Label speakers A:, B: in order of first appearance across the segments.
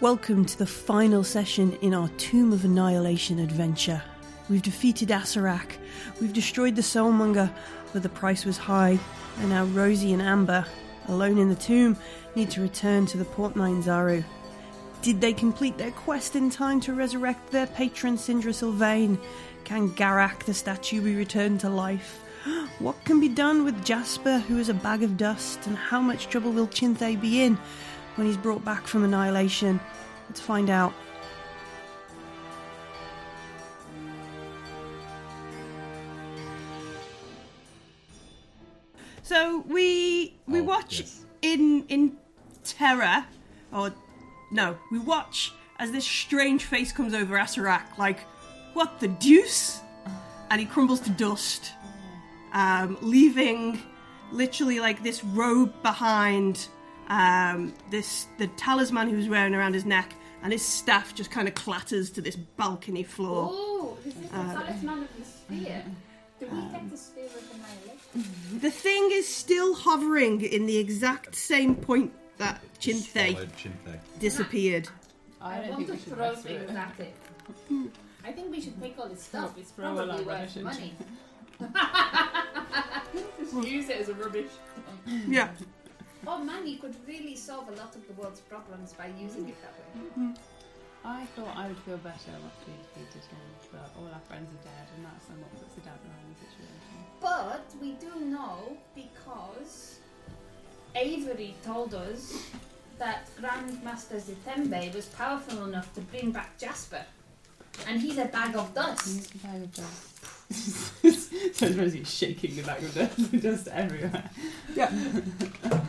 A: Welcome to the final session in our Tomb of Annihilation adventure. We've defeated Asarak, we've destroyed the Soulmonger, but the price was high, and now Rosie and Amber, alone in the tomb, need to return to the Port Nine Zaru. Did they complete their quest in time to resurrect their patron Sindra Sylvain? Can Garak, the statue, be returned to life? What can be done with Jasper, who is a bag of dust, and how much trouble will Chinthe be in when he's brought back from annihilation? Let's find out. So we we
B: Oh,
A: watch
B: yes.
A: in in terror, or no, we watch as this strange face comes over Asarak, like what the deuce, and he crumbles to dust um, leaving literally like this robe behind um, this the talisman he was wearing around his neck and his staff just kind of clatters to this balcony floor
C: Oh, this is the talisman of the sphere. Do we get the sphere of annihilation?
A: the thing is still hovering in the exact same point that chinthe
B: Swallowed Chinthe.
A: disappeared
C: I,
D: I don't
C: want
D: think
C: to
D: we should
C: throw
D: mess with
C: things
D: it.
C: at it. I think we should take all this stuff. It's
D: throw a lot
C: probably
D: of
C: worth
D: rubbish into
C: money.
D: Just use it as a rubbish.
A: yeah
C: Oh man, you could really solve a lot of the world's problems by using it that way.
D: I thought I would feel better after we defeated him, but all our friends are dead, and that's somewhat puts a damper on the situation.
C: But we do know because Avery told us that Grandmaster Zitembe was powerful enough to bring back Jasper. And he's a bag of dust.
D: Use the bag of dust. so Rosie's shaking the bag of dust, dust everywhere.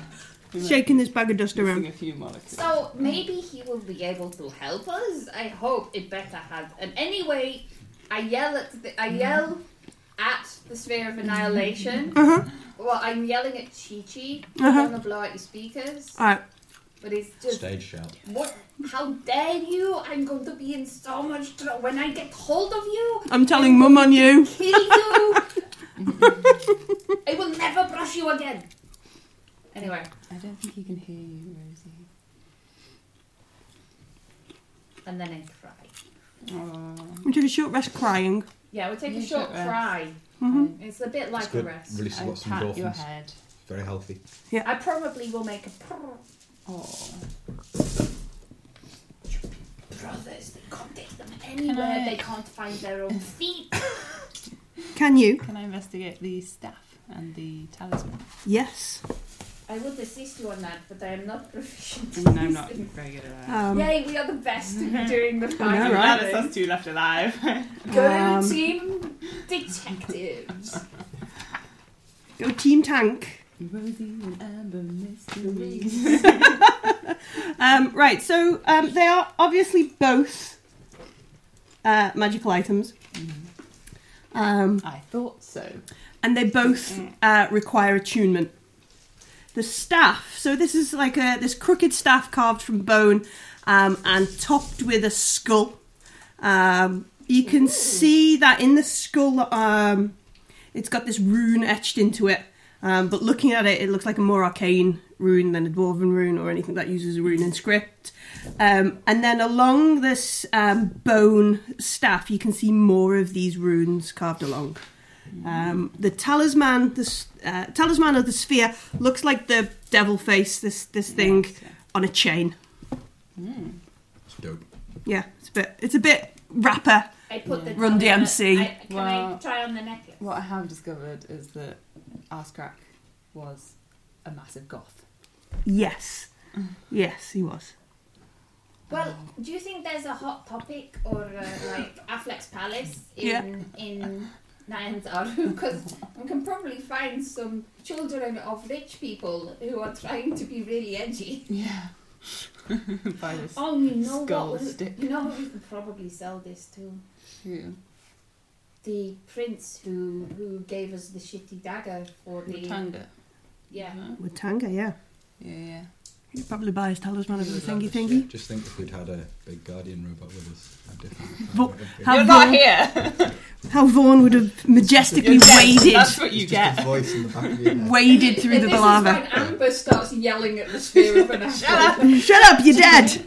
D: Yeah.
A: shaking this bag of dust
D: Missing
A: around
D: a few molecules.
C: So maybe he will be able to help us. I hope it better has. And anyway, I yell at the, I yell at the sphere of annihilation.
A: uh-huh
C: Well, I'm yelling at Chi Chi.
A: Uh-huh.
C: I'm gonna blow out your speakers,
A: all right
C: but it's just
B: Stage shout.
C: What? How dare you? I'm going to be in so much trouble when I get hold of you.
A: i'm telling mum on you
C: Kill you. I will never brush you again. Anyway,
D: I don't think he can hear you, Rosie.
C: and then I cry.
D: Oh,
A: we took a short rest crying
C: Yeah, we'll take
D: You
C: a short
D: should rest. Mm-hmm.
C: cry. Um,
A: hmm
C: It's a bit
B: It's
C: like a
B: good.
C: rest.
B: Releases
D: I
B: lots of
D: pat your
B: endorphins.
D: head.
B: Very healthy.
C: I probably will make a prrr.
D: Oh.
C: Brothers, they can't take them anywhere.
D: I-
C: They can't find their own feet.
A: can you
D: Can I investigate the staff and the talisman?
A: yes
C: I would assist you on that, but I am not proficient.
D: No, I'm not very good at that.
A: um,
C: Yay, we are the best at doing the
D: Oh,
A: I know,
C: fighting.
A: right?
D: That's us two left alive.
C: Go
A: Um,
C: team detectives.
A: go team tank
D: Rosie and Amber mysteries.
C: Mysteries.
A: Um, right, so um, they are obviously both uh, magical items. Um,
D: I thought so.
A: and they both uh, require attunement. The staff, so this is like a this crooked staff carved from bone um, and topped with a skull. Um, you can see that in the skull, um, it's got this rune etched into it. Um, but looking at it, it looks like a more arcane rune than a dwarven rune or anything that uses a rune in script. Um, and then along this um, bone staff, you can see more of these runes carved along. Um, the talisman, the s- uh, talisman of the sphere, looks like the devil face. This this thing
D: Yes, Hmm. yeah.
A: on a chain.
B: It's dope.
A: Yeah, it's a bit. It's a bit rapper.
C: I put the
A: Run DMC.
C: I, can I
D: Wow.
C: try on the necklace?
D: What I have discovered is that Arscrack was a massive goth.
A: Yes, yes, he was.
C: Well,
D: Um,
C: do you think there's a hot topic or uh, like Affleck's Palace in
A: Yeah.
C: in Nines Aru? Because we can probably find some children of rich people who are trying to be really edgy.
D: Yeah. By this
C: Oh, you know
D: Skull
C: what? we-
D: stick.
C: You know what we could probably sell this to
D: shoe.
C: the prince who who gave us the shitty dagger for the
D: Tanga.
C: yeah.
D: Mm-hmm.
A: With Tanga, yeah.
D: Yeah, yeah.
A: He'd probably buy his talisman of the thingy
B: Shit,
A: thingy.
B: Just think if we'd had a big guardian robot with us. How different.
A: But-
B: that would be.
A: How
D: You're
A: Vaughan-
D: not here!
A: How Vaughan would have majestically
D: You're dead.
A: waded
D: That's what you
B: It's just
D: get.
B: a voice in the back of your head.
A: waded through
C: If
A: the
C: this is
A: balava.
C: when Grandpa starts yelling at the sphere of an apple.
A: Shut up, you're dead.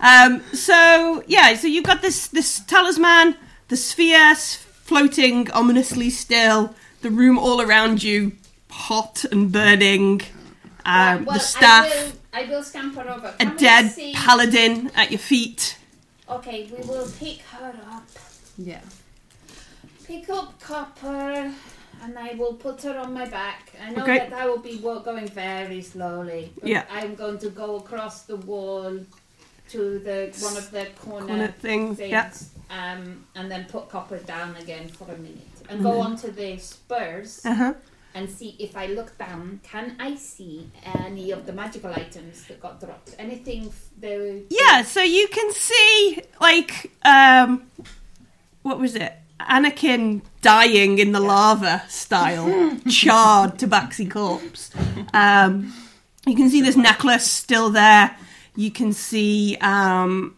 A: Um, so yeah, so you've got this this talisman, the sphere s- floating ominously still, the room all around you hot and burning, um,
C: Right, well,
A: the staff,
C: I will, I will scamper over.
A: a
C: Can we
A: dead
C: see-
A: paladin at your feet.
C: Okay, we will pick her up.
D: Yeah.
C: Pick up Copper, and I will put her on my back. I know
A: Okay.
C: that I will be wa- going very slowly. But
A: Yeah.
C: I'm going to go across the wall to the one of the corner,
A: Corner thing,
C: things,
A: yeah.
C: um, and then put Copper down again for a minute, and go on to the spurs.
A: Uh huh.
C: and see if I look down, can I see any of the magical items that got dropped? Anything f- the
A: Yeah, so you can see like um what was it? Anakin dying in the lava style, charred tabaxi corpse. Um you can see this necklace still there. You can see um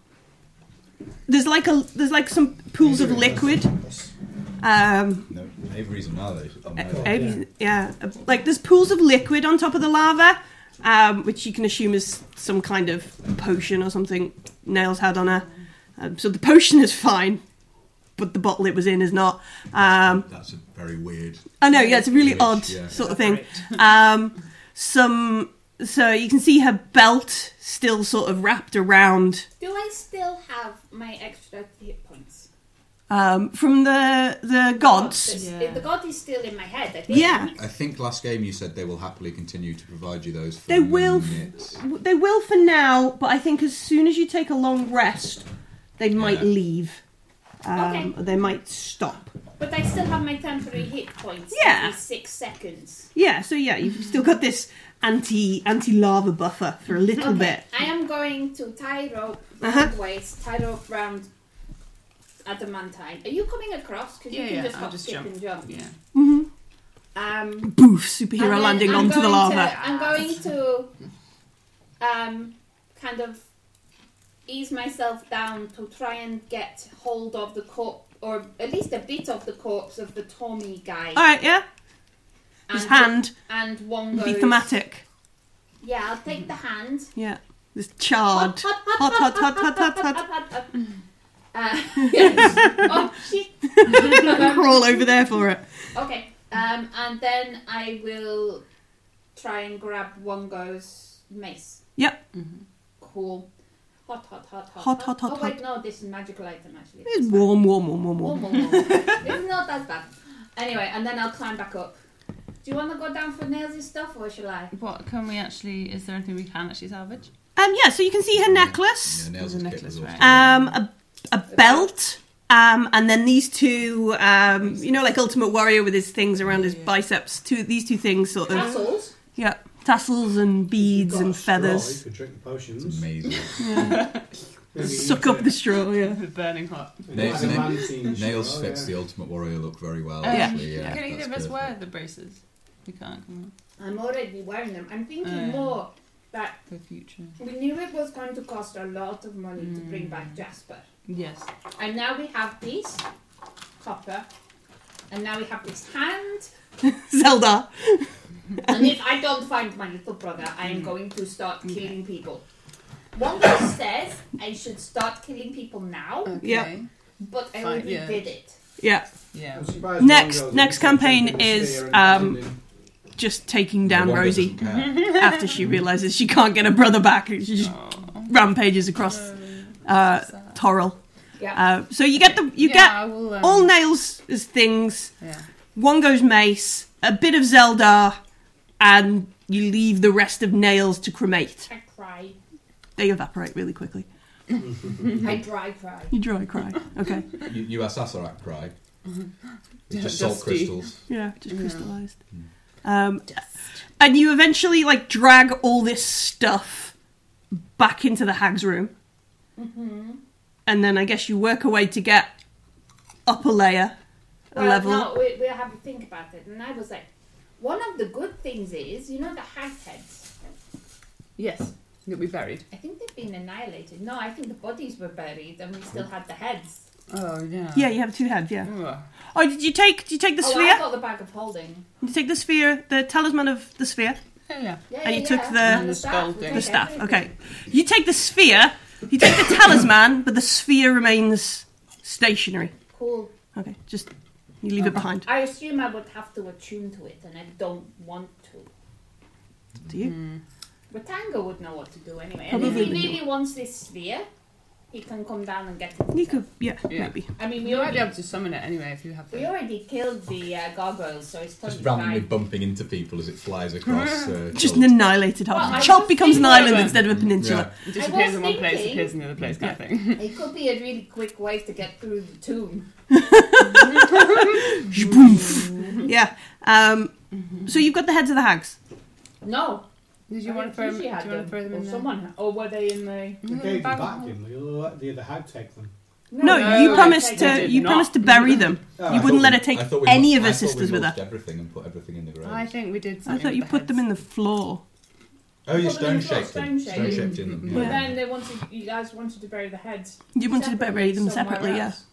A: there's like a there's like some pools of liquid. Um
B: No, Avery's on Arlo. On my
A: uh,
B: lap.
A: maybe- yeah. like there's pools of liquid on top of the lava, um, which you can assume is some kind of potion or something Nails had on her. Um, so the potion is fine, but the bottle it was in is not. Um,
B: That's a very weird.
A: I know, yeah, it's a really
B: Which,
A: odd
B: yeah.
A: sort of thing. Um, some, so you can see her belt still sort of wrapped around
C: Do I still have my extra hit points?
A: um, from the the gods.
C: This-
D: Yeah.
C: The god is still in my head. I think.
A: Yeah,
B: I think last game you said they will happily continue to provide you those. For
A: They will f-
B: Minutes.
A: They will for now, but I think as soon as you take a long rest, they might
B: Yeah.
A: leave. Um,
C: Okay.
A: They might stop.
C: But I still have my temporary hit points.
A: Yeah.
C: every Six seconds.
A: Yeah. So yeah, you've still got this anti anti lava buffer for a little bit.
C: I am going to tie rope round
A: Uh-huh.
C: waist, tie rope round adamantine. Are you coming across? Because
D: Yeah,
C: you can
D: yeah,
C: just
D: I'll
C: hop,
D: just
C: skip,
D: jump.
C: and jump.
D: Yeah.
A: hmm
C: Um,
A: Boof!
C: And
A: Superhero
C: then
A: landing
C: I'm
A: onto the
C: going
A: lava.
C: to- I'm going to um, kind of ease myself down to try and get hold of the corpse, or at least a bit of the corpse of the Tommy guy.
A: All right. Yeah.
C: and,
A: His hand
C: And one
A: be
C: goes.
A: thematic.
C: Yeah, I'll take the hand.
A: Yeah. This charred.
C: Hot,
A: Hot, hot, hot, hot, hot, hot.
C: Uh, yes. oh shit.
A: Crawl over there for it.
C: Okay. Um, and then I will try and grab Wongo's mace.
A: Yep.
C: Cool. Hot, hot, hot, hot.
A: Hot, hot, hot,
C: Oh, wait, no, this is magical item, actually.
A: It's warm, warm, warm, warm,
C: Warm,
A: warm.
C: warm, warm. it's not that bad. Anyway, and then I'll climb back up. Do you want to go down for nails and stuff, or shall I?
D: What can we actually? Is there anything we can actually salvage?
A: Um. Yeah. So you can see her necklace.
B: Yeah, nails
D: There's a
B: and kit
D: necklace,
B: was
D: right?
B: also-
A: um, a, a belt, um, and then these two, um, you know, like Ultimate Warrior with his things around his
D: Yeah.
A: biceps. Two, these two things, sort of,
C: Tassels.
A: yeah, tassels and beads
E: Got a
A: and
E: straw,
A: feathers.
E: You could drink the
B: It's
E: potions.
B: amazing.
E: Maybe you
A: Suck
E: could-
A: up the straw, yeah.
D: Burning hot.
B: Nails,
E: Like
B: nails,
E: a man-teen straw,
D: Oh,
B: fits
E: oh, yeah.
B: the Ultimate Warrior look very well.
D: Um,
B: actually, yeah,
D: can either
B: that's
D: of us
B: perfect.
D: wear the braces? We can't. Can
C: I'm already wearing them. I'm thinking
D: Mm.
C: more that
D: we? For future.
C: we knew it was going to cost a lot of money to bring back Jasper.
D: Yes.
C: And now we have this copper. And now we have this hand.
A: Zelda.
C: And if I don't find my little brother, I
A: Mm.
C: am going to start killing people. One guy says I should start killing people now,
A: Yeah.
C: but I
D: Fine,
C: already
D: yeah.
C: did it.
A: Uh, Yeah,
D: Yeah.
E: I'm surprised
A: Next-
E: Mongo didn't
A: next
E: stop
A: campaign
E: drinking the
A: is,
E: beer and
A: um,
E: pretending-
A: just taking down
B: The one that
A: Rosie
B: doesn't care.
A: after she realizes she can't get her brother back. She just rampages across uh,
D: sad.
A: Toril.
C: Yeah.
A: Uh, so you get the you
D: yeah,
A: get
D: I will, um,
A: all nails as things.
D: Yeah.
A: One goes Mace, a bit of Zelda, and you leave the rest of Nails to cremate.
C: I cry.
A: They evaporate really quickly. mm-hmm.
C: I dry cry.
A: You dry cry. Okay.
B: You, you asked Sassarak cry. It's just
D: Dusty.
B: salt crystals.
A: Yeah, just crystallized. Um, and you eventually like drag all this stuff back into the hag's room, and then I guess you work away to get up a layer, a
C: Well,
A: level.
C: no, we, we have to think about it. And I was like, one of the good things is, you know, the hag heads.
D: Yes. You'll be buried.
C: I think they've been annihilated. No, I think the bodies were buried and we still had the heads.
D: Oh yeah.
A: Yeah, you have two heads. Yeah.
D: Ugh.
A: Oh, did you take? Did you take the
C: oh, I
A: sphere?
C: got the bag of holding.
A: You take the sphere, the talisman of the sphere.
D: Oh yeah.
C: Yeah,
A: And
C: yeah,
A: you took
C: yeah.
A: the-
C: And
D: The skull
C: we
D: thing.
C: take
A: the staff.
C: everything.
A: Okay, you take the sphere. You take the talisman, but the sphere remains stationary.
C: Cool.
A: Okay, just you leave it behind.
C: I assume I would have to attune to it, and I don't want to.
A: Do you?
C: But Tango would know what to do anyway. And
A: Probably
C: if he
A: would
C: really wants this sphere, he can come down and get it.
A: You could, yeah,
D: Yeah.
A: maybe.
C: I mean, we
D: You might be
C: already,
D: able to summon it anyway if you have
C: we
D: the.
C: already killed the uh, gargoyles, so it's totally
B: Just randomly
C: fine.
B: bumping into people as it flies across. Uh,
A: Just an
B: Jolt.
A: annihilated half.
C: Well, I
A: Chop
C: was
A: becomes an
C: thinking
A: island
D: about-
A: instead of a peninsula.
D: It disappears in one place,
C: thinking-
D: appears in the other place, kind of thing.
C: It could be a really quick way to get through the tomb.
A: Shboomph. Yeah. Um, so you've got the heads of the hags.
C: No.
D: Did you
C: I
D: want
C: think
D: to throw them?
C: she
D: Do you
C: had
D: want to throw them
C: or
D: in there?
C: someone, Or were they in the...
E: We gave them back, didn't we? We'll let the other hag take them.
A: No,
D: no,
A: you
D: no,
A: promised
D: they
A: to.
D: did
A: You
D: not.
A: promised to bury them.
E: Oh,
A: you
E: I
A: wouldn't
B: thought
A: let her
B: we-
A: take
B: I thought we
A: any
B: mul-
A: of her
B: I thought we
A: sisters with her.
B: mulched everything and put everything in the grave.
D: I think we did.
A: I
D: something
A: thought you
D: with
A: put them
D: heads.
A: in the floor.
B: oh, you
C: Well,
B: stone
C: we've got
B: shaped them.
C: stone
B: Stone
C: shaped.
B: shaped in them.
D: Mm,
B: Yeah.
D: mm,
C: But
D: Yeah.
C: then they wanted, you guys wanted to bury the heads.
A: You wanted to bury them
C: somewhere
A: separately. Yeah.
C: else.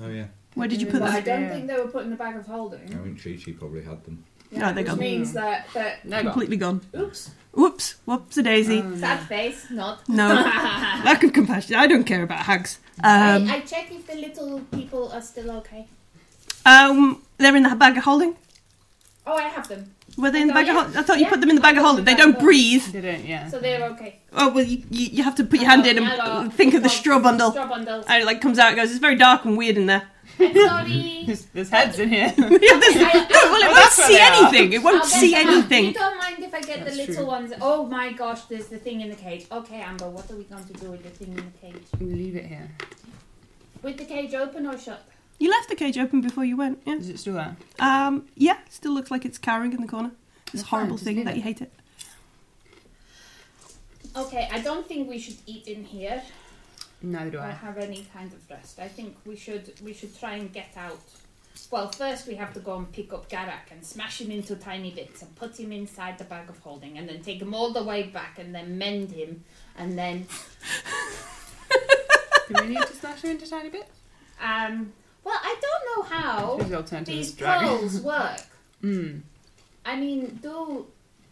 B: Oh yeah.
A: Where did you
D: Yeah.
A: put
C: But I
A: them?
C: don't
D: Yeah.
C: think they were put in the bag of holding.
B: I think Chi Chi probably had them.
A: No, Mm. they're
C: which
A: gone.
C: means that, that...
D: No, go on.
A: Completely gone.
C: Oops.
A: Whoops. Whoops. A daisy.
C: Sad face. Not.
A: Mm. No. Lack of compassion. I don't care about hags.
C: I,
A: Um,
C: I check if the little people are still okay.
A: um, they're in the bag of holding.
C: Oh, I have them.
A: Were they in the bag of
C: Yeah.
A: holding? I thought you
C: Yeah.
A: put them in the bag of
C: I put
A: holding.
C: them
A: They
C: in
A: don't
C: the bag of
A: breathe.
D: Did it? Yeah.
C: So they're okay.
A: Oh well, you, you, you have to put your hand in and
C: Hello.
A: think of the
C: Hello.
A: straw bundle.
C: Straw bundle.
A: And it like comes out and goes, it's very dark and weird in there.
C: I'm sorry.
D: There's, there's heads in here.
A: yeah, this,
C: I-
A: well, it
D: Oh,
A: won't
D: that's where
A: see
D: they are.
A: anything. It won't
C: I'll get
A: see
C: them out. You
A: anything.
C: don't mind if I get
D: That's
C: the little
D: true.
C: ones. Oh my gosh, there's the thing in the cage. Okay, Amber, what are we going to do with the thing in the cage?
D: Leave it here.
C: With the cage open or shut?
A: You left the cage open before you went. Yeah.
D: Is it still there?
A: Um. Yeah. Still looks like it's cowering in the corner. This
D: That's fine,
A: horrible
D: just
A: thing
D: leave
A: that
D: it.
A: you hate it.
C: Okay, I don't think we should eat in here
D: Neither do
C: or
D: I.
C: have any kind of rest. I think we should we should try and get out. Well, first we have to go and pick up Garak and smash him into tiny bits and put him inside the bag of holding and then take him all the way back and then mend him and then
D: do we need to smash her into tiny bits?
C: um well, I don't know how.
D: There's the alternative
C: These
D: is dragon.
C: pearls work.
D: Mm.
C: I mean, do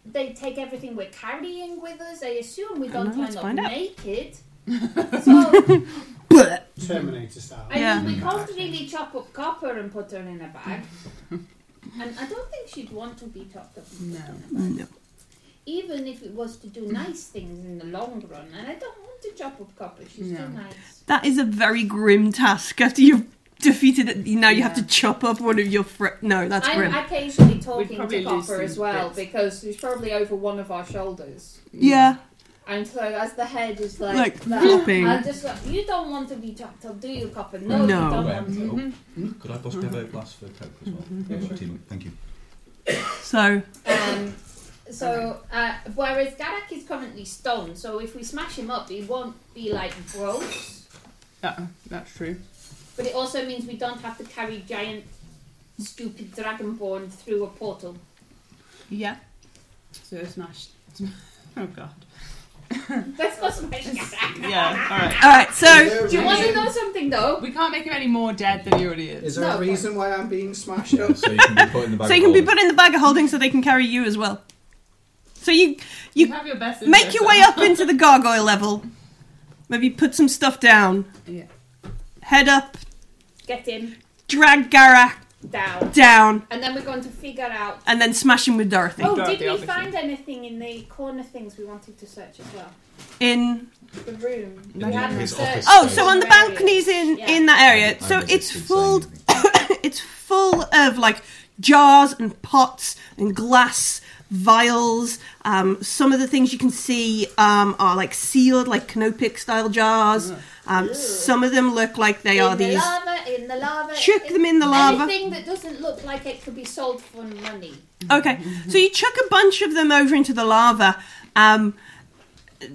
C: they take everything we're carrying with us? I assume we
A: I don't
C: don't
A: know, let's
C: turn
A: find
C: up
A: out.
C: naked. so,
A: Blech.
E: Terminator style.
C: I
A: Yeah.
C: mean, we can't really chop up copper and put her in a bag. and I don't think she'd want to be chopped up. and put
D: No.
C: in a bag,
A: No.
C: Even if it was to do nice things in the long run. And I don't want to chop up copper. She's
D: No.
C: too nice.
A: That is a very grim task. After you've defeated it, now you have to
D: Yeah.
A: chop up one of your fri No, that's
C: I'm
A: grim.
C: occasionally talking
D: probably
C: to
D: lose
C: Copper as
D: some
C: well
D: bits.
C: because she's probably over one of our shoulders.
A: yeah.
C: And so as the head is like,
A: Like
C: that,
A: flopping.
C: I just like, you don't want to be chopped up, do you, Copper?
A: No.
C: No, you don't
B: Where?
C: want to.
B: Oh, Could I bust a vote last for Coke as well? Yeah, sure. Team up. Thank you.
A: So
C: Um, so uh, whereas Garak is currently stoned, so if we smash him up, he won't be like gross.
D: Uh-uh, that's true.
C: But it also means we don't have to carry giant, stupid dragonborn through a portal.
D: Yeah. So smashed. Oh god.
C: Let's go smash Garak.
D: Yeah. All right.
A: all right. So
C: Do you want to know something though?
D: We can't make him any more dead than he already is.
E: Is there
C: No,
E: a reason why I'm being smashed
B: Yeah,
E: up?
B: so you can be put in the bag.
A: so you
B: of
A: can be
B: holding.
A: put in the bag of holding so they can carry you as well. So you You
D: have your best.
A: Make your way up into the gargoyle level. Maybe put some stuff down.
D: Yeah.
A: Head up.
C: Get him
A: Drag Garak
C: down.
A: down.
C: And then we're going to figure out.
A: And then smash him with Dorothy.
C: Oh,
D: Dorothy,
C: did we
D: obviously.
C: find anything in the corner things we wanted to search as well?
A: In
C: The room.
B: In the- his office
A: oh, so on the
C: Areas.
A: balconies in
C: Yeah.
A: in that
B: I-
A: area.
B: I
A: So
B: resisted
A: it's
B: saying
A: full.
B: anything.
A: It's full of like jars and pots and glass vials. Um, some of the things you can see um, are like sealed, like canopic style jars. Um, some of them look like they
C: in
A: are
C: the
A: these.
C: lava, in the lava.
A: Chuck them in the lava.
C: Anything that doesn't look like it could be sold for money.
A: Okay, so you chuck a bunch of them over into the lava, um,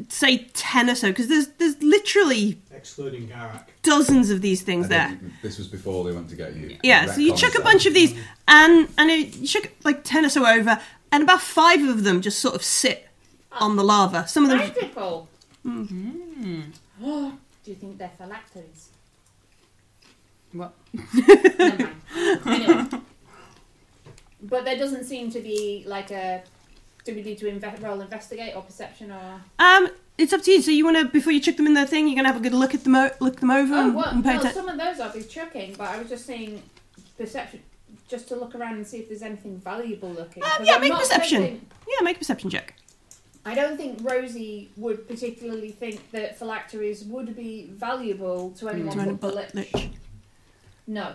A: say ten or so, because there's there's literally
E: Excluding Garak.
A: dozens of these things
B: And
A: there.
B: then This was before they went to get you.
A: Yeah, so you
B: Retcon
A: chuck a
B: said-
A: bunch of these, and and it, you chuck like ten or so over, and about five of them just sort of sit on the lava. Some of them,
C: Magical. Mm-hmm. Do you think they're phylacteries?
D: What?
C: Never mind. Anyway. But there doesn't seem to be like a Do we need to inve- roll investigate or perception or?
A: Um, it's up to you. So you want to before you chuck them in the thing, you're gonna have a good look at them, o- look them over,
C: Oh,
A: and,
C: well,
A: and pay
C: well
A: attention.
C: some of those I'll be chucking, but I was just saying perception, just to look around and see if there's anything valuable looking. 'cause
A: Um, yeah,
C: I'm
A: make
C: not
A: perception.
C: thinking-
A: Yeah, make a perception check.
C: I don't think Rosie would particularly think that phylacteries would be valuable to anyone
A: Joanna
C: but
A: Butt-
C: Lich.
A: Lich.
C: No,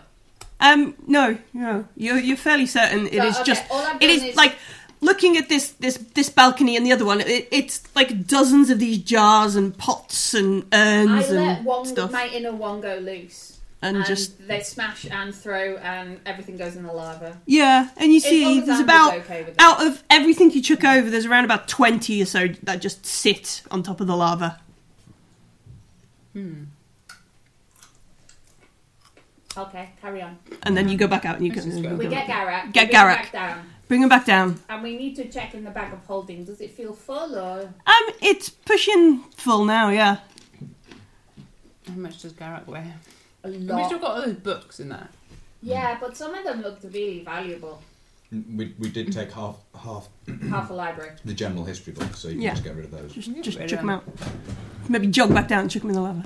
A: Um, no, no, you're you're fairly certain it is
C: But, okay,
A: just
C: all I've
A: it
C: done
A: is, like looking at this this this balcony and the other one. It, it's like dozens of these jars and pots and
C: I
A: urns
C: let
A: and
C: one
A: stuff,
C: my inner one go loose,
A: and, just
C: they smash and throw, and everything goes in the lava.
A: yeah. And you
C: As long
A: see,
C: as
A: there's
C: Amber's
A: about
C: okay with that.
A: out of everything you took over, there's around about twenty or so that just sit on top of the lava.
D: Hmm.
C: Okay, carry on.
A: And then you go back out and you
D: Let's
A: can
D: just go.
C: We get Garak.
A: Get
C: we bring him
A: Garak.
C: back down,
A: bring them back down.
C: and we need to check in the bag of holding. Does it feel full or?
A: Um, it's pushing full now. Yeah.
D: How much does Garrick weigh?
C: A
D: We've still got all those books in there.
C: Yeah, but some of them looked really valuable.
B: We, we did take half half
C: Half a library.
B: the general history book, so you can
A: Yeah.
B: just get rid of those.
A: Just,
D: Yeah,
A: just
D: right
A: chuck them
D: on.
A: out. Maybe jog back down, and chuck them in the lava.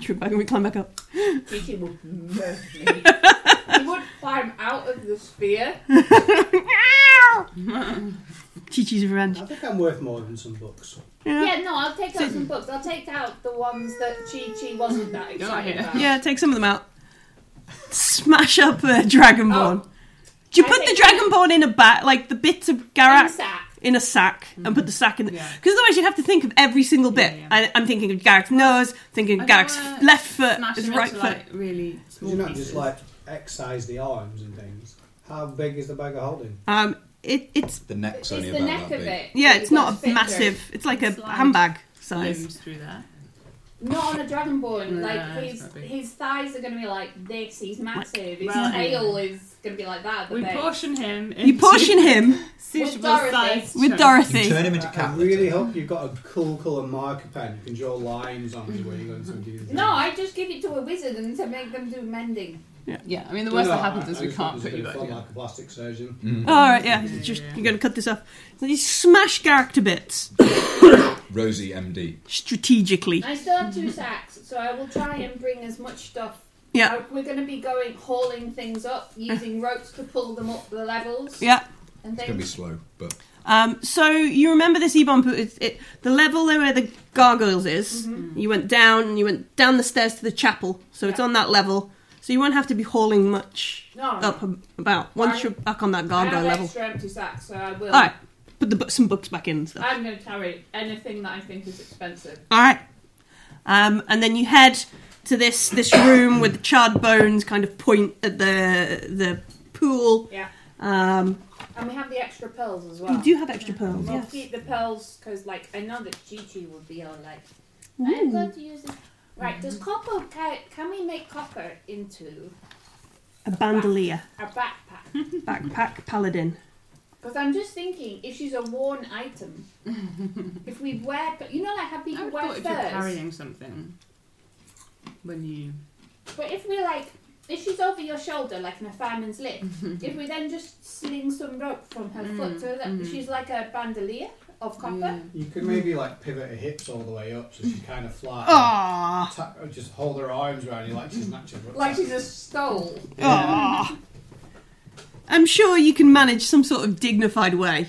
A: Trip back and we climb back up.
C: Gigi would murder me. he would climb out of the sphere.
A: Chi Chi's revenge.
E: I think I'm worth more than some books.
A: Yeah. yeah.
C: Yeah, no, I'll take out some books. I'll take out the ones that Chi Chi wasn't that excited
D: yeah.
C: about.
A: take some of them out. Smash up a dragonborn. Do you
C: Oh. I
A: put the
C: think-
A: dragonborn in a bag, like the bits of Garak
C: In sack.
A: in a sack, and put the sack in? Because
D: Yeah.
A: otherwise you'd have to think of every single bit.
D: Yeah, yeah.
A: I, I'm thinking of Garak's nose, thinking
D: I
A: of
D: don't
A: Garak's
D: wanna
A: left foot,
D: Smash
A: his
D: them
A: right
D: into,
A: foot.
D: like, really small
E: You're not
D: pieces.
E: just like excise the arms and things. How big is the bag of holding?
A: Um, it, it's
B: The neck's
C: It's
B: only
C: the
B: about
C: neck
B: that
C: of
B: big.
C: it.
A: yeah,
C: that
A: it's
C: you've got
A: not
C: to
A: a
C: fit
A: massive. It's like a
D: Slide.
A: handbag size.
D: limbs through there.
C: through. Not on a dragonborn.
D: No,
C: like
D: it's
C: his
D: not big.
C: his thighs are going to be like this. He's massive. His
D: Right.
C: tail is going to be like that. at the
D: We
C: base.
D: portion him.
A: You portion him
C: With
D: suitable
C: Dorothy.
D: size
A: with
B: You
A: Dorothy.
B: turn him into
E: I, I
B: cat.
E: really
B: litter.
E: hope you've got a cool colour marker pen. You can draw lines on it where you're going to do this.
C: No, I just give it to a wizard and to make them do mending.
D: Yeah, I mean the worst that happens is we can't put you back
E: fun,
D: together.
E: like a plastic surgeon.
F: Mm.
B: Mm.
A: Oh, all right, yeah.
D: Yeah,
A: Just
D: yeah.
A: you're gonna cut this off. So you smash Garrick to bits
B: Rosie MD.
A: strategically.
C: I still have two sacks, so I will try and bring as much stuff.
A: Yeah.
C: Uh, We're going to be going hauling things up, using ropes to pull them up the levels.
A: Yeah.
C: And
B: It's gonna be
C: things.
B: slow, but
A: Um, so you remember this E-bomb? It, it, the level where the gargoyles is. You went down and you went down the stairs to the chapel. So it's
C: Mm-hmm. Yeah.
A: on that level. So you won't have to be hauling much
C: No,
A: up ab- about once
C: I-
A: you're back on that
C: I
A: gargoyle
C: have
A: level.
C: extra empty sacks, so I will.
A: All right. Put the bu- some books back in and stuff.
C: I'm going to carry anything that I think is expensive.
A: All right. Um, and then you head to this this room with the charred bones kind of point at the the pool.
C: Yeah.
A: Um,
C: And we have the extra pearls as well.
A: You do have extra pearls,
C: We'll
A: yes.
C: keep the pearls because, like, I know that Gigi would be all like, I'm going to use it. Right, does copper, can, can we make copper into
A: A bandolier,
C: a backpack?
A: Hmm. backpack paladin.
C: Because I'm just thinking, if she's a worn item, if we wear, but you know, like how
D: I
C: people
D: would
C: wear
D: thought if you're
C: furs.
D: carrying something when you
C: But if we like, if she's over your shoulder, like in a fireman's lip, if we then just sling some rope from her foot so that she's like a bandolier of copper.
E: You could maybe like pivot her hips all the way up so she's kind of flat.
A: Ah,
E: Ta- or just hold her arms around you like she's natural.
C: Like she's a stole.
A: ah. I'm sure you can manage some sort of dignified way.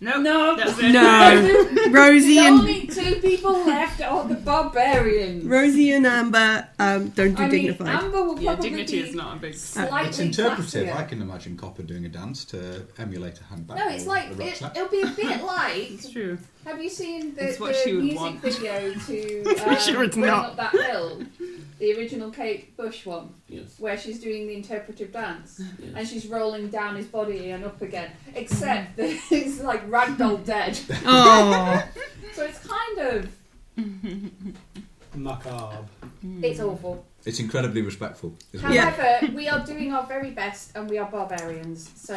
D: no no that's it.
A: No, Rosie
C: There's
A: and
C: only two people left are the barbarians.
A: Rosie and Amber um, don't do
C: I mean,
A: dignified.
C: Amber will
D: Yeah,
C: probably
D: dignity
C: be
D: is not a big.
C: slightly
B: it's interpretive.
C: classier.
B: I can imagine Copper doing a dance to emulate a handbag.
C: No, it's
B: or
C: like
B: a
C: it,
B: rucksack.
C: it'll be a bit like
D: It's true.
C: Have you seen the,
D: It's what
C: the
D: she would
C: music
D: want.
C: video to um,
A: sure it's
C: Bring
A: not.
C: Up That Hill? The original Kate Bush one,
G: Yes.
C: where she's doing the interpretive dance and
G: yes.
C: she's rolling down his body and up again, except that he's like ragdoll dead.
A: Oh,
C: So it's kind of
E: macabre.
C: it's
E: Hmm.
C: awful.
B: It's incredibly respectful. Isn't
A: Yeah.
C: However, we are doing our very best and we are barbarians, so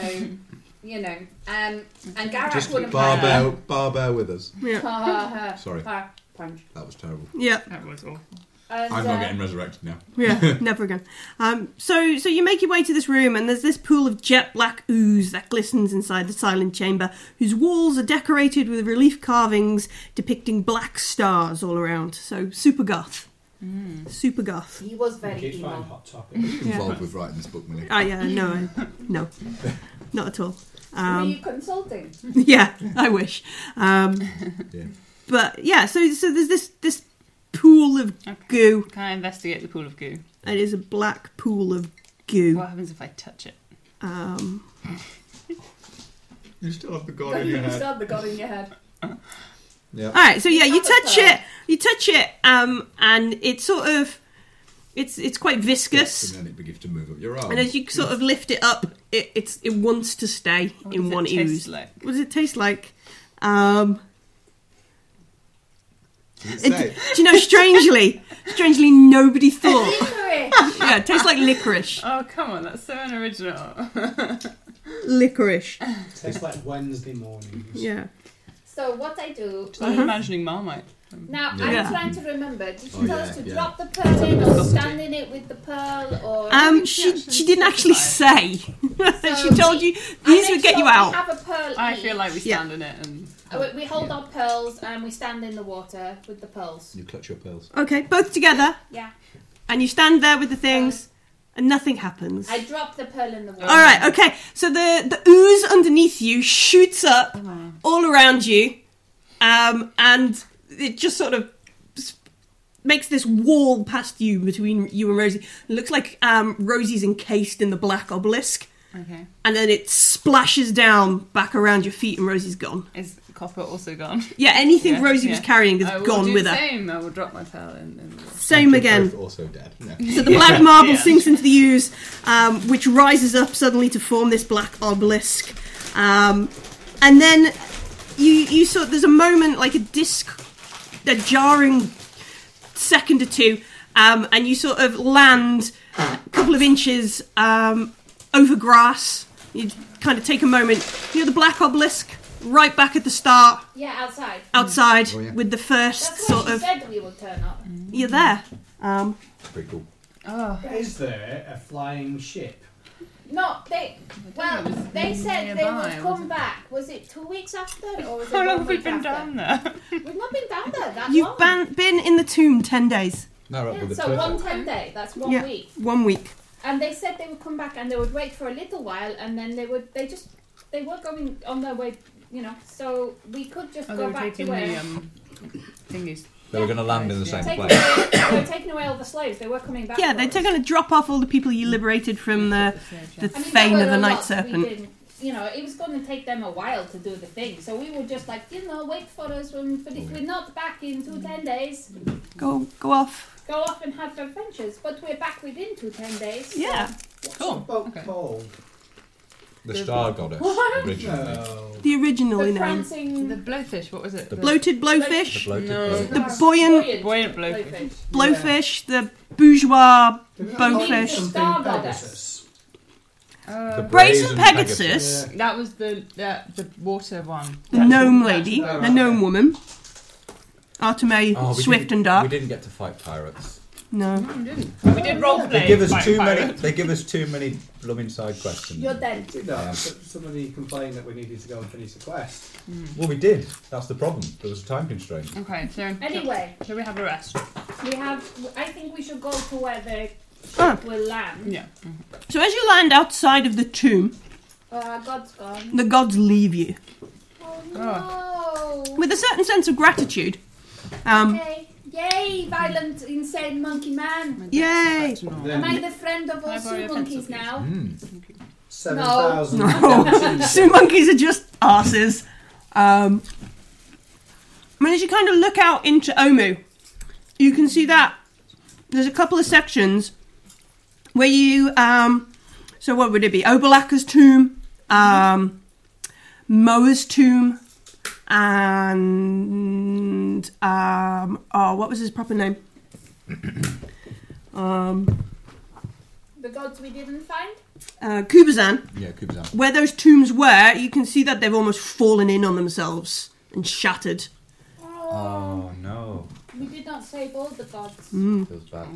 C: you know. Um, and
B: it?
C: Garak
B: Just
C: would have
B: barbell, barbell with us.
A: yeah,
C: Ha, ha, ha.
B: Sorry,
C: Ha, Punch.
B: that was terrible.
A: yeah.
D: That was awful.
C: As,
B: I'm not
C: uh,
B: getting resurrected now.
A: Yeah, never again. Um, so, so you make your way to this room, and there's this pool of jet black ooze that glistens inside the silent chamber, whose walls are decorated with relief carvings depicting black stars all around. So, super goth,
D: Mm,
A: super goth.
C: He was very
E: Kids find
C: evil.
E: hot topics.
A: Yeah.
B: Involved with writing this book, Millie.
A: Ah, yeah, no, I- no, not at all.
C: Were
A: Um,
C: you consulting?
A: yeah, I wish. Um,
B: Yeah.
A: but yeah, so so there's this this pool of
D: Okay.
A: goo.
D: Can I investigate the pool of goo?
A: It is a black pool of goo.
D: What happens if I touch it?
A: Um,
B: You still have the god
C: Don't you start the god in your head.
B: Yeah.
A: All right, so yeah, you
C: Have a
A: touch
C: go.
A: it, you touch it, um, and it's sort of, it's it's quite viscous,
B: And then it begins to move up your arm.
A: and as you sort of lift it up, it it's it wants to stay
D: What
A: in
D: does it
A: one
D: taste
A: ooze.
D: like?
A: What does it taste like? Um,
B: Does
A: it,
B: it say?
A: do you know? Strangely, strangely, nobody thought.
C: Anyway,
A: Yeah, it tastes like licorice.
D: Oh come on, that's so unoriginal.
A: Uh-huh. Licorice.
E: Tastes like Wednesday mornings.
A: Yeah.
C: so what I do
D: I'm imagining Marmite.
C: now,
A: Yeah.
C: I'm trying to remember. Did you
B: Oh,
C: tell
B: yeah,
C: us to
B: yeah.
C: drop the pearl in, or stand in it with the pearl, or
A: Um,
D: she
A: she
D: actually
A: she didn't actually say. she told you
C: I
A: these
C: make
A: would get
C: sure
A: you
C: we
A: out.
C: Have a pearl.
D: I
C: each.
D: feel like we
A: Yeah.
D: stand in it and
C: Uh, we, we hold our pearls and we stand in the water with the pearls.
B: You clutch your pearls.
A: Okay, both together,
C: Yeah.
A: and you stand there with the things, and nothing happens.
C: I drop the pearl in the water.
A: All right, okay. So the the ooze underneath you shoots up all around you, um, and it just sort of sp- makes this wall past you between you and Rosie. It looks like um, Rosie's encased in the black obelisk,
D: okay.
A: and then it splashes down back around your feet, and Rosie's gone.
D: Is copper also gone?
A: Yeah, anything
D: Yeah,
A: Rosie was
D: yeah.
A: carrying is
D: I will
A: gone
D: do
A: with
D: the
A: her.
D: Same. I will drop my pearl in. in the water.
A: Same
B: You're
A: again.
B: both also dead. No.
A: So the black marble
D: Yeah.
A: sinks into the ooze, um, which rises up suddenly to form this black obelisk, um, and then you you sort there's a moment like a disc, a jarring second or two, um, and you sort of land a couple of inches um, over grass. You kind of take a moment. You know the black obelisk right back at the start
C: Yeah, outside.
A: outside
B: Oh, yeah.
A: with the first
C: That's why
A: sort
C: she
A: of
C: said we will turn up.
A: you're there. Um,
B: Pretty cool.
D: Oh,
E: Is there a flying ship?
C: No, they. Well,
D: it was
C: they said
D: nearby,
C: they would
D: wasn't
C: come back. Was it two weeks after, or was it
D: how
C: one
D: long have we
C: week
D: been
C: after?
D: down there?
C: We've not been down there that long.
A: You've ban- been in the tomb ten days.
B: No, right,
C: Yeah,
B: but the
C: so
B: turtle-
C: one ten day. That's one
A: Yeah.
C: week.
A: One week.
C: And they said they would come back and they would wait for a little while and then they would. They just. They were going on their way. You know, so we could just
D: Oh, they
C: go
D: were
C: back to
D: taking
C: where.
D: the um, thingies.
B: They were going to land in the same
C: taking
B: place.
C: away, they were taking away all the slaves. They were coming back.
A: Yeah,
C: for
A: they're
C: us.
A: going to drop off all the people you liberated from the the
C: I mean,
A: fane
C: there
A: of
C: were
A: the
C: a
A: night
C: lot we
A: serpent.
C: didn't- You know, it was going to take them a while to do the thing, so we were just like, you know, wait for us. When, but if we're not back in two ten days,
A: Go go off.
C: go off and have adventures. But we're back within two ten days. so-
A: Yeah,
E: What's
D: Cool.
E: the boat
D: Okay.
E: called?
B: The star goddess
C: What?
B: originally.
E: No.
A: the original
C: The
A: you know.
C: prancing,
D: The blowfish. What was it?
B: The
A: Bloated
B: The
A: blowfish,
B: bloated
D: No.
B: bird.
A: the buoyant
D: Buoyant blowfish.
A: blowfish, the bourgeois.
E: Didn't I
A: Bonefish.
E: call it something
C: Star
E: Pegasus?
B: The
D: Uh,
A: Brazen
B: brazen
A: Pegasus,
B: Pegasus.
D: that was the, the the water one.
A: the gnome lady,
E: that's-
A: the gnome woman. Arteme,
B: Oh, we
A: swift
B: didn't-
A: and dark.
B: We didn't get to fight pirates.
A: No,
D: We did roleplay.
B: They give us
D: by
B: too many.
D: pirates.
B: They give us too many blooming side questions.
C: You're dead.
E: Did that? But Somebody complained that we needed to go and finish the quest.
B: Well, we did. That's the problem. There was a time constraint.
D: Okay, so
C: Anyway,
D: shall we have a rest?
C: we have. I think we should go to where the
A: Ah.
C: ship will land.
D: Yeah.
A: so as you land outside of the tomb,
C: Uh, God's gone.
A: the gods leave you
D: Ah.
C: Oh no.
A: with a certain sense of gratitude. Um,
C: Okay. Yay, violent, insane monkey man.
A: yay!
C: Am I
E: Then
C: the friend of
D: Can I
C: all
D: borrow
C: sea
D: your
C: monkeys
D: pencil, please?
C: now?
E: seven thousand.
A: No, Sue monkeys are just asses. Um, I mean, as you kind of look out into Omu, you can see that there's a couple of sections where you, um, so what would it be? Obalaka's tomb, um, Moa's tomb, and um, oh, what was his proper name? um,
D: Hmm.
C: The gods we didn't find?
A: uh, Kubazan
B: Yeah, Cooper's out.
A: where those tombs were, you can see
D: Ah.
A: that they've almost fallen in on themselves and shattered.
B: Oh no.
C: We did not save all the gods.
A: Hmm.
B: Feels bad.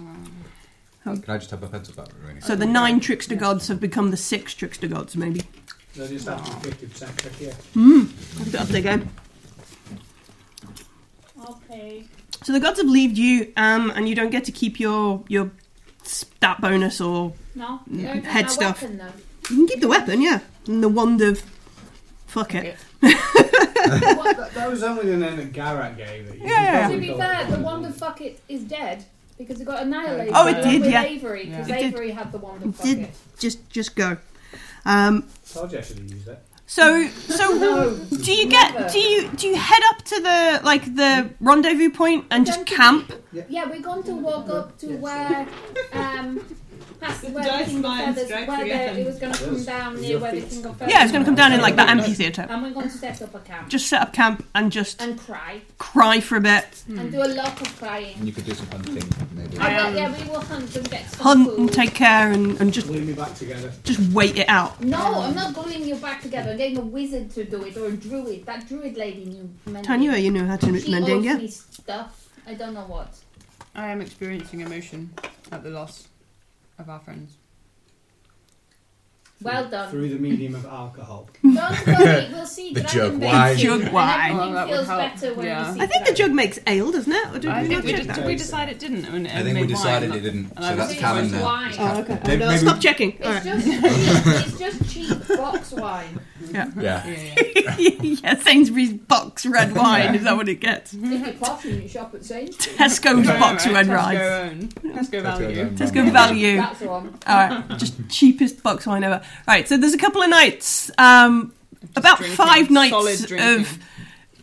A: Um,
B: Can I just have my pencil back, Rainy?
A: So the nine trickster gods have become the six trickster gods, maybe.
E: They just have to be 50% trickier.
A: I've got up there again.
C: Okay.
A: So the gods have leaved you, um, and you don't get to keep your your stat bonus, or
C: No.
A: Mm,
C: no,
A: head
C: my
A: stuff.
C: Weapon, though.
A: you can keep the weapon, yeah, and the wand of fuck it.
E: What, that, that was only the name that Garak gave it. You
A: Yeah, yeah,
E: can
A: yeah.
E: probably
C: to be
E: call
C: fair,
E: it
C: the
E: that.
C: wand of fuck it is dead because it got annihilated.
A: Oh, it
C: along
A: did,
C: with
A: yeah.
C: Avery because
A: Yeah. It did.
C: Avery had the wand of fuck
A: Did
C: it.
A: just just go. Um,
E: Told you I should have used it.
A: so so
C: No.
A: do you get
C: Never.
A: do you do you head up to the like the rendezvous point and just camp?
C: Yeah, we're going to walk up to where, um, past where the
A: Dice
C: King of
A: mine
C: Feathers,
A: strikes
C: where the,
A: again.
C: it was going to come
E: Yes.
C: down
E: Your
C: near where the
E: feet.
C: King of Feathers.
A: Yeah, it's going to come down in like that amphitheater.
C: And we're going to set up a camp
A: Just set up camp and just
C: and cry
A: cry for a bit,
C: and do a lot of crying.
B: And you could do some hunting, maybe.
C: And then, yeah, we will hunt and get some
A: hunt
C: food.
A: and take care, and, and just
E: Glue me back together.
A: just wait it out.
C: No, I'm not gluing you back together. I'm getting a wizard to do it or a druid. That druid lady knew mending.
A: Tanya, you know how to
C: she
A: mending,
C: owes
A: yeah?
C: me stuff. I don't know what.
D: I am experiencing emotion at the loss of our friends.
C: Well done.
E: Through the medium of alcohol.
C: Don't worry, we'll see.
B: The
C: Dragon
B: jug
C: Bait
B: wine.
C: soon,
A: Jug
C: and
A: wine.
C: Everything
D: Oh, that would
C: feels
D: help.
C: better when
D: Yeah.
C: we see
A: I think the
C: dragon.
A: jug makes ale, doesn't it? Or did
D: I
A: we
D: think
A: not
D: we,
A: check
D: just,
A: that?
D: we decided it didn't. And
B: I think we decided it didn't,
D: And
B: so
D: I was
B: that's
D: thinking
B: canon
C: it was
B: now.
C: wine.
B: It's
A: Oh,
B: canon.
A: okay.
B: Maybe-
A: No,
B: maybe-
A: stop checking. All
C: It's
A: right.
C: just, it's just cheap box wine.
B: Yeah.
D: Yeah,
A: yeah, Sainsbury's box red wine. Is that what it gets?
C: If you're popping, you shop at Saints.
A: Tesco's box red wine.
D: Let's go value.
A: Tesco value. Um,
C: That's the one.
A: All right, just cheapest box wine ever. Right, so there's a couple of nights, um, about
D: drinking,
A: five
D: solid
A: nights
D: drinking.
A: of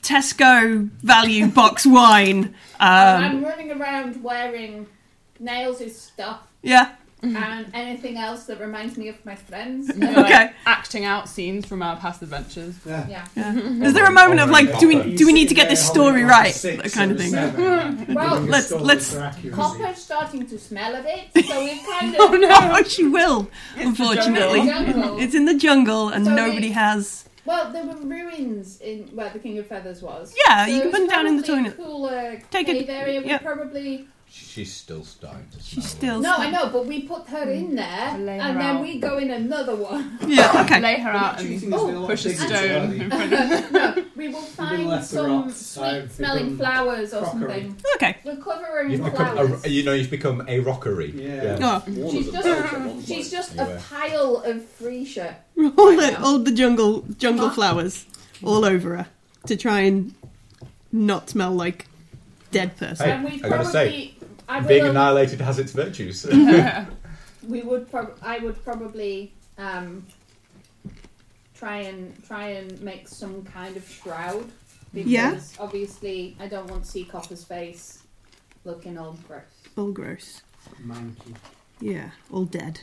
A: Tesco value box wine.
C: Oh, And
A: Um,
C: I'm running around wearing nails is stuff
A: yeah,
C: and anything else that reminds me of my friends.
D: We're, like,
A: Okay.
D: acting out scenes from our past adventures.
E: Yeah.
C: yeah.
A: is there a moment of
B: Oh,
A: like, do we
E: You
A: do we need
E: sit
A: to get this
E: there
A: story
E: holding on to
A: right?
E: six
A: That kind of
E: or
A: thing.
E: seven.
C: Well,
E: Your
A: let's-
E: skull
A: let's-
E: is for accuracy.
C: Copper's starting to smell a bit, so we've kind of.
D: Oh no!
A: Oh, she will. unfortunately,
C: jungle.
A: it's in the jungle, and
C: So
A: nobody
C: we-
A: has.
C: Well, there were ruins in where the King of Feathers was.
A: Yeah,
C: So
A: you can
C: it's
A: put it down in the
C: probably a
A: toilet.
C: Cooler
A: Take
C: Take
A: a-
C: cave area. We
A: yeah.
C: probably
B: She's still starting to smell.
A: She's
B: it.
A: still-
C: no, I know, but we put her
A: Mm.
C: in there,
D: Lay her
C: and then
D: out.
C: we go in another one.
A: Yeah. Okay.
D: Lay her
E: But
D: out
E: do you
D: and
E: think there's been a
C: Oh,
E: lot of
D: push a
E: things
D: stone
E: early?
D: in front of her.
C: We will
E: been
C: find
E: left to
C: some
E: rot, so I've
C: sweet-smelling
E: become
C: flowers or
E: crockery.
C: something.
A: Okay.
C: We're covering
B: You've become
C: flowers.
B: a, you know, you've become a rockery.
E: Yeah.
A: Oh,
C: she's just she's just a
B: Anyway.
C: pile of freesia.
A: all the all the jungle jungle flowers all over her to try and not smell like dead person.
B: Hey,
C: and we
B: I gotta
C: probably
B: say,
C: I
B: Being
C: will-
B: annihilated has its virtues.
C: we would prob- I would probably um, try and try and make some kind of shroud because
A: Yeah.
C: obviously I don't want to see Copper's face looking all gross.
A: All gross.
E: Monkey.
A: Yeah, all dead.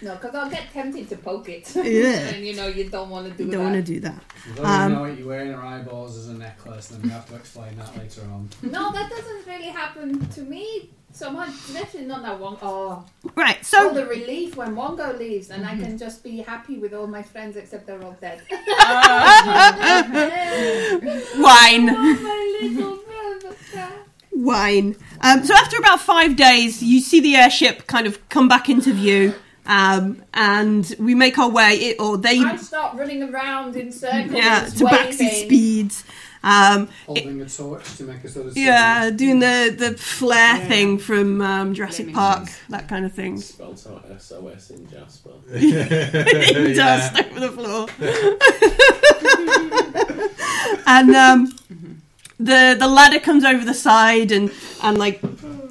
C: No, because I'll get tempted to poke it.
A: Yeah.
C: and you know you don't want to do
A: Don't
C: that.
A: want to do that.
E: As long as
A: Um,
E: you know what you're wearing her eyeballs as a necklace, then we have to explain that later on.
C: No, that doesn't really happen to me so much. Especially not that one. Oh,
A: Right.
C: oh,
A: So
C: the relief when Wongo leaves, and I can just be happy with all my friends except they're all dead.
A: wine,
C: my little brother.
A: wine. Um, so after about five days, you see the airship kind of come back into view, um, and we make our way. It, or they,
C: I start running around in circles.
A: yeah, to
C: waving.
A: Baxi speeds. Um,
E: Holding a torch to make us sort of
A: yeah, doing the the flare
D: Yeah.
A: thing from um, Jurassic
D: Blaming
A: Park, that kind of thing.
G: Spelt out SOS in Jasper.
A: in dust over the floor. and um, the the ladder comes over the side, and and like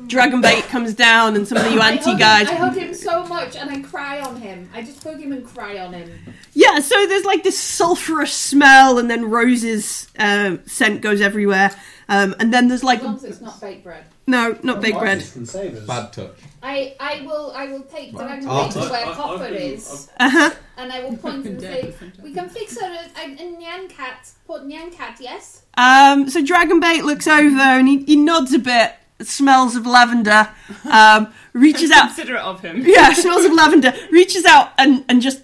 A: dragon bait comes down, and some of the
C: I hug
A: Yuanti
C: him-
A: guys.
C: I hug him so much and I cry on him. I just hug him and cry on him.
A: Yeah, so there's like this sulphurous smell, and then roses uh, scent goes everywhere. Um, and then there's like
C: As long as it's not baked bread.
A: no, not big
E: Otherwise,
A: bread.
E: this Can save us.
B: Bad touch.
C: I, I will I will take Dragon
B: Oh,
C: Bait to
G: I-
C: where
G: I-
C: Copper
G: I've been-
C: is
A: Uh huh.
C: and I will point and say,
D: sometimes.
C: We can fix her a, a, a Nyan cat. Put Nyan cat, yes?
A: Um, so Dragon Bait looks over and he, he nods a bit, smells of lavender, um, reaches out,
D: Considerate of him.
A: yeah, smells of lavender. Reaches out and, and just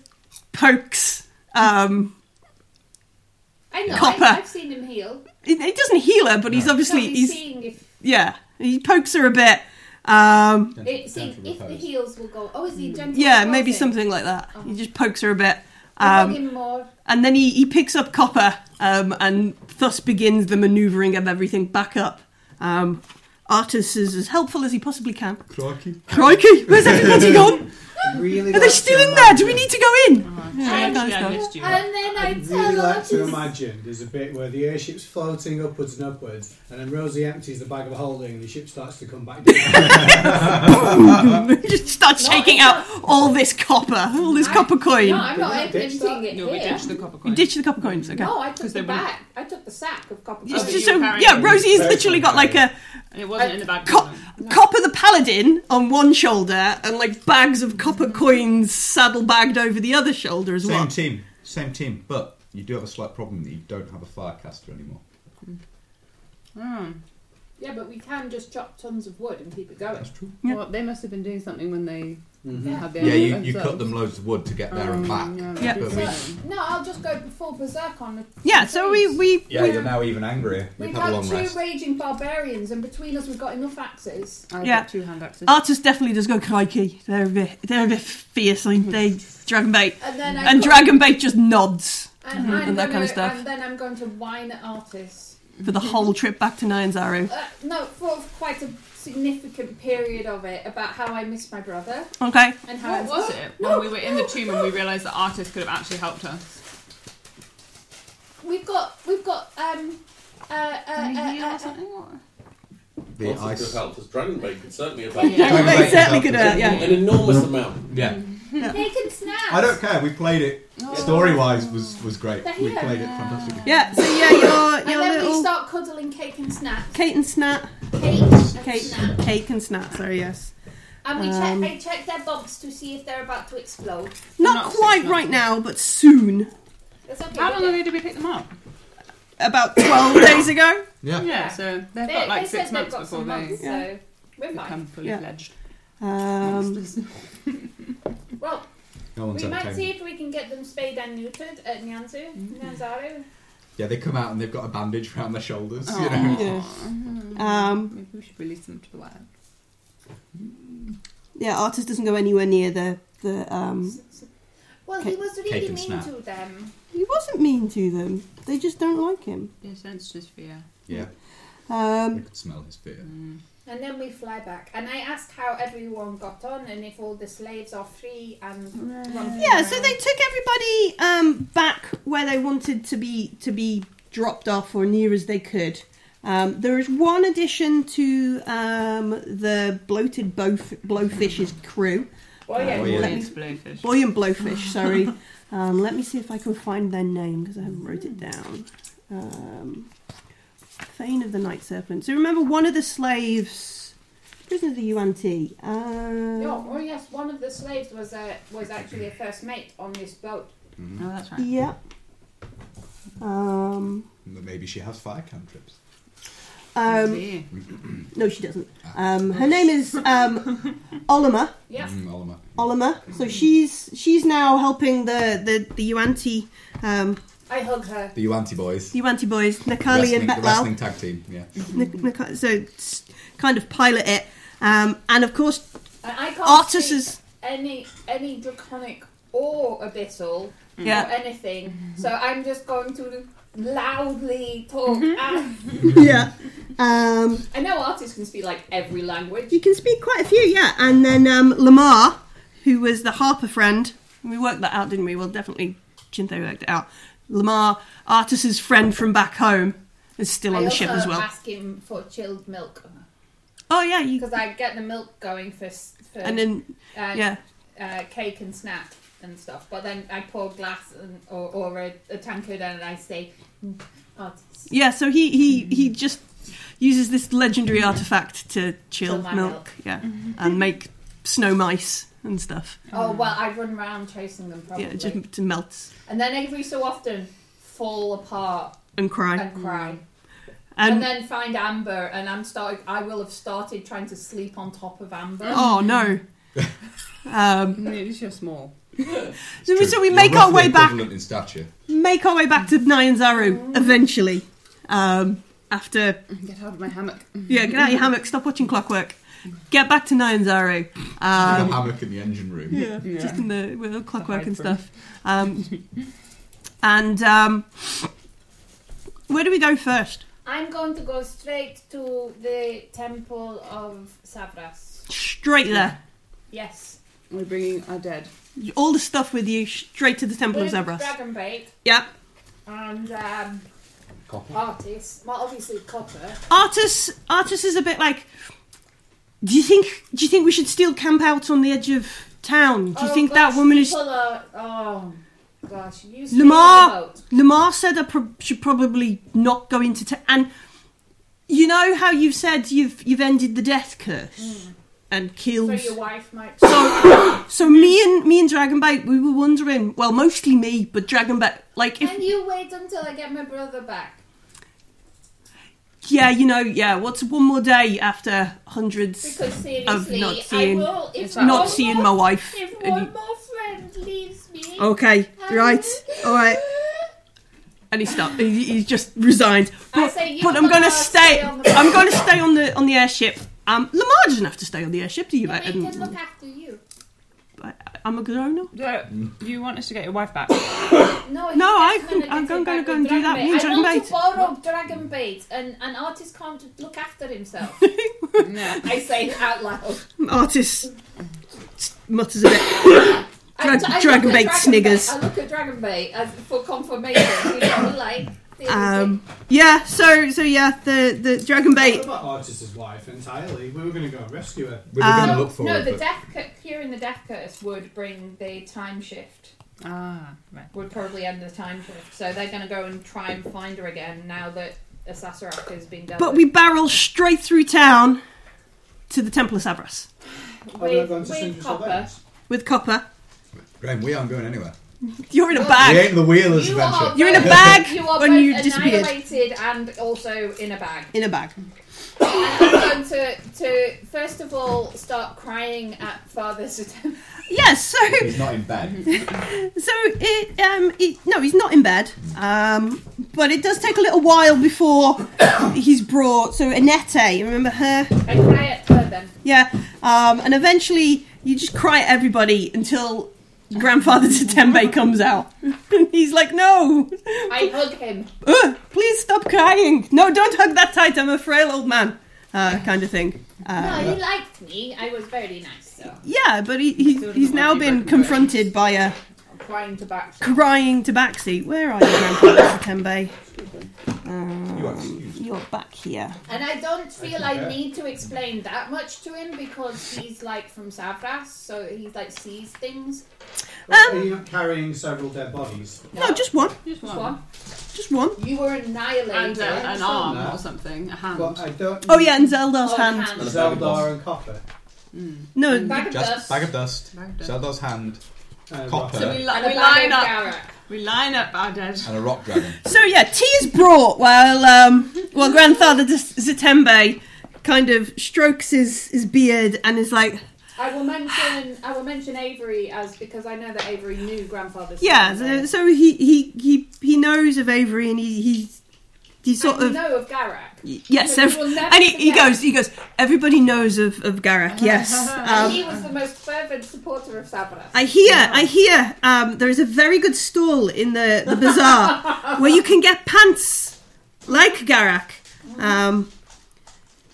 A: pokes. Um,
C: I know.
A: Copper.
C: I, I've seen him heal.
A: it, it doesn't heal her, but he's
C: So
A: obviously he's
C: he's seeing if
A: yeah. He pokes her a bit. Um,
C: It, see,
B: Gentle
C: if the
B: repose.
C: heels will go. Oh, is he gentle?
A: yeah, maybe something
C: something.
A: like that. He
C: Oh.
A: just pokes her a bit.
C: Um,
A: Um, and then he, he picks up Copper um, and thus begins the maneuvering of everything back up. Um, Artis is as helpful as he possibly can.
B: Crikey.
A: Crikely, where's everybody gone?
E: Really
A: Are they
E: like
A: still
E: to
A: in there? Do we
E: imagine-
A: need to go in?
D: Oh,
A: Yeah,
D: actually,
A: that was
D: I
A: nice.
D: missed you.
C: and then I
E: I'd
C: tell
E: really like
C: Artis-
E: to imagine there's a bit where the airship's floating upwards and upwards, and then Rosie empties the bag of holding, and the ship starts to come back down.
A: He just starts
C: No,
A: shaking
C: it's
A: out all this copper, all this
C: I-
A: copper coin.
C: No, I'm not
E: Did we ditch
C: emptying it
D: No, we
C: here.
D: ditched the copper coin.
A: you ditch the copper coins, okay?
C: No, I took
D: 'Cause
C: the
D: they wouldn't-
C: back. I took the sack of copper.
A: Just,
D: Oh,
A: just
D: you
A: so,
D: carried
A: yeah,
D: it.
A: Rosie's
E: Very
A: literally got like a
D: It wasn't in the bag.
A: co-
D: was it?
A: copper the paladin on one shoulder and like bags of copper coins saddlebagged over the other shoulder as well.
B: Same team, same team, but you do have a slight problem that you don't have a firecaster anymore.
D: Hmm.
C: yeah, but we can just chop tons of wood and keep it going.
B: That's true.
A: Yeah.
D: Well, they must have been doing something when they
E: Mhm.
D: had the
B: Mm-hmm. Yeah, you,
D: idea
B: you cut
D: themselves.
B: them loads of wood to get there and back.
D: Um,
A: Yeah.
D: we did
B: But we-
D: so.
C: No, I'll just go full berserk on the.
A: Yeah, so we we
B: Yeah, you're now even angrier. We've,
C: We've
B: had a
C: had
B: long
C: two
B: rest.
C: raging barbarians, and between us, we've got enough axes.
D: I've
A: Yeah. Uh,
D: got two hand axes.
A: artist definitely does go crikey. They're a bit they're a bit fierce, aren't they? Dragonbait
C: And then I
A: and
C: go-
A: Dragonbait just nods
C: and,
A: Mhm.
C: I'm
A: and that
C: gonna,
A: kind of stuff.
C: And then I'm going to whine at artists.
A: for the whole trip back to Nine's Arrow.
C: Uh, no, for quite a significant period of it about how I missed my brother
A: Okay,
C: and how
D: What
C: I
D: was it when we were in the tomb and we realised that artists could have actually helped us?
C: We've got we've got um uh, uh, uh, uh, uh,
B: The
G: Lots of
B: ice.
G: good helpers. Dragon Bait could certainly have helped.
D: Yeah.
A: They
B: Dragonbait
A: certainly
B: helped
A: could,
B: us.
A: uh, yeah.
G: An enormous amount.
B: Yeah.
C: they can snap.
B: I don't care. We played it.
D: Oh.
B: Story wise was was great.
C: They're
B: We
C: here.
B: played it fantastically.
A: yeah. So yeah, your
C: And
A: your
C: then we
A: little
C: start cuddling cake and snap.
A: Kate and Snap,
C: Cake and
A: Kate,
C: snap.
A: Kate and Snap. Sorry, yes.
C: And we
A: Um,
C: check I check their bobs to see if they're about to explode.
A: Not,
D: Not six
A: quite
D: months.
A: right now, but soon.
C: That's okay.
D: How long
C: they,
D: ago did we pick them up?
A: About twelve days ago.
B: Yeah.
D: Yeah, so they've
C: they,
D: got like
C: they
D: six
C: said they've
D: months
C: got
D: before
C: some
D: they
C: months, so we're fine.
D: become fully
A: Yeah.
D: fledged.
A: Um,
C: Well,
B: No one's
C: we might see
B: entertained.
C: if we can get them spayed and neutered at Nyanzu,
D: Mm-hmm.
C: Nyanzaru.
B: Yeah, they come out and they've got a bandage around their shoulders. You know.
D: Aw.
A: um,
D: Maybe we should release them to the wild.
A: yeah, artist doesn't go anywhere near the the. Um,
C: Well, he
A: Cake-
C: was
B: cake
C: really
B: and
C: mean
B: snap.
C: to them.
A: he wasn't mean to them. They just don't like him.
D: They sense just fear.
B: Yeah, they
A: Um,
B: could smell his fear. Mm,
C: And then we fly back. And I asked how everyone got on and if all the slaves are free and romping
A: yeah, so
C: around.
A: they took everybody um, back where they wanted to be to be dropped off or near as they could. Um, there is one addition to um, the bloated blowf- blowfish's crew.
C: Oh, yeah.
B: Oh, yeah.
A: Let me-
D: These blowfish.
A: Buoyant Blowfish, sorry. um, let me see if I can find their name because I haven't wrote it down. Um, Fane of the Night Serpent. So remember, one of the slaves, prisoner of the UNT. Um,
C: No, oh yes, one of the slaves was a was actually a first mate on this boat.
D: Oh, that's right.
A: Yeah. Um,
B: But maybe she has fire cantrips.
A: um,
D: Maybe.
A: no, she doesn't. Um, her name is um, Olima.
C: Yep.
B: Mm, Oliver.
A: Olima. So she's she's now helping the the the Uanti um,
C: I hug her.
B: The Uanti boys.
A: the Uanti boys, Nakali
B: wrestling,
A: and
B: the
A: Betlau.
B: wrestling tag team. Yeah.
A: Nick- Nick- so it's kind of pilot it um, and of course
C: And I can't
A: artists
C: speak
A: is
C: any any draconic or abyssal or
A: yeah
C: anything. So I'm just going to loudly talk
A: Mm-hmm.
C: and
A: yeah um,
C: I know artists can speak like every language.
A: you can speak quite a few yeah and then um, lamar who was the harper friend we worked that out didn't we well definitely Jintho worked it out lamar artist's friend from back home is still on
C: I
A: the ship
C: also
A: as well
C: ask him for chilled milk
A: oh yeah you
C: because I get the milk going for, s- for
A: and then
C: uh,
A: yeah
C: uh, cake and snack and stuff. But then I pour a glass and, or, or a, a tankard and I say, "Mm, oh, it's
A: yeah so he he he just uses this legendary artifact to chill
C: Chill my
A: milk,
C: milk.
A: yeah and make snow mice and stuff
C: oh well, I run around chasing them probably.
A: Mm. yeah it just melts
C: And then every so often fall apart
A: and cry.
C: and cry. And,
A: And,
C: then find Amber and I'm starting. I will have started trying to sleep on top of Amber.
A: oh no. um,
D: At least you're small.
A: so, we,
B: True.
A: so we
B: You're
A: make our
B: roughly
A: way back,
B: equivalent in stature.
A: make our way back to Nyanzaru eventually. Um, after
D: Get out of my hammock.
A: yeah, get out of your hammock, stop watching Clockwork, get back to Nine Zaru. Um,
B: a hammock in the engine room.
A: yeah,
D: Yeah.
A: just in the with all clockwork and
D: hybrid.
A: stuff. Um, and um, where do we go first?
C: I'm going to go straight to the temple of Sabras.
A: Straight there.
C: Yes.
D: We're bringing our dead.
A: All the stuff with you straight to the Temple of
C: With
A: Zabras.
C: Dragon bait
A: Yep.
C: and um,
G: Copper.
C: artists. Well, obviously copper.
A: Artis Artis is a bit like Do you think do you think we should still camp out on the edge of town? Do you
C: Oh,
A: think
C: gosh,
A: that woman is
C: people Are, oh gosh, you speak
A: Lamar!
C: about-
A: Lamar said I pro- should probably not go into town. and you know how you said you've you've ended the death curse and
C: Mm. So
A: killed
C: your wife might.
A: So, so me and me and Dragonbait, we were wondering. Well, mostly me, but Dragonbait, like if
C: Can you wait until I get my brother back?
A: yeah, you know, yeah. What's one more day after hundreds
C: Because
A: Of
C: seriously,
A: not
C: I
A: seeing-
C: will. If
D: not
C: one
A: not seeing
C: more,
A: my wife?
C: If
A: And Oh,
C: one
A: he-
C: more friend leaves me.
A: okay,
C: I
A: right,
C: will-
A: all right. And he stopped. He, he just resigned.
C: I
A: But,
C: say you
A: but I'm
C: come
A: gonna
C: on,
A: stay.
C: on the-
A: I'm gonna stay on the on the airship. Um, Lamar doesn't have to stay on the airship, do you?
C: I
A: Um,
C: can look after you.
A: I, I'm a grown up.
D: Do you want us to get your wife back?
C: No,
A: No, I
C: he's
A: can-
C: definitely
A: I'm gonna
C: getting back
A: go
C: with
A: and do that, me and
C: I want
A: Dragon
C: to borrow dragon bait, and an artist can't look after himself.
D: no.
C: I say it out loud.
A: Artist mutters a bit.
C: I-
A: Drag-
C: I look
A: Dragon
C: at
A: Bait sniggers.
C: Bait- I look at dragon bait as for confirmation. You know, like
A: Um, yeah. So so yeah, the the
E: What
A: Dragonbait.
E: about Artis's wife entirely? We were going to go and rescue her.
B: We were
A: Um,
B: going to
C: no,
B: look for
C: no,
B: it,
C: the
B: but
C: death cur- curing the death curse would bring the time shift.
D: Ah, right.
C: Would probably end the time shift. So they're going to go and try and find her again now that Assassarak has been dealt
A: But we
C: with.
A: barrel straight through town to the Temple of Sabras
E: Are we not
C: with,
E: going to
C: with
E: Cinder's
C: copper.
E: events?
A: with Copper.
B: Graham, we aren't going anywhere.
A: You're in a
B: We
A: bag.
B: ain't the Wheelers
C: You
B: adventure.
C: are
A: You're in a
C: both-
A: bag
C: You are
A: when
C: both
A: you disappeared.
C: annihilated and also in a bag.
A: In a bag.
C: I'm going to, to first of all start crying at father's attempt.
A: Yes. so
B: He's not in bed.
A: so it um it, no, he's not in bed. Um, but it does take a little while before he's brought. So Anette, remember her?
C: I cry at her then.
A: Yeah. Um, and eventually you just cry at everybody until. Grandfather Tatembe comes out. He's like, "No,
C: I hug him.
A: Ugh, please stop crying. No, don't hug that tight. I'm a frail old man. Uh, kind of thing.
C: No,
A: Uh,
C: he liked me. I was very nice. So
A: yeah, but he, he,
D: Still
A: he's
D: doesn't
A: now
D: want you
A: been
D: back in
A: confronted by a
C: I'm crying to back.
A: crying tabaxi. Where are you, Grandpa Tembe?
B: You are
A: Um,
B: excused.
A: you're back here.
C: And I don't feel
E: I
C: I,
E: can bet.
C: need to explain that much to him because he's like from Savras, so he's like sees things.
E: But Are you not carrying several dead bodies?
A: No, just one.
D: Just
C: Just
D: one.
C: one.
A: Just one.
C: You were
D: And
C: annihilated.
D: uh, an arm
E: No.
D: or something. A hand.
E: But I don't.
A: Oh, yeah, and Zelda's
C: Oh,
A: hand.
C: hand.
E: Zeldar and Copper.
A: No,
C: Bag of
B: Just
C: dust.
B: bag of dust.
D: Bag of dust.
B: Zelda's hand
E: Uh,
B: Copper.
D: So we,
C: and
D: li-
C: a
D: we
C: bag
D: line
C: of
D: up.
C: Garak.
D: We line up our dead.
B: and a rock dragon.
A: So yeah, tea is brought while um, while grandfather Zatembe kind of strokes his, his beard and is like,
C: I will mention I will mention Avery as because I know that Avery knew grandfather's.
A: Yeah,
C: name.
A: so, so he, he he he knows of Avery, and he he's he sort
C: And you
A: of
C: know of Garak.
A: yes,
C: You
A: ev-
C: will never
A: and he, he
C: forget.
A: goes he goes. Everybody knows of of Garak. Yes,
C: And
A: um, uh,
C: he was the most fervent supporter of Sabras.
A: I hear I hear. Um, there is a very good stall in the the bazaar where you can get pants like Garak, um,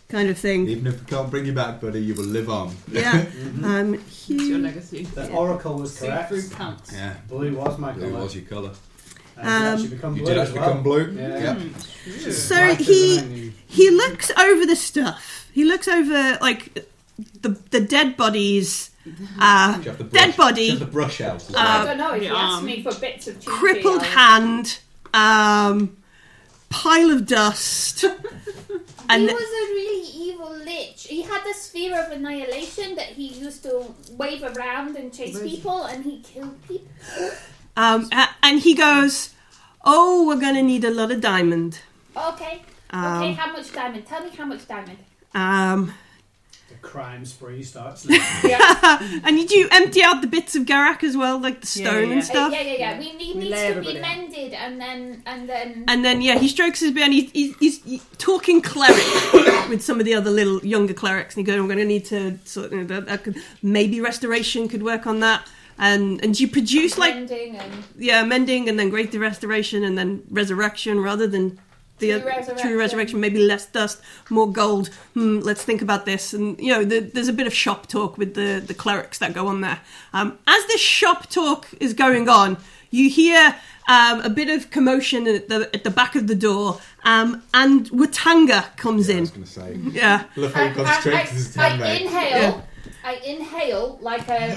A: kind of thing.
B: Even if we can't bring you back, buddy, you will live on.
A: Yeah, um,
D: It's your
A: he,
D: legacy.
E: The Oracle was correct. Uh,
D: See-through pants.
B: Yeah.
E: Blue was my
B: Blue
E: colour.
B: was your colour.
E: And I did
A: Um,
E: actually become
B: You
E: uh, blue
B: did
E: as
B: actually
E: well.
B: become blue.
E: Yeah.
B: Yep.
A: So
E: Black is
A: he-
E: an onion.
A: he looks over the stuff. He looks over like the the dead bodies.
D: Mm-hmm.
A: Uh,
B: Do you have the
A: Dead
B: brush-
A: body. Ah,
B: do you have the brush out. as
C: I
B: well?
C: don't know if
D: the
C: you asked
D: arm.
C: me for bits of cheese.
A: crippled hand, um, pile of dust,
C: he
A: and
C: was a really evil lich. He had a sphere of annihilation that he used to wave around and chase people, and he killed people.
A: um, a- and he goes, "Oh, we're gonna need a lot of diamond."
C: Okay.
A: Um,
C: okay, how much diamond? Tell me how much diamond.
A: um,
E: The crime spree starts.
A: and you do empty out the bits of Garak as well, like the
D: Yeah,
A: stone
D: yeah, yeah.
A: and stuff.
C: yeah, yeah, yeah. We need
H: We
C: needs
H: lay
C: to
H: everybody
C: be
H: out.
C: mended, and then and then
A: And then yeah, he strokes his beard. And he, he's, he's, he's talking cleric with some of the other little younger clerics, and he goes, "I'm going to need to sort of that, that could, maybe restoration could work on that." And and you produce like
C: mending and
A: yeah, mending and then greater restoration and then resurrection rather than the
C: True
A: oth- true
C: resurrection.
A: resurrection. Maybe less dust, more gold. Hmm, let's think about this. And you know, the, there's a bit of shop talk with the the clerics that go on there. Um, as this shop talk is going on, you hear. Um, a bit of commotion at the, at the back of the door, um, and Watanga comes
B: I
A: in.
B: was going to say.
A: Yeah,
B: Love how
C: I,
B: you concentrate to this
C: I, I,
B: time,
C: I
B: mate.
C: inhale.
A: Yeah.
C: I inhale like a and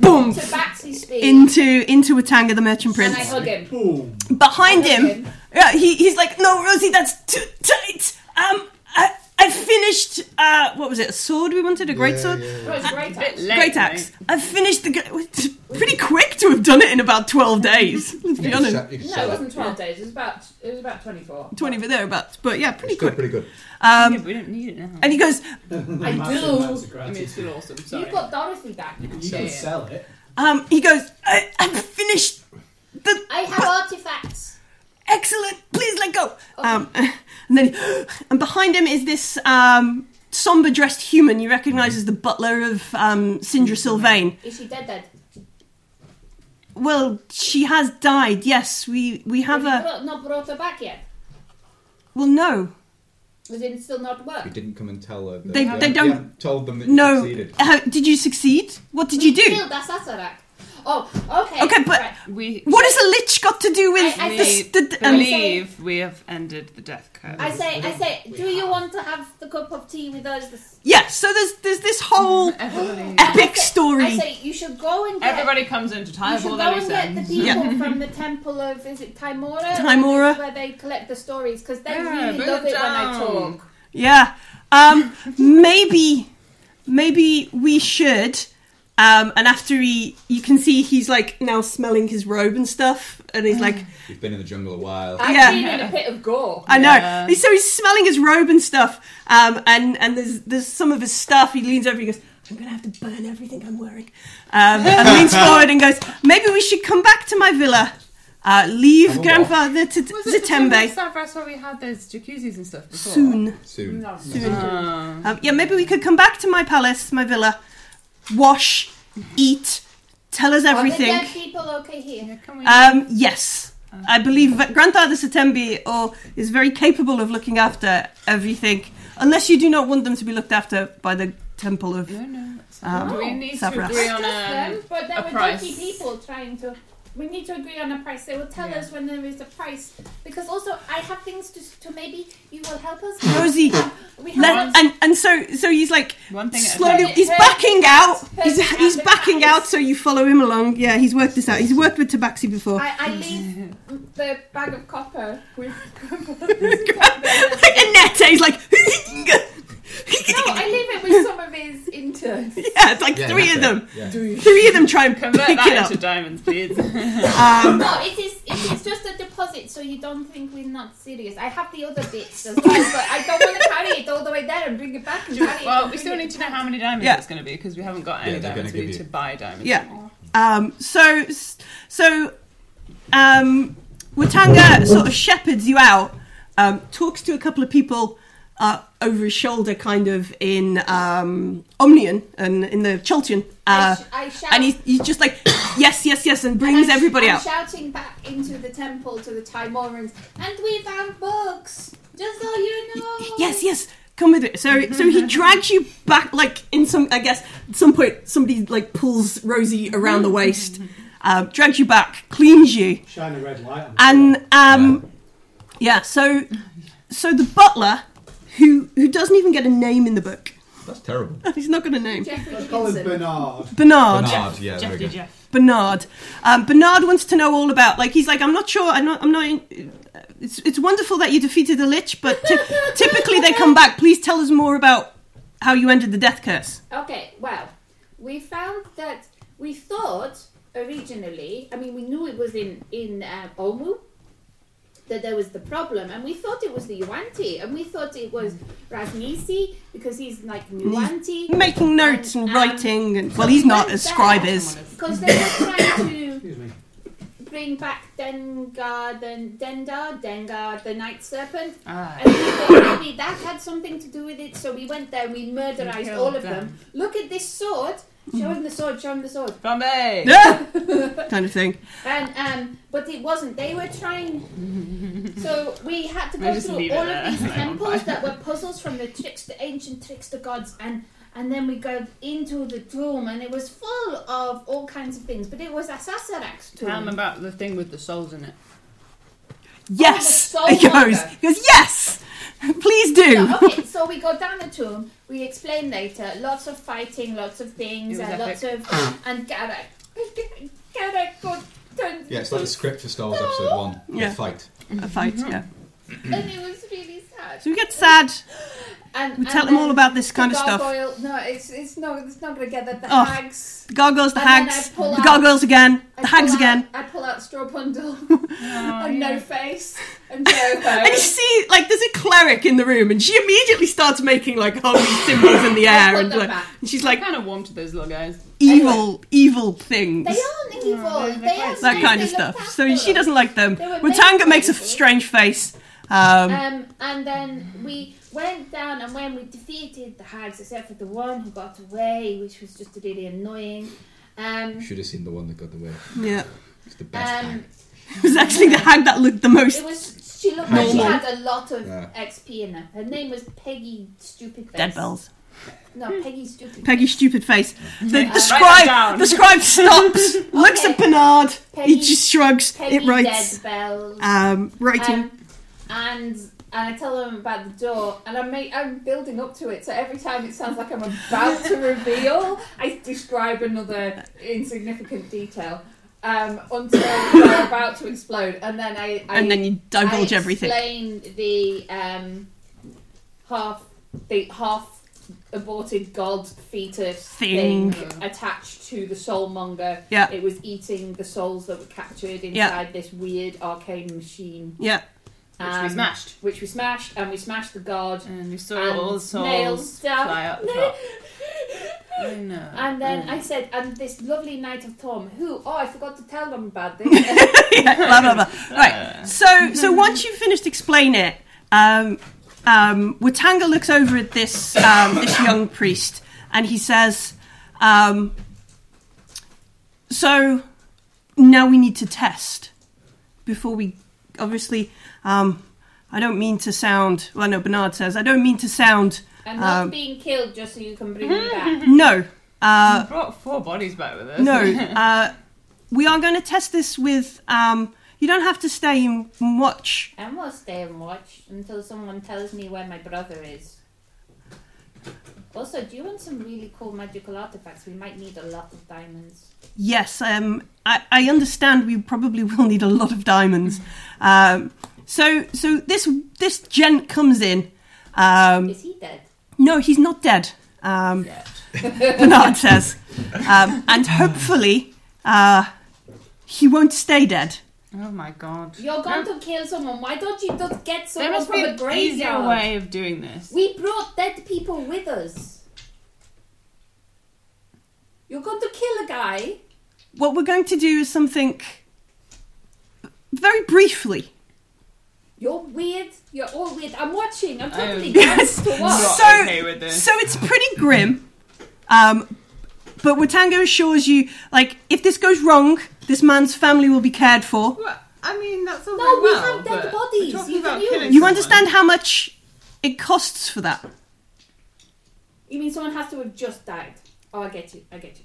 A: boom
C: run to Batsy speed,
A: into into Watanga, the merchant
C: and
A: prince.
C: I hug him.
E: Boom.
A: behind
C: I love
A: him. Yeah, he, he's like, no, Rosie, that's too tight. Um, I, I finished. Uh, what was it? A sword we wanted, a great sword,
C: Oh, it's great. axe.
A: great axe. I finished the. gre- It's pretty quick to have done it in about twelve days. Let's be honest.
C: No, it wasn't twelve days. It was about it was about twenty four.
A: Twenty for thereabouts, but yeah, pretty
B: It's still
A: quick.
B: pretty good.
D: yeah,
A: Um,
D: we don't need it now.
A: and he goes,
C: I
E: Massive
C: do.
E: amounts of
H: I mean, it's
E: gratitude.
H: still awesome. Sorry.
C: You've got Dorothy back. now.
E: You can
H: Yeah.
E: sell it.
A: um, he goes, I, I finished. The,
C: I have artifacts.
A: excellent please let go um, and then and behind him is this um, somber dressed human you recognize as the butler of um,
B: Mm-hmm.
A: sindra sylvain
C: Is she dead? Dead.
A: well she has died yes we we have
C: you
A: a
C: brought, not brought her back yet?
A: well no
C: Was it still not work?
B: You didn't come and tell her. That
A: They-
B: you haven't-
A: they
B: you
A: don't-
B: haven't told them that you
A: no
B: succeeded.
A: How, did you succeed what did you do
C: Killed Asasarak. Oh, okay.
A: okay but
C: Right.
D: we
A: what has a lich got to do with
C: I- I
A: this
D: we
A: the, the- um,
D: believe we have ended the death curse.
C: I say, I say, do you want to have the cup of tea with us? This
A: yeah so there's there's this whole
D: Everybody,
A: epic
C: I say- I
A: story
C: say you should go and get.
D: everybody comes in to tie
C: you
D: up all
C: should
D: their
C: go and
D: loose
C: get the
D: ends.
C: people from the temple of is it Timora?
A: Timora.
C: where they collect the stories because they
D: Yeah,
C: really
D: bring
C: love
D: it
C: it when I
D: down.
C: talk.
A: Yeah. Um, maybe, maybe we should. Um, and after he, you can see he's like now smelling his robe and stuff, and he's like,
B: You've been in the jungle a while.
C: I've
A: Yeah.
C: been in a pit of gore.
A: I
D: Yeah.
A: know. So he's smelling his robe and stuff. Um, and and there's there's some of his stuff. He leans over. He goes, "I'm gonna have to burn everything I'm wearing." Um, and leans forward and goes, "Maybe we should come back to my villa. Uh, leave
B: Oh.
A: grandfather to
H: Was it
A: Zatembe
H: Stavros where we had those jacuzzis and stuff before?
A: soon."
B: Soon.
A: soon.
H: Uh-huh.
D: Uh,
A: Um, yeah, maybe we could come back to my palace, my villa, wash, eat, tell
H: Oh,
A: us
C: Are the dead
A: everything.
C: people okay here?
D: can we?
A: Um, yes, I believe that Grandfather Satembi or oh, is very capable of looking after everything, unless you do not want them to be looked after by the temple of.
D: no, no. it's
A: Um,
D: fine. Do we need to
A: Stavros.
D: agree
C: I
D: on
C: trust
D: a?
H: um,
C: them, but there
D: a
C: were
D: price.
C: dodgy people trying to. We need to agree on a price. They will tell
D: Yeah.
C: us when there is a price because also I have things to to maybe you will help us.
A: Rosie,
C: We have
A: let, and and so so he's like
D: One thing at a
A: slowly
C: time.
A: he's backing out he's,
C: Perfect.
A: he's backing out so you follow him along yeah he's worked this out he's worked with Tabaxi before
C: I, I leave the bag of copper with.
A: like Annette he's like
C: no, I leave it with some of his interns.
A: yeah it's like
B: Yeah,
A: three
B: that's it.
A: of them
B: Yeah.
A: three of them try and
D: Convert
A: pick it
D: that
A: up
D: into diamonds, please.
A: Um,
C: No, it is. It is just a deposit, so you don't think we're not serious. I have the other bits as well, but I don't want to carry it all the way there and bring it back. And carry it
D: well,
C: and
D: we
C: bring
D: still
C: it
D: need to know how many diamonds
A: Yeah.
D: it's going to be because we haven't got any
B: Yeah, they're
D: diamonds.
B: gonna
D: We need
B: give
D: to
B: you-
D: buy diamonds.
A: Yeah. um, so, so, um, Watanga sort of shepherds you out, um, talks to a couple of people uh, over his shoulder, kind of in um, Omnian and in the Chultian.
C: I
A: Uh,
C: sh- I shout-
A: and he's, he's just like, yes, yes, yes, and brings
C: I'm-
A: everybody
C: I'm
A: out.
C: shouting back into the temple to the Timorans, and we found books. Just so you know.
A: yes, yes, come with it. So, so he drags you back, like in some, I guess, at some point, somebody like pulls Rosie around the waist, um, drags you back, cleans you,
E: Shine a red light on
A: and um, yeah. So, so the butler, who who doesn't even get a name in the book,
B: That's terrible.
A: he's not got a name.
C: Jeffrey
E: it. Colin
C: Dickinson.
E: Bernard.
A: Bernard.
B: Bernard, yeah, there we go.
A: Bernard. Um, Bernard wants to know all about. Like he's like, I'm not sure. I'm not. I'm not in, it's it's wonderful that you defeated the lich, but ty- typically they come back. Please tell us more about how you ended the death curse.
C: Okay, well, we found that we thought originally, I mean, we knew it was in in um, Omu, uh, that there was the problem, and we thought it was the Yuanti, and we thought it was Raznisi because he's like Nuanti.
A: Making notes and
C: Um,
A: writing, and well, he's not as
C: that-
A: scribe is.
C: Because they were trying to
E: Excuse me.
C: bring back Dengar, then Dendar, Dengar, the Night Serpent,
H: Ah.
C: and we thought maybe that had something to do with it. So we went there and we murderized
H: killed
C: all of them.
H: them.
C: Look at this sword. Show him the sword. Show him the sword.
H: Bombay!
A: Yeah, kind of thing.
C: And um, but it wasn't. They were trying. So we had to
H: I
C: go
H: just
C: through
H: leave
C: all
H: it
C: of
H: there.
C: these
H: I don't
C: temples that were puzzles from the trickster, ancient trickster gods, and and then we go into the tomb, and it was full of all kinds of things. But it was a Sasarax
H: Tell them
C: tomb.
H: about the thing with the souls in it.
A: Yes,
C: Oh, the soul
A: it goes.
C: mother.
A: He goes, yes, please do.
C: Yeah, okay, so we go down the tomb. We explain later. Lots of fighting, lots of things,
H: It was
C: and lots of and Garak. Garak got turned.
B: Yeah, it's like the script for Star Wars Episode
C: Oh.
B: One. They
A: Yeah.
B: fight.
A: A fight, yeah.
C: and it was really sad.
A: So we get sad.
C: And
A: We
C: and
A: tell them all
C: then
A: about this kind
C: the
A: of stuff.
C: gargoyle, No, it's it's not it's not gonna get that. The
A: Oh.
C: hags.
A: The gargoyles, the
C: And then I
A: hags,
C: pull
A: the
C: out-
A: gargoyles again,
C: I
A: the hags
C: pull
A: again.
C: Out, I pull out straw bundle
H: Oh,
C: and no
H: yeah.
C: face and Jericho.
A: And you see, like, there's a cleric in the room, and she immediately starts making like holy symbols in the air,
C: Put
A: and,
C: them
A: like,
C: back.
A: and she's
H: I
A: like
H: kind of warm to those little guys.
A: evil, evil things,
C: They aren't evil.
H: Oh, they're-
C: they
H: they're
C: are
H: quite
A: that
C: nice,
A: kind
C: they
A: of
C: look
A: stuff. So
C: after
A: she
C: us.
A: doesn't like them.
C: They were
A: Ratanga
C: made
A: makes a
C: for evil.
A: strange face. Um,
C: Um, and then we went down, and when we defeated the hags, except for the one who got away, which was just really annoying. Um,
B: Should have seen the one that got away.
A: yeah,
B: It's the best.
C: um,
A: it was actually the hag that looked the most
C: it was she looked like she
A: Normal.
C: had a lot of
B: Yeah.
C: XP in her. Her name was Peggy Stupid Face.
A: dead bells.
C: No, Peggy Stupid.
A: Peggy, stupid face. The, the
H: that
A: scribe,
H: down.
A: the scribe stops, looks
C: Okay.
A: at Bernard.
C: Peggy-
A: he just shrugs.
C: Peggy
A: it writes.
C: Dead Bells.
A: Um, writing.
C: Um, and and I tell them about the door, and I'm make, I'm building up to it. So every time it sounds like I'm about to reveal, I describe another insignificant detail um, until we're about to explode, and then I, I
A: and then you divulge
C: I
A: everything.
C: Explain the um, half the half aborted god fetus
A: Thing.
C: thing. attached to the soulmonger.
A: Yeah.
C: it was eating the souls that were captured inside
A: Yeah.
C: this weird arcane machine.
A: Yeah,
H: Which
C: Um,
H: we smashed.
C: Which we smashed, and we smashed the guard.
H: And we saw
C: And
H: all the souls
C: nails down.
H: fly up
C: No.
H: top. I know.
C: And then
H: Mm.
C: I said, and this lovely knight of Tom, who, oh, I forgot to tell them about this.
A: yeah, blah blah blah. Right. So so once you've finished explain it, um, um, Watanga looks over at this um, this young priest and he says, um, "So now we need to test before we obviously." Um, I don't mean to sound. Well, no, Bernard says I don't mean to sound.
C: I'm not
A: Um,
C: being killed just so you can bring me back.
A: No. Uh,
H: we brought four bodies back with us.
A: no, uh, we are going to test this with. Um, you don't have to stay and watch.
C: I will stay and watch until someone tells me where my brother is. Also, do you want some really cool magical artifacts? We might need a lot of diamonds.
A: Yes, um, I, I understand. We probably will need a lot of diamonds. Um, so, so this this gent comes in.
H: Mm.
A: Um,
C: Is he dead?
A: no, he's not dead. Um, Bernard says, um, and hopefully uh, he won't stay dead.
H: Oh my god.
C: You're going to kill someone. Why don't you just
H: There
C: get someone
H: must be
C: from the
H: an easier
C: graveyard?
H: way of doing this.
C: We brought dead people with us. You're going to kill a guy.
A: What we're going to do is something very briefly.
C: You're weird. You're all weird. I'm watching. I'm totally
H: I'm
C: gassed to
H: not
C: watch.
A: So-
H: okay with this.
A: So it's pretty grim. Um, but Watango assures you, like, if this goes wrong, this man's family will be cared for.
D: Well, I mean, that's all
C: No,
D: very
C: we
D: well,
C: have dead
D: but
C: bodies.
D: we're talking
C: You can
D: about killing
C: use-
A: You
D: someone.
A: understand how much it costs for that?
C: You mean someone has to have just died? Oh, I get you. I get you.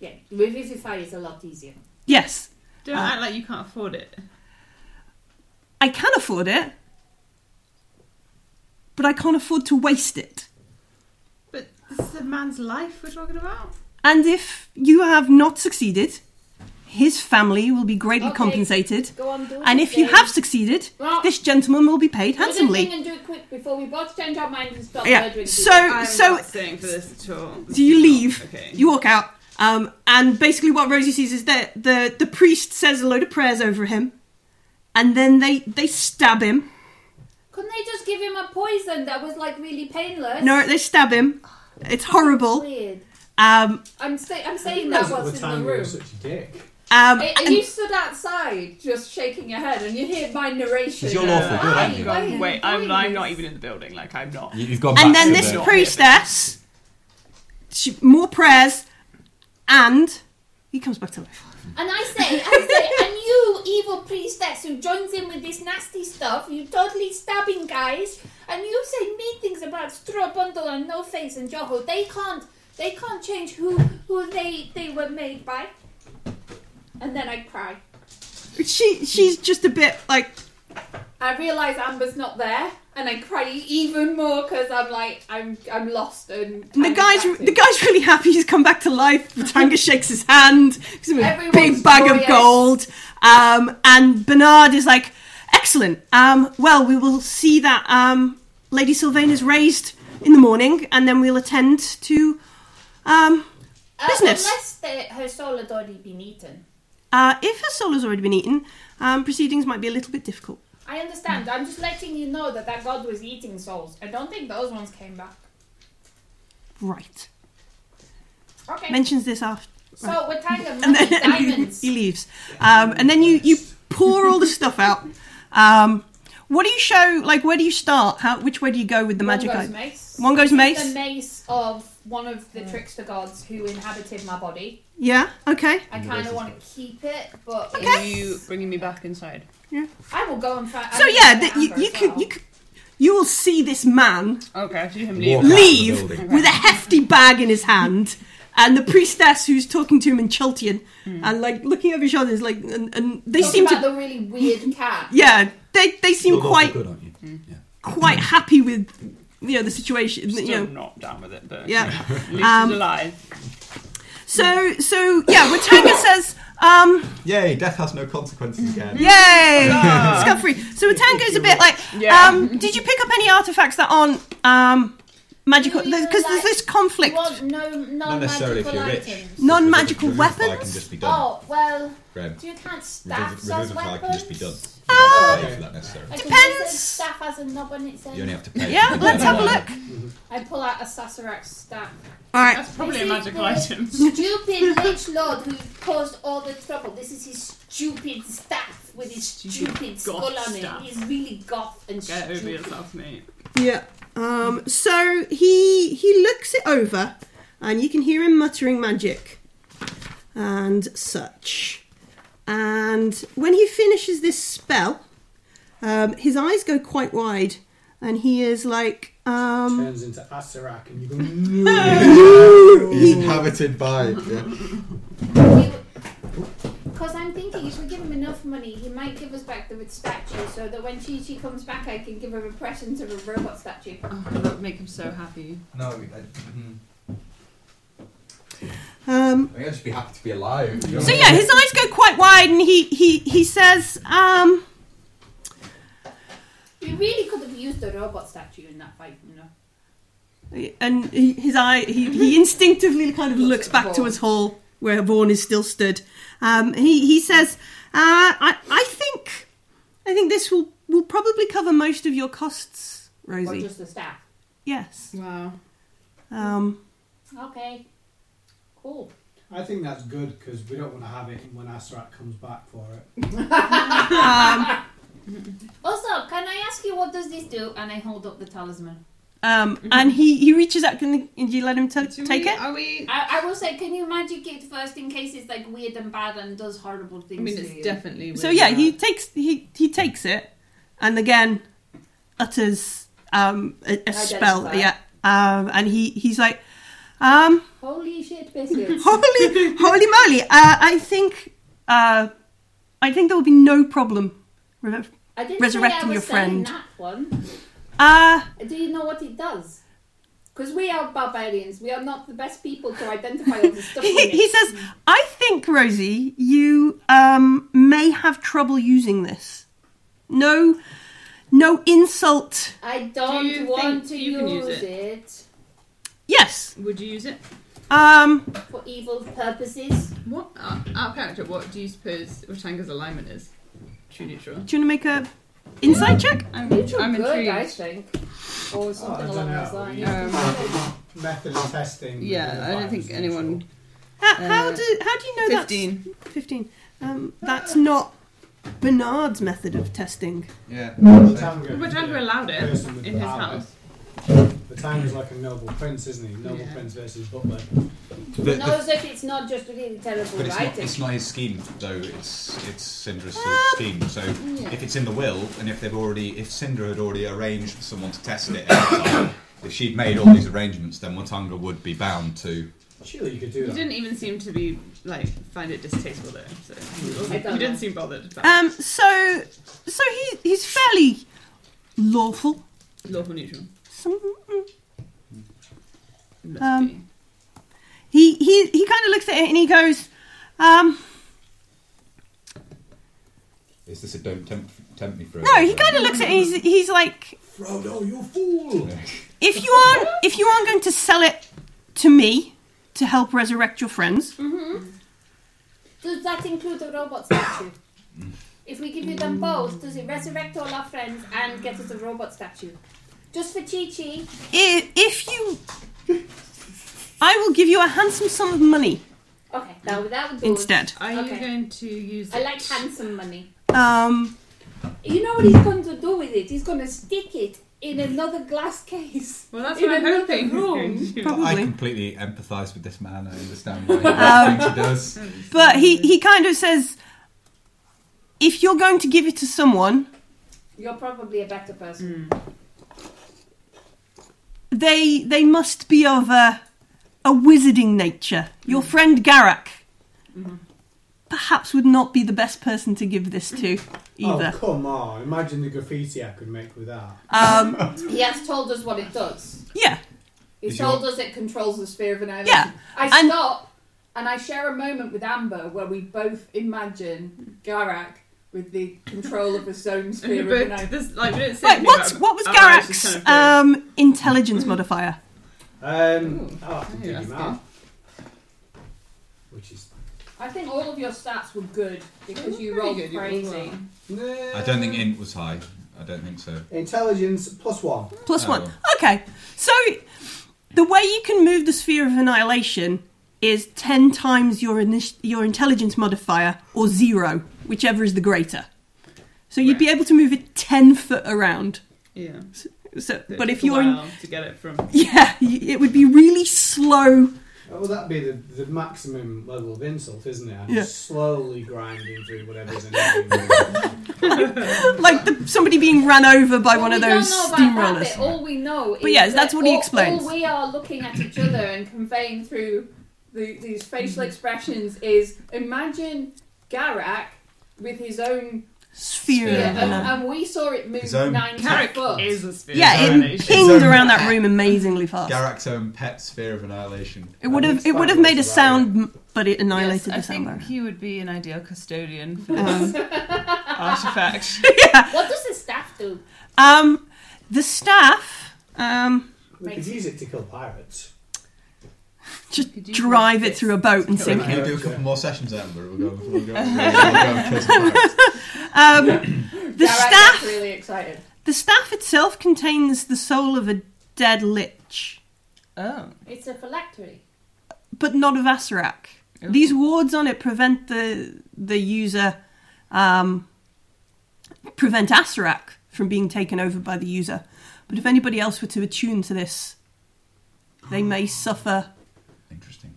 C: Yeah, revivify is a lot easier.
A: Yes,
H: Don't act like you can't afford it.
A: I can afford it, but I can't afford to waste it.
D: But this is a man's life we're talking about.
A: And if you have not succeeded, his family will be greatly
C: Okay.
A: compensated.
C: Go on, do it.
A: And if you
C: Dave.
A: have succeeded,
C: Well,
A: this gentleman will be paid
C: do the
A: handsomely.
C: thing and do it quick before we both change our minds and stop
A: Yeah.
C: murdering
A: So-
C: people.
H: I'm
A: so-
H: not staying for this at all.
A: So you leave.
H: Okay.
A: You walk out. Um, and basically, what Rosie sees is that the the priest says a load of prayers over him, and then they they stab him.
C: Couldn't they just give him a poison that was like really painless?
A: No, they stab him. It's horrible.
C: Weird.
A: Um,
C: I'm, say- I'm saying
E: Because
C: that
E: at
C: whilst
E: the
C: in
E: time
C: the
E: we were
C: room.
E: such a dick.
A: um,
C: Are, are
A: and-
C: you stood outside just shaking your head and you hear my narration?
I: You're awful good, aren't
C: Why?
I: you?
C: Why?
H: Uh, Wait, I'm,
C: Why?
H: I'm not even in the building. Like, I'm not.
I: You- You've gone back
A: and then
I: to
A: this
I: the-
H: Not
A: priestess, she, more prayers, and he comes back to life.
C: And I say, I say, and you evil priestess who joins in with this nasty stuff, you totally stabbing guys, and you say mean things about straw bundle and no face and Joho. They can't, they can't change who who they they were made by. And then I cry.
A: She she's just a bit like
C: I realise Amber's not there, and I cry even more because I'm like, I'm I'm lost and.
A: And the guy's
C: distracted.
A: the guy's really happy he's come back to life. Tanga shakes his hand, gives him a
C: Everyone's
A: big bag
C: joyous.
A: of gold, um, and Bernard is like, "Excellent. Um, well, we will see that um, Lady Sylvain is raised in the morning, and then we'll attend to." Um,
C: Uh,
A: business.
C: Unless they, her soul had already been eaten.
A: uh, if her soul has already been eaten, um, proceedings might be a little bit difficult.
C: I understand. I'm just letting you know that that god was eating souls. I don't think those ones came back.
A: Right.
C: Okay.
A: Mentions this after,
C: so with Tanga,
A: and
C: money,
A: then
C: diamonds.
A: he leaves. Um, and then you you pour all the stuff out. Um, what do you show? Like, where do you start? How, which way do you go with the magic?
C: Mongo's
A: item?
C: mace.
A: One goes
C: The
A: mace.
C: mace of one of
B: Mm.
C: the trickster gods who inhabited my body.
A: Yeah. Okay.
C: I
B: And the
C: kind
B: rest
C: of
B: is
C: want to keep it, but
D: Are
C: it's-
D: you bringing me back inside?
C: I will go and find.
A: So yeah, the, you, you could you could, you will see this man
H: Okay, I see him
B: Walk
H: leave.
B: out of the
A: leave
B: building.
A: with a hefty bag in his hand. And the priestess who's talking to him in Chultian and like looking over his shoulder is like, and, and they seem to,
C: Hmm. about the really weird cat.
A: yeah, they, they
B: You're
A: seem
B: awful
A: quite
B: good, aren't you? Yeah.
A: quite happy with you know the situation.
H: Still
A: you know,
H: not down with it, but
A: Yeah.
H: at least
A: Um,
H: he's alive.
A: So, so yeah, Watanga says, um,
B: Yay! Death has no consequences again.
A: yay,
H: Ah.
A: scot free. So Watanga's a bit like,
H: Yeah.
A: um, did you pick up any artifacts that aren't um, magical?
C: You mean
A: Because
C: like-
A: there's this
C: You
A: conflict.
C: want no
B: Not necessarily if
C: non-magical
B: you're rich.
C: items.
B: The
A: Non-magical
B: reviv- revivify
A: weapons?
B: can just be done.
C: Oh well,
B: Graham.
C: you can't staff
B: Reviv-
C: sells
B: Revivify can just be done.
C: weapons. Oh!
B: You don't have to pay for that necessarily.
C: Like,
A: Depends.
C: it says Staff has a knob on its
B: You only
C: end.
B: have to pay.
A: Yeah, let's have a look.
C: I pull out a Saserac staff.
A: All right,
H: That's probably a
C: This is
H: magical
C: the-
H: item.
C: Stupid rich lord who caused all the trouble. This is his stupid staff with his
H: Stupid
C: stupid
H: goth
C: skull on
H: staff.
C: it. He's really goth and
H: Get over
C: stupid.
H: yourself, mate.
A: yeah. Um, so he he looks it over, and you can hear him muttering magic and such. And when he finishes this spell, um, his eyes go quite wide, and he is like, um,
E: Turns into Asarak and you go, "Mm."
B: He's inhabited by. Yeah.
C: Because I'm thinking if we give him enough money, he might give us back the statue so that when Chi Chi comes back, I can give her impressions of a robot statue.
D: Oh, that would make him so happy.
I: No, I, mm,
A: um,
I: I think I'd just be happy to be alive.
A: So yeah, his eyes go quite wide, and he he he says, um,
C: We really could have used a robot statue in that fight, you know.
A: and he, his eye he, he instinctively kind of looks
C: at
A: back
C: Vaughan.
A: towards Hall where Vaughan is still stood. Um, he he says, uh, I I think I think this will will probably cover most of your costs,
C: Or
A: Rosie.
C: just the staff.
A: Yes.
D: Wow.
A: Um,
C: Okay. Cool.
E: I think that's good because we don't want to have it when Asarak comes back for it.
C: Also, can I ask you what does this do? And I hold up the talisman.
A: um,
C: Mm-hmm.
A: and he he reaches out. Can, can you let him t-
D: Do
A: take
D: we,
A: it?
D: Are we?
C: I, I will say, can you magic it first in case it's like weird and bad and does horrible things
D: I mean,
C: to
D: it's
C: you? uh,
D: definitely.
A: So
D: with
A: yeah,
D: that.
A: he takes he he takes it, and again utters um, a, a spell.
C: Identify.
A: Yeah, um, and he he's like, um,
C: Holy shit, biscuits.
A: holy holy moly! Uh, I think uh, I think there will be no problem. Remember-
C: I didn't
A: Resurrecting
C: say I
A: your
C: was selling
A: friend.
C: That one.
A: Uh,
C: Do you know what it does? Because we are barbarians. We are not the best people to identify all the stuff.
A: he,
C: in
A: he
C: it.
A: says, I think Rosie, you um, may have trouble using this. No, no insult.
C: I don't
H: Do you
C: want
H: think
C: to
H: you
C: use,
H: can use
C: it.
A: Yes.
H: Would you use it?
A: Um,
C: for evil purposes.
D: What? Out out of character, what do you suppose Ratanga's alignment is?
H: Too neutral.
A: Do you want to make a insight check?
D: I'm,
C: Neutral
D: I'm
C: good, I
D: intrigued.
C: think.
B: Oh,
C: Or something
E: don't
C: along
E: know.
C: those lines.
D: Um,
E: Method of testing.
D: Yeah, I don't think anyone.
A: How, how
D: Uh,
A: do how do you know
D: Fifteen.
A: that's fifteen? Um, that's not Bernard's method of testing.
I: Yeah.
E: The tango,
D: But Andrew
E: yeah.
D: allowed it
E: Person with
D: in
E: the
D: his
E: hammer.
D: house.
E: The tango's like a noble prince, isn't he? Noble
D: Yeah.
E: prince versus butler.
B: The-
C: But
B: the-
C: knows that it's not just really terrible
B: but it's not,
C: writing.
B: it's not his scheme, though. It's it's Cindra's
A: Um,
B: scheme. So
D: yeah.
B: if it's in the will, and if they've already, if Cindra had already arranged for someone to test it, ahead of time, if she'd made all these arrangements, then Watanga would be bound to.
E: Surely you could
D: You
E: do that.
D: didn't even seem to be like find it distasteful though. So you wasn't-
C: I don't
D: you didn't
C: know.
D: seem bothered. About
A: Um, so so he he's fairly lawful.
D: lawful neutral.
A: Some,
D: Must
A: Um,
D: be.
A: he he he kind of looks at it and he goes, um,
B: Is this a don't tempt, tempt me Frodo?
A: no, he kind of looks at it. And he's he's like,
I: Frodo, you fool!
A: if you aren't if you aren't going to sell it to me to help resurrect your friends,
C: Does that include the robot statue? if we give you them both, does it resurrect all our friends and get us a robot statue? Just for Chi Chi,
A: if, if you, I will give you a handsome sum of money
C: okay, that would, that would do. it.
A: instead.
D: Are you
C: okay.
D: going to use?
C: I
D: it?
C: like handsome money.
A: Um,
C: You know what he's going to do with it? He's going to stick it in another glass case.
D: Well, that's
C: in
D: what I'm
C: another
D: hoping. he's
C: room.
D: going to.
A: Probably. Um,
B: I completely empathise with this man. I understand why he thinks he does.
A: but he he kind of says, if you're going to give it to someone,
C: You're probably a better person.
A: they they must be of a a wizarding nature. Your friend Garak perhaps would not be the best person to give this to either.
E: Oh, come on. Imagine the graffiti I could make with that.
A: Um,
C: He has told us what it does.
A: yeah,
C: He
B: Is
C: told us it controls the sphere of an island.
A: Yeah,
C: I
A: and-
C: stop and I share a moment with Amber where we both imagine Garak with the control of his own
D: And
C: sphere
D: you
C: of an
D: both,
C: island.
D: there's, like, we didn't say
A: Wait,
D: anything
A: what's
D: about-
A: what was
D: Oh, I was
A: Garak's
D: just kind of curious.
A: um, intelligence modifier?
E: Um,
D: Ooh.
E: I'll have to
D: Yeah,
E: dig
D: that's
E: him out. Which is.
C: I think all of your stats were good because you
D: Pretty
C: rolled
D: good, you rolled
C: crazy.
D: well.
B: I don't think int was high. I don't think so.
E: Intelligence plus one.
A: Plus
B: Oh.
A: one. Okay. So the way you can move the sphere of annihilation is ten times your init- your intelligence modifier or zero, whichever is the greater. So you'd be able to move it ten foot around.
D: Yeah.
A: So,
D: It
A: but
D: took
A: if
D: a
A: you're in,
D: while to get it from
A: yeah, y- it would be really slow.
E: Oh, Well, that'd be the, the maximum level of insult, isn't it? I'm
A: Yeah.
E: slowly grinding through whatever's in it.
A: Like the, somebody being run over by one
C: Well, we
A: of those
C: don't know about that
A: steamrollers.
C: bit. All we know is
A: But yes, that's
C: that
A: what he
C: all-
A: explains.
C: All we are looking at each other and conveying through the, these facial expressions is imagine Garak with his own
A: Sphere
C: sphere,
A: of
C: and,
A: annihilation.
C: and we saw it move
B: His own
C: nine
D: Carrick
C: foot.
D: is a sphere.
A: Yeah, it
D: domination.
A: pinged
B: Zone.
A: around that room amazingly fast.
B: Garak's own pet sphere of annihilation.
A: It would have
E: It's
A: it would have
E: fine,
A: made a
E: it's
A: sound, m- but it
D: Yes,
A: annihilated
D: I
A: the sound.
D: think
A: barrier.
D: he would be an ideal custodian for
A: Um,
D: this artifact.
C: What does the staff do?
A: Um, the staff um,
E: we could use it to kill pirates.
A: just
D: Could you
A: drive
D: make
A: it through a boat and sink
B: Can
A: it.
B: you do a couple more sessions, Amber? We'll go. We'll go. We'll go, and kill some pirates.
A: Um, the
C: Garak
A: staff,
C: gets really excited.
A: the staff itself contains the soul of a dead lich,
D: Oh,
C: It's a phylactery.
A: but not of Asarak.
D: Oh.
A: These wards on it prevent the the user um, prevent Asarak from being taken over by the user. But if anybody else were to attune to this, they may suffer.
B: Interesting.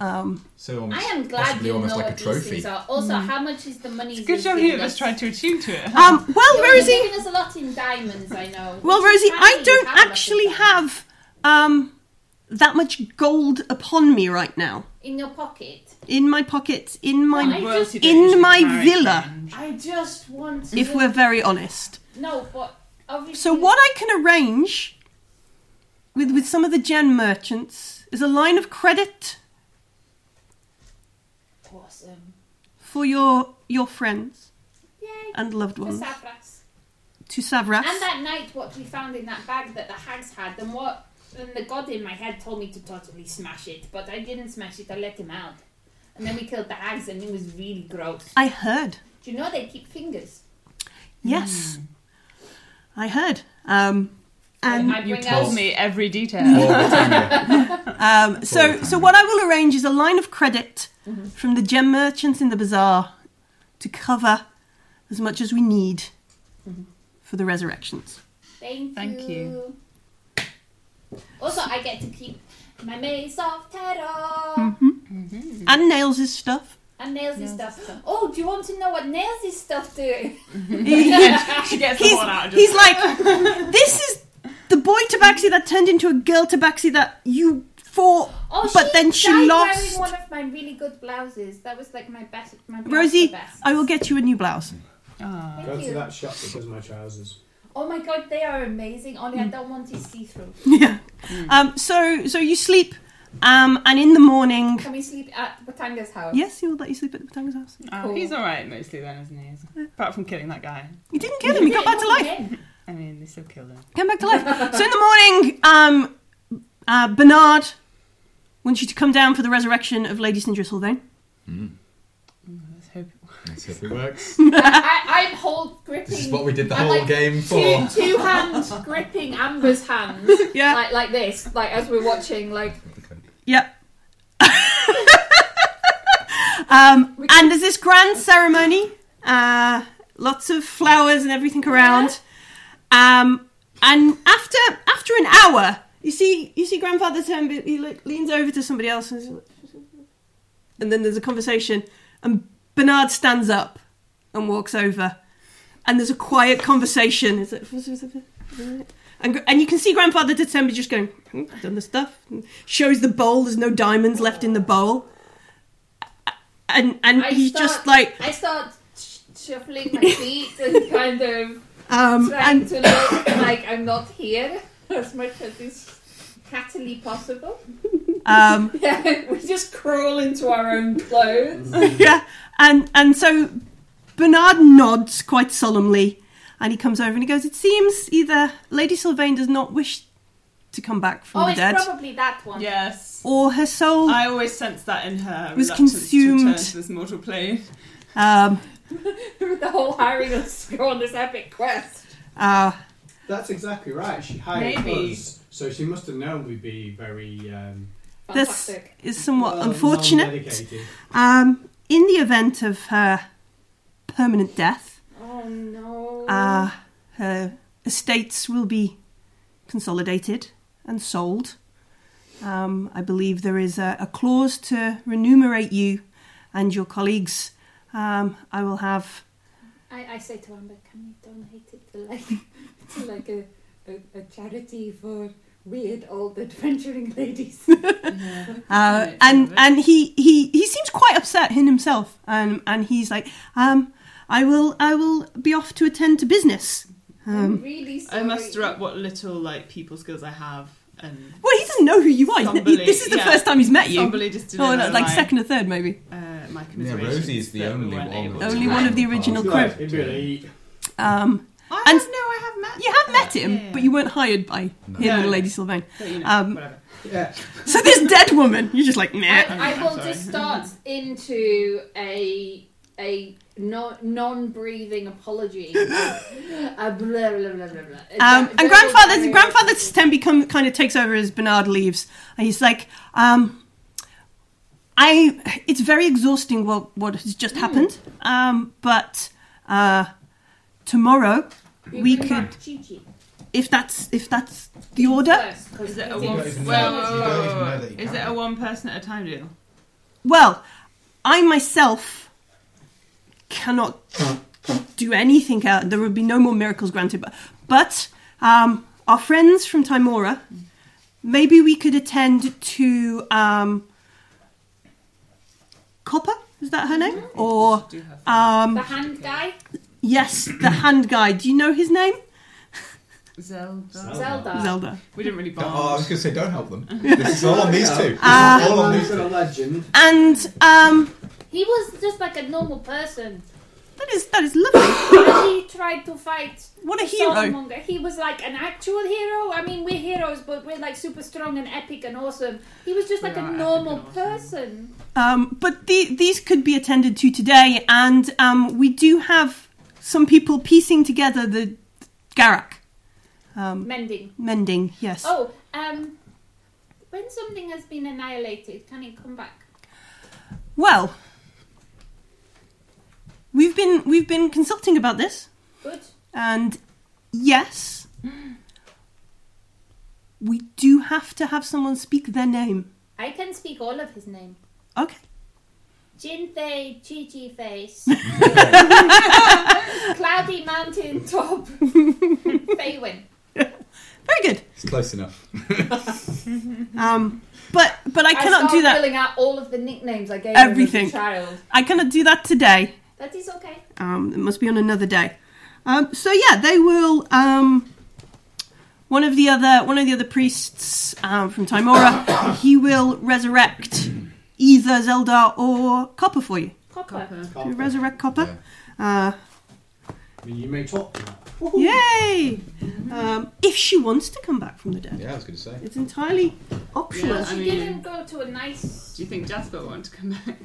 A: Um,
B: So
C: I
B: almost,
C: am glad
B: possibly
C: you
B: almost
C: know
B: like
C: what
B: a
C: these
B: trophy.
C: things are. Also,
A: Mm.
C: how much is the money?
D: it's
C: he's
D: good job
C: given
D: you of us
C: us?
D: tried to attune to it.
A: um, well,
C: Yeah,
A: Rosie.
C: You're giving us a lot in diamonds, I know.
A: Well,
C: Which is
A: Rosie, I
C: handy,
A: don't
C: you have a lot of
A: actually
C: diamonds.
A: have um, that much gold upon me right now.
C: in your pocket.
A: In my pockets, in my.
C: Why?
D: Royalty
C: just-
D: don't usually
A: in my
D: carry
A: villa.
D: change.
C: I just want.
A: If we're very honest.
C: no, but obviously.
A: So, what I can arrange with, with some of the gen merchants is a line of credit
C: Awesome.
A: for your, your friends
C: Yay.
A: and loved
C: For
A: ones
C: Savras.
A: to Savras.
C: And that night, what we found in that bag that the hags had, and what and the god in my head told me to totally smash it, but I didn't smash it. I let him out, and then we killed the hags, and it was really gross.
A: I heard.
C: Do you know they keep fingers?
A: Yes,
C: Hmm.
A: I heard. Um, and
C: I
H: You
C: bring
H: told
C: out-
H: me every detail.
B: All the time, yeah.
A: Um, so, so what I will arrange is a line of credit
C: Mm-hmm.
A: from the gem merchants in the bazaar to cover as much as we need
C: Mm-hmm.
A: for the resurrections.
C: Thank,
H: Thank
C: you. Also, I get to keep my maze of terror
A: Mm-hmm.
C: Mm-hmm.
A: And Nails' stuff.
C: and nails and stuff. Oh, do you want to know what nails and stuff do?
H: she gets the
A: He's,
H: one out. Just,
A: he's like, this is the boy Tabaxi that turned into a girl Tabaxi that you fought,
C: Oh,
A: but then she
C: died
A: lost.
C: Wearing one of my really good blouses. That was like my best. My blouse
A: Rosie,
C: for best.
A: I will get you a new blouse.
H: Ah.
E: Go
C: Thank
E: to
C: you.
E: that shop because of my trousers.
C: Oh my god, they are amazing. Only
A: Mm.
C: I don't want to see through.
A: yeah. Um, so, so you sleep, um, and in the morning.
C: Can we sleep at Batanga's house?
A: Yes, he will let you sleep at the Batanga's house.
H: Oh, he's alright mostly then, isn't he? Apart from killing that guy.
A: You didn't kill him. He got back to life.
C: Again.
H: I mean, they still killed him.
A: Come back to life. so in the morning, um, uh, Bernard wants you to come down for the resurrection of Lady Sindra Sylvain.
H: Let's hope.
B: Let's hope it works.
C: I, I'm hold gripping.
B: This is what we did the
C: I'm
B: whole
C: like
B: game
C: Two,
B: for.
C: two hands gripping Amber's hands, like like this, like as we're watching, like
A: Yep. um,
C: We can-
A: and there's this grand ceremony. Uh, lots of flowers and everything around. Um, and after after an hour, you see you see grandfather turn. He like, leans over to somebody else, and, he's like- and then there's a conversation. And Bernard stands up and walks over, and there's a quiet conversation. It's like, and, and you can see grandfather December just going, "Hmm, I've done the stuff. and shows the bowl. There's no diamonds left in the bowl. And and
C: I
A: he's
C: start-
A: just like
C: I start sh- shuffling my feet and kind of
A: um
C: trying
A: and
C: to look like I'm not here as much as is cattily possible.
A: um
C: Yeah, we just crawl into our own clothes.
A: yeah and and so Bernard nods quite solemnly and he comes over and he goes, It seems either Lady Sylvain does not wish to come back from
C: oh,
A: the
C: it's
A: dead
C: probably that one.
H: Yes.
A: or her soul
H: I always sense that in her.
A: Was
H: reluctance To
A: consumed.
H: return to this mortal plane.
A: um
C: the whole hiring us to go on this epic quest.
A: uh
E: That's exactly right. She hired
H: Maybe.
E: us, so she must have known we'd be very um,
A: this
C: Fantastic.
A: is somewhat
E: well,
A: unfortunate.
E: non-dedicated.
A: Um, in the event of her permanent death,
C: Oh no.
A: uh, her estates will be consolidated and sold. Um, I believe there is a, a clause to remunerate you and your colleagues. Um, I will have.
C: I, I say to Amber, can we donate it to like to like a, a, a charity for weird old adventuring ladies?
A: Uh,
H: Right,
A: and
H: love it.
A: and he, he, he seems quite upset in himself, and and he's like, um, I will I will be off to attend to business.
C: I'm
A: Um,
C: really
H: I
C: sorry.
H: muster up what little like people skills I have, and
A: well, he doesn't know who you are. He-
H: Somebody-
A: this is the
H: yeah.
A: first time he's met you.
H: probably just
A: Oh,
H: deliver
A: no, like
H: my,
A: second or third, maybe.
H: Uh, my
B: Yeah, Rosie is the
H: commiserations that we
B: only
H: weren't
B: one
H: able
B: of
H: to
A: Only
H: have.
A: one of the original
E: It's
A: crew.
E: like, it'd be an eight.
A: Um,
H: I
A: And-
H: have, Oh, no, I have met.
A: you have met him,
H: Yeah.
A: but you weren't hired by
B: No.
A: him
H: No.
A: and Lady Sylvain.
H: But, you know,
A: Um,
H: whatever.
E: Yeah,
A: So this dead woman, you're just like, nah.
C: I, I
H: I'm
C: will
H: sorry.
C: just start into a a no, non-breathing apology. uh, blah, blah, blah, blah, blah.
A: Um,
C: Very-
A: and grandfather,
C: very-
A: grandfather Stem become kind of takes over as Bernard leaves, and he's like, um, "I, it's very exhausting what what has just happened, um, but uh, tomorrow, we
C: bring back
A: could-
C: Chi-Chi
A: if that's if that's the order,
C: first, 'cause
H: Is it a uh,
C: we
H: one?
B: don't
C: didn't
B: even
H: Whoa,
B: know-
H: whoa,
B: you don't even
H: whoa,
B: know
H: whoa.
B: that you
H: Is it
B: can.
H: a one person at a time deal?
A: well, I myself cannot do anything out. There would be no more miracles granted, but but um, our friends from Timora, maybe we could attend to um, Copper. Is that her name? Or
H: Do have
A: um,
C: The hand guy,
A: yes, the hand guy. Do you know his name?
H: Zelda.
C: Zelda.
A: Zelda.
H: We didn't really bond.
B: Oh, I was going to say, don't help them. This is all on these two. This is
A: Uh,
B: all on these
E: a
B: two.
E: legend.
A: And um,
C: He was just like a normal person.
A: that is that is lovely.
C: and he tried to fight
A: What a hero!
C: Solomonger. He was like an actual hero. I mean, we're heroes, but we're like super strong and epic and awesome. He was just
H: We
C: like a
H: are epic
C: normal
H: and awesome.
C: person.
A: Um, but the, these could be attended to today, and um, we do have some people piecing together the Garak um,
C: Mending.
A: mending. Yes.
C: Oh, um, when something has been annihilated, can it come back?
A: Well, we've been we've been consulting about this,
C: Good.
A: and yes, we do have to have someone speak their name.
C: I can speak all of his name.
A: Okay.
C: Jintei Chi Face. Cloudy Mountain Top. Feywin.
A: Very good.
B: It's close enough.
A: Um, but but I cannot
C: start
A: do that.
C: filling out all of the nicknames I gave
A: Everything.
C: Him as a child.
A: I cannot do that today.
C: That is okay.
A: Um, it must be on another day. Um, so yeah, they will. Um, one of the other one of the other priests um, from Timora, he will resurrect either Zeldar or Copper for you.
C: Copper.
A: Do you resurrect Copper?
E: I mean, you may talk.
A: Uh, yay! Um, if she wants to come back from the dead,
B: Yeah, I was going to say.
A: it's entirely optional.
C: Well,
D: I
C: she
D: mean-
C: didn't go to a nice.
D: Do you think Jasper will want to come back?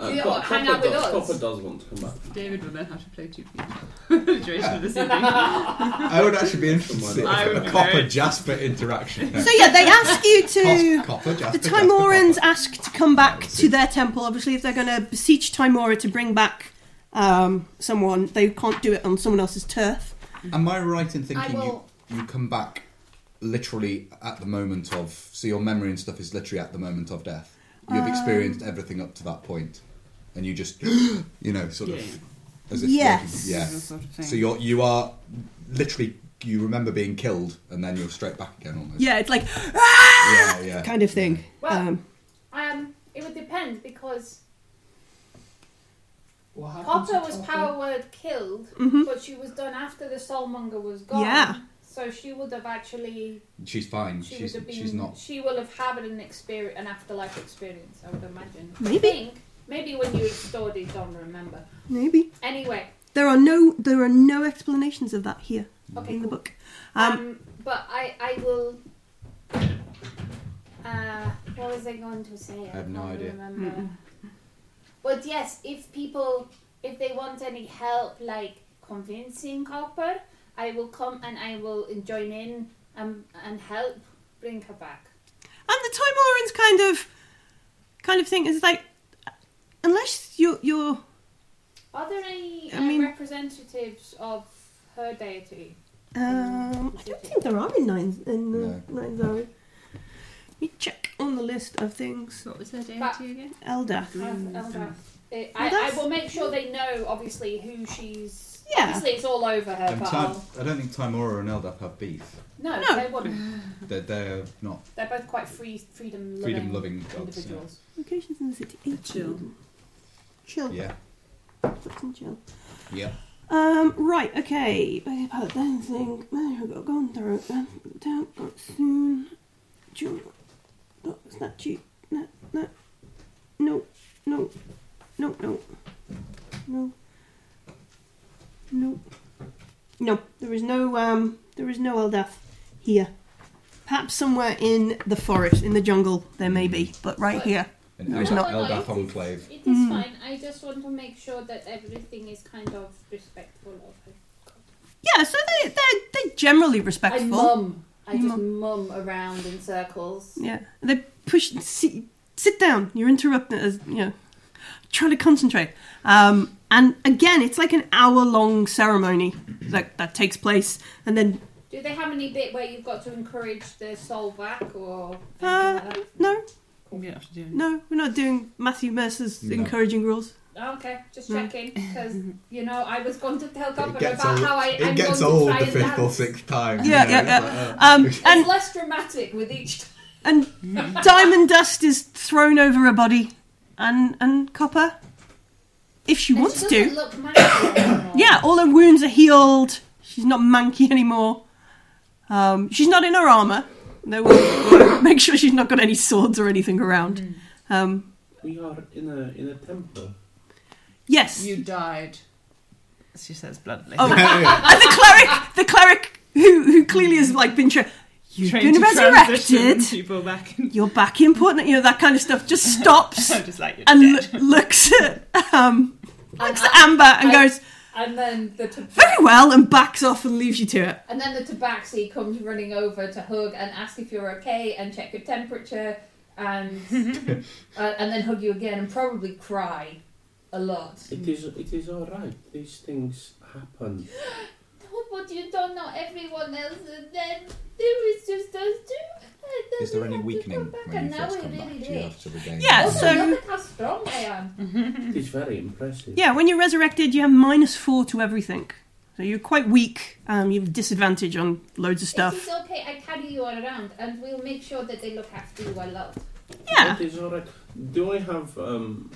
G: Uh,
C: Yeah,
G: Co-
C: hang
G: Copper
C: out with
G: does,
C: us.
G: Copper does want to come back.
D: David will then have to play two people for the duration of this evening.
B: I would actually be interested
D: I
B: in
D: would
B: a
D: be
B: copper
D: very-
B: Jasper interaction.
A: So yeah, they ask you to.
B: Cos- copper Jasper.
A: The Timorans
B: Jasper,
A: ask to come back to their temple. Obviously, if they're going to beseech Timora to bring back um, someone, they can't do it on someone else's turf.
B: copper. Am I right in
C: I
B: thinking you,
C: will.
B: you come back literally at the moment of. So your memory and stuff is literally at the moment of death? You've experienced everything up to that point, and you just, you know, sort of.
D: Yeah.
B: As if
A: Yes.
B: Yeah.
D: That sort of thing.
B: So you're you are literally you remember being killed and then you're straight back again almost.
A: Yeah, it's like "Ah!"
B: yeah, yeah.
A: kind of thing.
C: Well,
A: Um,
C: um, it would depend because
E: What happened to
C: Copper was power word killed,
A: Mhm.
C: but she was done after the soulmonger was gone.
A: Yeah.
C: So she would have actually.
B: She's fine.
C: She
B: she's
C: would have been.
B: she's not.
C: She will have had an experience, an afterlife experience. I would imagine.
A: Maybe.
C: I think maybe when you restored it, don't remember.
A: maybe
C: Anyway,
A: there are no there are no explanations of that here
C: okay.
A: in the
C: cool.
A: book.
C: Um,
A: Um,
C: but I, I will. Uh, what was I going to say? I,
B: have no
C: can't
B: idea.
C: Remember. But yes, if people, if they want any help, like convincing Copper, I will come and I will join in and and help bring her back.
A: and the Timorans kind of kind of thing is like unless you're you're
C: Are there any
A: I
C: uh,
A: mean-
C: representatives of her deity?
A: um, I don't think there are in nine in the
B: No.
A: nine zone. Let me check on the list of things.
D: What was her deity
C: But-
D: again?
A: Elder.
C: Of Eldrath? I, I, I
A: that's-
C: will make sure they know, obviously, who she's.
A: Yeah.
C: Obviously, it's all over her.
B: Um,
C: But
B: Tim-
C: I'll-
B: I don't think Timora and Eldaf have beef.
C: no,
A: No.
C: they wouldn't.
B: They're, they're not
C: They're both quite free, freedom-loving,
B: freedom loving gods. yeah.
C: individuals.
A: Locations in the city. Eight
D: Chill.
A: Chill.
B: Yeah.
A: Books and chill.
B: Yeah.
A: Um, right, okay. Okay, about then thing. I've got gone through it. Down up soon. Jump. Not statue. No, no. No, no. No, no. No. No. No, there is no, um, there is no Eldath here. Perhaps somewhere in the forest, in the jungle, there may be, but right
C: But-
A: here.
B: An
A: No, it's
B: Eld-
A: not.
B: Eldaf
C: It is-
B: enclave.
C: It is
A: Mm.
C: fine. I just want to make sure that everything is kind of respectful of her.
A: Yeah, so they they're, they're generally
C: I
A: respectful.
C: mum. I
A: You Hmm.
C: just mum around in circles.
A: Yeah, they push. Sit, sit down. You're interrupting. As you know, trying to concentrate. Um, and again, it's like an hour long ceremony that that takes place, and then
C: Do they have any bit where you've got to encourage the soul back or? anything
A: uh,
C: like that?
A: no,
D: We don't have to do anything.
A: no, we're not doing Matthew Mercer's
B: No.
A: encouraging rules.
C: Oh, okay, just
A: No.
C: checking because you know I was going to tell Copper
B: It gets
C: about
B: old.
C: how I. I'm
B: it gets
C: going
B: old
C: to try
B: the
C: and
B: fifth or
C: dance.
B: sixth time.
A: Yeah,
B: you
A: yeah,
B: know,
A: yeah.
B: like, uh,
A: Um,
C: It's
A: and
C: less dramatic with each. time.
A: and diamond dust is thrown over her body, and and copper, if she
C: And
A: wants
C: she
A: to.
C: doesn't Look magical anymore.
A: Yeah, all her wounds are healed. She's not manky anymore. Um, she's not in her armor. No, we'll make sure she's not got any swords or anything around. Um,
G: We are in a in a temple.
A: yes,
D: You died.
H: she says bloodily.
A: Oh, and the cleric, the cleric who who clearly has like been tra- you've
H: Trying
A: been
H: to transition
A: resurrected.
H: People back in.
A: You're back important. You know that kind of stuff. Just stops
H: I'm just like you're
A: and
H: dead.
A: lo- looks at um looks at
C: I-
A: Amber and
C: I-
A: goes
C: And then the tobacco,
A: very well and backs off and leaves you to it.
C: and then the tabaxi comes running over to hug and ask if you're okay and check your temperature and uh, and then hug you again and probably cry a lot.
G: It is. It is all right. These things happen.
C: Oh, but you don't know everyone else, and then there is just us two. And then
B: Is there
C: we
B: any
C: have to
B: weakening
C: come back,
B: when
C: and
B: you
C: now
B: first
C: we
B: come back?
C: really
B: Do you
C: did.
B: have to regain?
A: Yeah,
C: Also,
A: so-
C: look at how strong I am.
G: It is very impressive.
A: Yeah, when you're resurrected, you have minus four to everything. So you're quite weak. Um, you have disadvantage on loads of
C: It
A: stuff.
C: is okay. I carry you all around, and we'll make sure that they look after you a lot.
A: Yeah,
G: It is all right. Do I have? Um,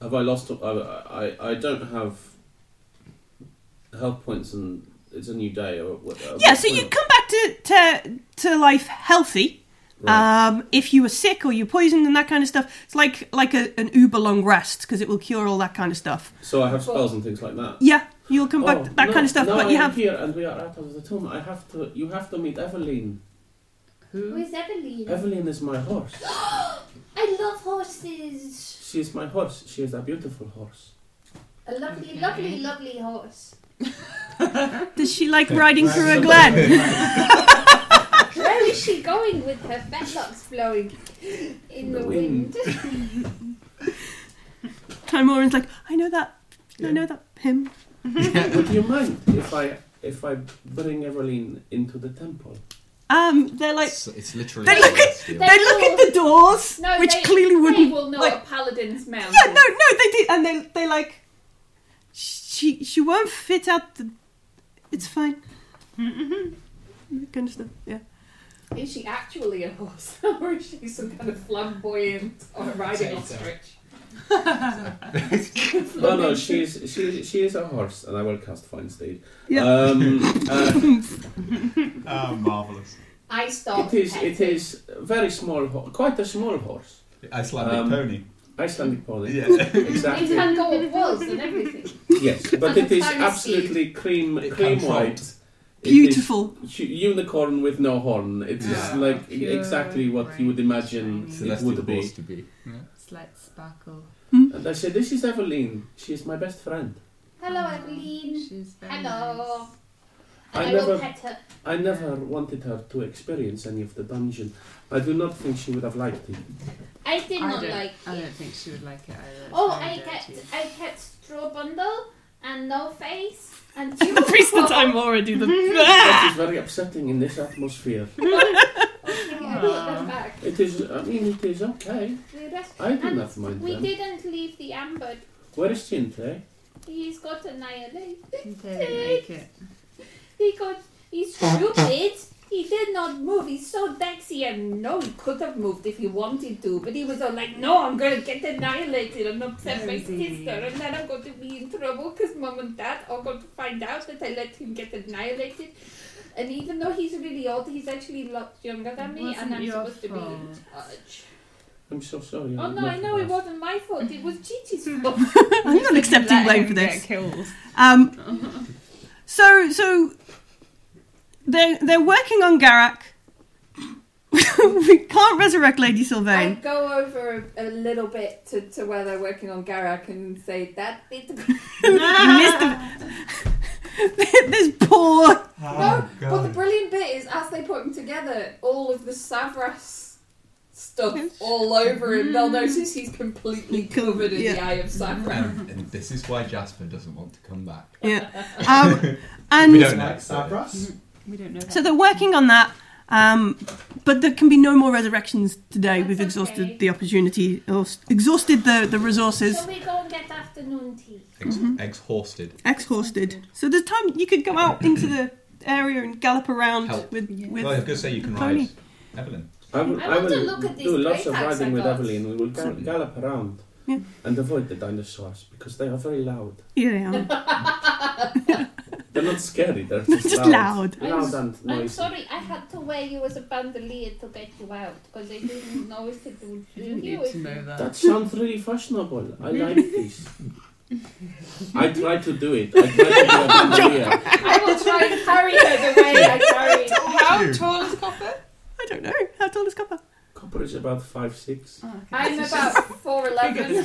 G: have I lost? I, I I don't have health points, and it's a new day. Or what,
A: yeah.
G: uh, what-
A: So you come back to to to life healthy.
G: Right.
A: Um, if you were sick or you're poisoned and that kind of stuff, it's like like a, an uber long rest because it will cure all that kind of stuff.
G: so I have spells and things like that.
A: Yeah, you'll come back
G: Oh,
A: that
G: no,
A: kind of stuff.
G: now
A: but
G: I
A: you
G: am
A: have
G: here, and we are out of the tomb. I have to. You have to meet Evelyn.
C: Who is Evelyn?
G: Evelyn is my horse.
C: I love horses.
G: She is my horse. She is a beautiful horse.
C: A lovely, lovely, lovely horse.
A: does she like riding through a glen?
E: Glen.
C: Where is she going with her fetlocks blowing in the,
G: The
C: wind?
G: wind.
A: Timorin's like, I know that, I know that him.
G: Would you mind if I if I bring Evelyn into the temple?
A: Um, they're like
B: It's, it's literally.
A: They look at-
B: Yeah.
A: they look at the doors,
C: No,
A: which
C: they,
A: clearly
C: They
A: wouldn't.
C: will know
A: like-
C: a paladin's mouth.
A: yeah, no, no, they did, and they they like she she won't fit out the. It's fine.
C: Mm-hmm.
A: That kind of stuff. Yeah.
C: Is she actually a horse, or is she some kind of flamboyant or riding
E: Potato.
C: ostrich?
G: No, no, she is she is- she is a horse, and I will cast Fine Steed.
A: Yeah.
G: Um, uh,
J: Oh, marvellous.
C: I stop.
G: it is it is very small, ho- quite a small horse,
J: Icelandic
G: Um,
J: pony.
G: Icelandic pony.
J: Yeah.
C: It
G: Exactly.
C: can go up walls and everything.
G: Yes, but it is
C: Fine Steed.
G: absolutely cream
B: It
G: cream
B: can
G: white. It is
A: Beautiful.
G: hu- unicorn with no horn. It is
J: Yeah.
G: like
D: Pure
G: exactly what you would imagine
D: brain.
G: it
B: Celestial
G: would
B: horse
G: be.
B: to be.
D: Slight sparkle.
G: And I said, "This is Evelyn. She is my best friend."
C: Hello, Evelyn.
D: She's very
C: Hello. And
G: I
C: I,
G: never-
C: will pet her.
G: I never wanted her to experience any of the dungeon. I do not think she would have liked it.
C: I did
D: I
C: not
D: don't,
C: like
D: I
C: it.
D: don't think she would like it either.
C: Oh,
D: It's
C: I
D: very
C: kept,
D: dirty.
C: I kept straw bundle and no face and
A: Priest the time already.
G: That
A: The
G: is very upsetting in this atmosphere.
C: Oh, Yeah, we got them back.
G: It is. I mean, it is okay.
C: We rest-
G: I do
C: and
G: not mind
C: We
G: them.
C: didn't leave the amber.
G: Where is Cinte?
C: He's got annihilated.
D: She didn't like it.
C: He got. He's stupid. He did not move. He's so dexy and no, he could have moved if he wanted to, but he was all like, "No, I'm gonna get annihilated and upset my
D: Rosie.
C: sister, and then I'm going to be in trouble because mom and dad are going to find out that I let him get annihilated." And even though he's really old, he's actually a lot younger than me, and
D: Wasn't
C: I'm
D: your
C: supposed to be in
D: fault.
C: charge.
G: I'm so sorry.
C: Oh
G: I'm
C: no,
G: Mm, not
C: I know it
G: fast.
C: wasn't my fault. It was Gigi's fault.
A: I'm not accepting
H: Let
A: blame
H: him
A: for
H: get
A: this.
H: Killed.
A: Um, so so they're they're working on Garak. we can't resurrect Lady
C: I
A: Sylvain.
C: go over a, a little bit to, to where they're working on Garak and say that bit.
A: you missed the, this poor
C: no, but the brilliant bit is as they put them together, all of the Savras stuff all over him. They'll notice he's completely covered in the
A: Yeah.
C: eye of Savras.
F: Mm.
J: And, and this is why Jasper doesn't want to come back.
A: yeah. Um, and
J: We don't know.
E: Like Sabras.
H: We don't know.
A: So they're working on that, um, but there can be no more resurrections today.
C: That's
A: We've exhausted
C: okay.
A: the opportunity, or s- exhausted the, the resources,
C: Shall we go and get afternoon tea?
B: Ex-
A: Mm-hmm.
B: Ex-horsted.
A: exhausted. So there's time you could go out into the area and gallop around
B: Help.
A: with with.
J: Well, I was going to say you can
A: Pony.
J: ride Evelyn.
G: I will,
C: I
G: I
C: want
G: will
C: to look at these
G: do lots of
C: great
G: riding with
C: hexagons.
G: Evelyn. We will gal- gallop around
A: Yeah.
G: and avoid the dinosaurs because they are very loud.
A: Yeah, they are.
G: They're not scary. They're just,
A: Just loud.
G: loud.
C: I'm s-
G: and
C: I'm
G: noisy.
C: sorry, I had to wear you as a bandolier to get you out because I didn't know if it would
D: She
C: do
D: didn't
C: you.
D: need
C: if
D: to know
C: you-
D: that.
G: That sounds really fashionable. I like this. I tried to do it. I tried to do it.
C: I will try and carry her the way I carried.
H: How tall is Copper?
A: I don't know. How tall is Copper?
G: Copper is about five six.
C: I'm about four eleven.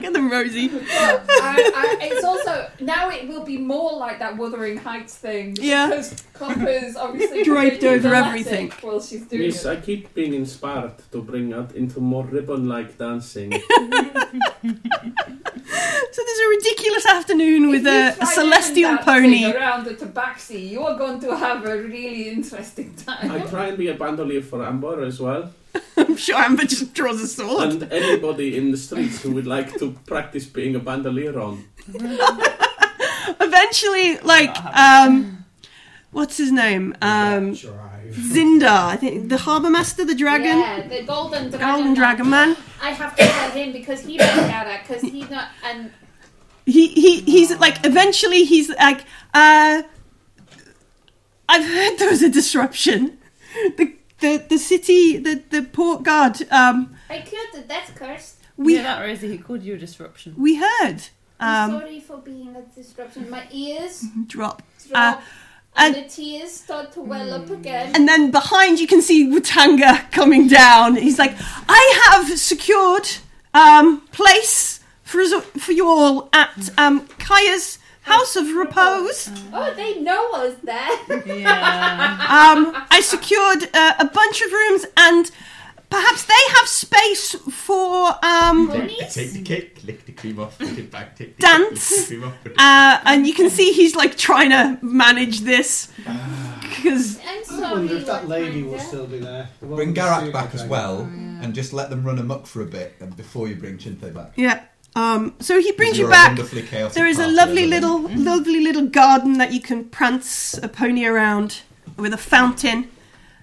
A: Get them, Rosie.
C: I, I, it's also now it will be more like that Wuthering Heights thing.
A: Yeah.
C: because Copper's obviously
A: Draped
C: completely
A: over
C: dramatic
A: everything.
C: While she's doing
G: Miss,
C: it.
G: I keep being inspired to bring out into more ribbon-like dancing.
A: So there's a ridiculous afternoon with
C: If you
A: a,
C: try
A: a
C: doing
A: celestial
C: that thing
A: pony.
C: around the tabaxi. You are going to have a really interesting
G: I
C: time.
G: try and be a bandolier for Amber as well,
A: I'm sure Amber just draws a sword.
G: and anybody in the streets who would like to practice being a bandolier on.
A: Eventually, like, um, what's his name? Um,
E: drive.
A: Zindar, I think, the harbour master, the dragon,
C: Yeah, the golden dragon.
A: golden dragon man.
C: I have to tell him because he doesn't get it because he not and
A: He he he's like. Eventually, he's like. uh I've heard there was a disruption. The the the city, the the port guard. Um,
C: I cured the death curse.
A: we
H: yeah, that Rosie, he called you a disruption.
A: we heard
C: I'm
A: um
C: sorry for being a disruption. My ears
A: drop.
C: drop
A: Uh,
C: and, the tears start to well up again.
A: And then behind you can see Watanga coming down. He's like, I have secured um, place for, us, for you all at um, Kaya's House of Repose.
C: Oh, they know us there.
H: Yeah.
A: Um, I secured uh, a bunch of rooms and perhaps they have space for um,
J: I
C: Ponies?
J: take the cake, lick the cream off, put it back, take the
A: Dance.
J: Cake, lick the cream off, put it
A: uh, and you can see he's like trying to manage this because
C: I'm sorry.
E: I wonder if that lady
C: Wakanda.
E: will still be there. The one
B: Bring
E: with the
B: Garak
E: suit,
B: back
E: okay.
B: as well,
A: Oh,
B: and just let them run amok for a bit, and before you bring Chinthe back.
A: yeah. Um, so he brings
B: You're
A: you
B: a
A: back.
B: wonderfully chaotic
A: There is a
B: party,
A: lovely
B: isn't it? Mm-hmm.
A: little, lovely little garden that you can prance a pony around with a fountain.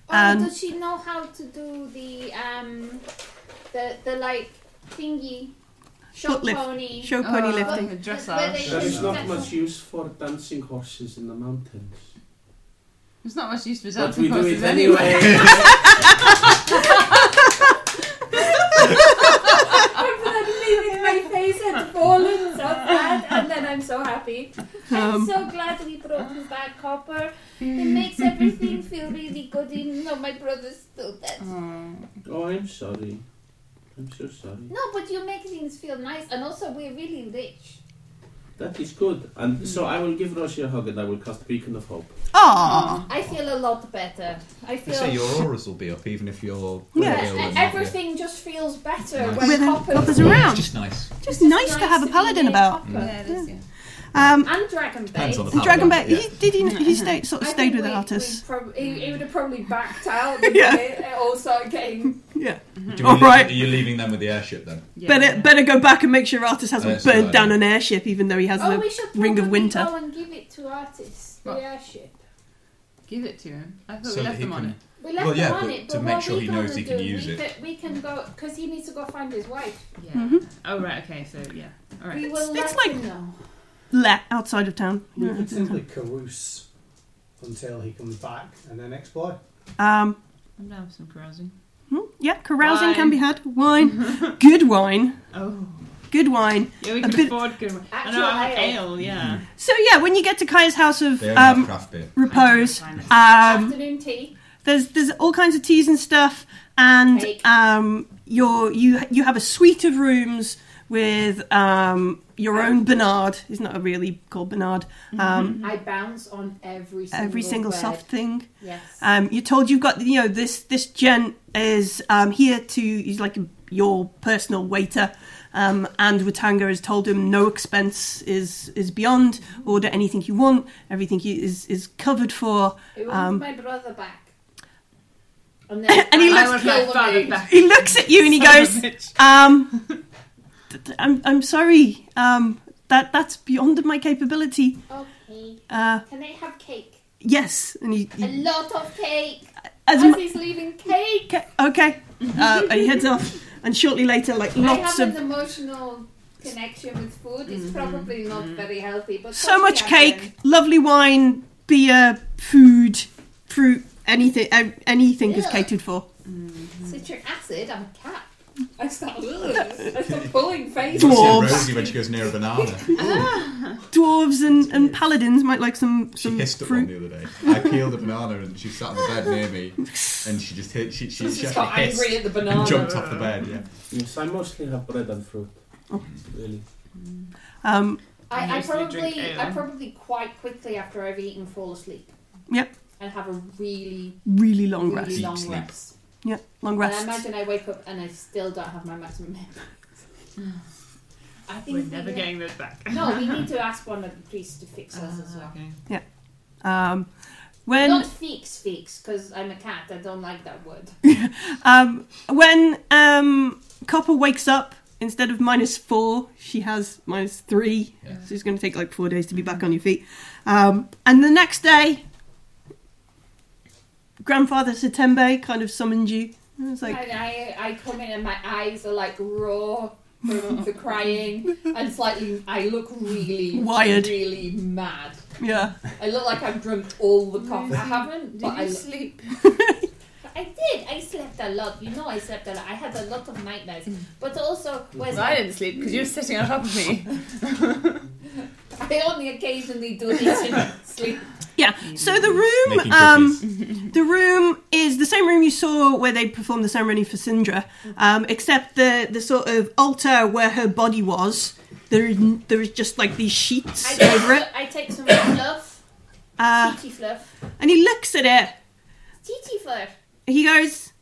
C: Oh,
A: And-
C: does she know how to do the um, the the like thingy? Show
A: Foot lift.
C: pony.
A: show pony
H: Oh.
A: lifting.
H: The
C: Where they-
H: dressage.
G: There is not much use for dancing horses in the mountains,
H: There's not much use for
G: but
H: dancing
G: we do it
H: courses
G: anyway.
C: Suddenly, with my face had fallen so bad, and then I'm so happy. I'm
A: Um,
C: so glad we brought you back, Copper. It makes everything feel really good, even though my brother's still dead.
A: Uh.
H: Oh.
G: oh, I'm sorry. I'm so sorry.
C: No, but you make things feel nice, and also we're really rich.
G: That is good.
A: Mm.
G: And so I will give Rosie a hug, and I will cast Beacon of Hope.
A: Aw.
C: I feel a lot better. I
J: They
C: feel.
J: say your auras will be up even if you're
A: Yeah,
J: ill
C: e-
J: and not
C: everything just feels better
J: Nice.
C: when
A: With
C: Copper's
A: Copper's
J: yet.
A: around.
J: It's just nice.
A: Just
C: It's
A: nice to have a
C: be
A: paladin
C: near
A: about.
C: Copper.
H: Yeah, it is, yeah.
A: Um,
C: And Dragon Bait.
J: Depends
B: Oh,
J: on the
A: the
J: paladin.
A: dragon bat.
J: yeah.
A: He did. He, he stayed. Sort of
C: I
A: stayed
C: think
A: without
C: we-
A: us.
C: we prob- he, he would have probably backed out
A: Yeah.
C: yeah. also getting
A: Yeah.
J: Do
A: All
J: you
A: right.
J: Are you leaving them with the airship then?
H: yeah.
A: Better better go back and make sure Artis hasn't
J: Yeah, it's a
A: burned
J: good
A: down
J: idea.
A: an airship, even though he has
C: oh
A: the
C: we should
A: ring of
C: probably
A: winter.
C: go and give it to artists the
H: What?
C: airship
H: Give it to him. I thought
J: So
H: we
J: that
H: left
J: he
H: them on
J: can-
H: it.
C: we left
J: Well, yeah,
C: him on
J: but
C: it
J: to
C: but
J: make
C: what
J: sure
C: we
J: he knows
C: gonna
J: he can
C: do,
J: use
C: we
J: it.
C: can, we can go because he needs to go find his wife
H: Yeah.
A: Mm-hmm.
H: Oh, right, okay, so yeah.
C: we
H: Alright.
C: will
A: It's-
C: let
A: it's like-
C: him know
A: Le- outside of town.
E: We could simply carouse until he comes back and then explore.
A: Um,
H: I'm down for some carousing.
A: hmm, yeah, carousing can
H: Wine.
A: be had. Wine, good wine,
H: Oh.
A: good wine.
H: Yeah, we
A: A
H: can
A: bit-
H: afford good wine. I
C: Actual
H: know, I have
C: ale.
H: ale, yeah.
A: So yeah, when you get to Kaya's house of
J: They only have
A: um,
J: craft beer.
A: repose,
H: Fine, fine.
A: um,
C: afternoon tea
A: there's there's all kinds of teas and stuff, and
C: Cake.
A: um, your you you have a suite of rooms with um, your own Bernard. He's not really called Bernard. Um,
C: I bounce on every single
A: Every single
C: word.
A: soft thing.
C: yes
A: Um, you're told you've got you know this this gent is um, here to he's like your personal waiter. Um, and Watanga has told him no expense is is beyond. Order anything you want. Everything you, is is covered for.
C: I want
A: um,
C: my brother back and, then
A: And he
C: I
A: looks-
C: will
H: I want my
C: kill the
H: father
C: mood.
H: back.
A: He looks at you and he
H: Son
A: goes,
H: of a bitch.
A: um, th- th- I'm, I'm sorry. Um, that that's beyond my capability.
C: okay
A: Uh,
C: can I have cake
A: yes, and he,
C: a
A: he
C: lot of cake
A: Mm. as
C: as
A: mu-
C: he's leaving cake
A: okay, okay. Uh, and he heads off. And shortly later, like lots
C: I
A: of Mm-hmm.
C: have an emotional connection with food. It's probably not very healthy, but
A: so
C: what
A: much
C: we have
A: cake, lovely wine, beer, food, fruit, anything, um, anything is
C: Yeah.
A: catered for.
C: then, Citric acid. I'm a cat. I start, ugh, I start pulling faces.
J: You
A: Dwarves.
J: see Rosie when she goes near a banana.
A: Dwarves and, and paladins might like some
J: She
A: some
J: hissed at one
A: fruit.
J: the other day. I peeled a banana and she sat on the bed near me, and she just hit. She she,
C: Just
J: she
C: got
J: actually
C: angry
J: hissed
C: at the banana.
J: and jumped off the bed. Yeah.
G: Yes, I mostly have bread and fruit.
A: Oh.
G: Really.
A: Um,
C: I, I
H: Mostly drink
C: probably,
H: ale.
C: I probably quite quickly after I've eaten fall asleep.
A: Yep.
C: And have a really,
A: really long
C: really
A: rest.
J: Deep
C: long
J: sleep.
C: rest.
A: Yeah, long
C: And I
A: rests.
C: imagine I wake up and I still don't have my maximum hit points. I think
H: We're
C: we
H: never
C: need-
H: getting those back.
C: No, we need to ask one of the priests to fix us as well.
H: okay.
A: Um, when
C: Not fix, fix, because I'm a cat. I don't like that word.
A: um, when um, Copper wakes up, instead of minus four, she has minus three.
J: Yeah.
A: So it's going to take like four days to be back on your feet. Um, and the next day, Grandfather Satembe kind of summoned you. It was like,
C: and I, I come in and my eyes are like raw from the crying, and slightly, I look really
A: Wired.
C: really mad.
A: yeah.
C: I look like I've drunk all the coffee. I haven't,
D: Did
C: but I,
D: you
C: look-
D: sleep?
C: I did. I slept a lot. You know, I slept a lot. I had a lot of nightmares, but also was
H: I didn't sleep because you were sitting on top of me.
C: I only occasionally do this in sleep.
A: Yeah. So the room,
J: Making
A: um, the room is the same room you saw where they performed the ceremony for Sindra, um, except the the sort of altar where her body was. There is there is just like these
C: I
A: sheets over
C: take,
A: it,
C: I take some fluff,
A: uh,
C: teachy fluff,
A: and he looks at it.
C: teachy fluff.
A: He goes,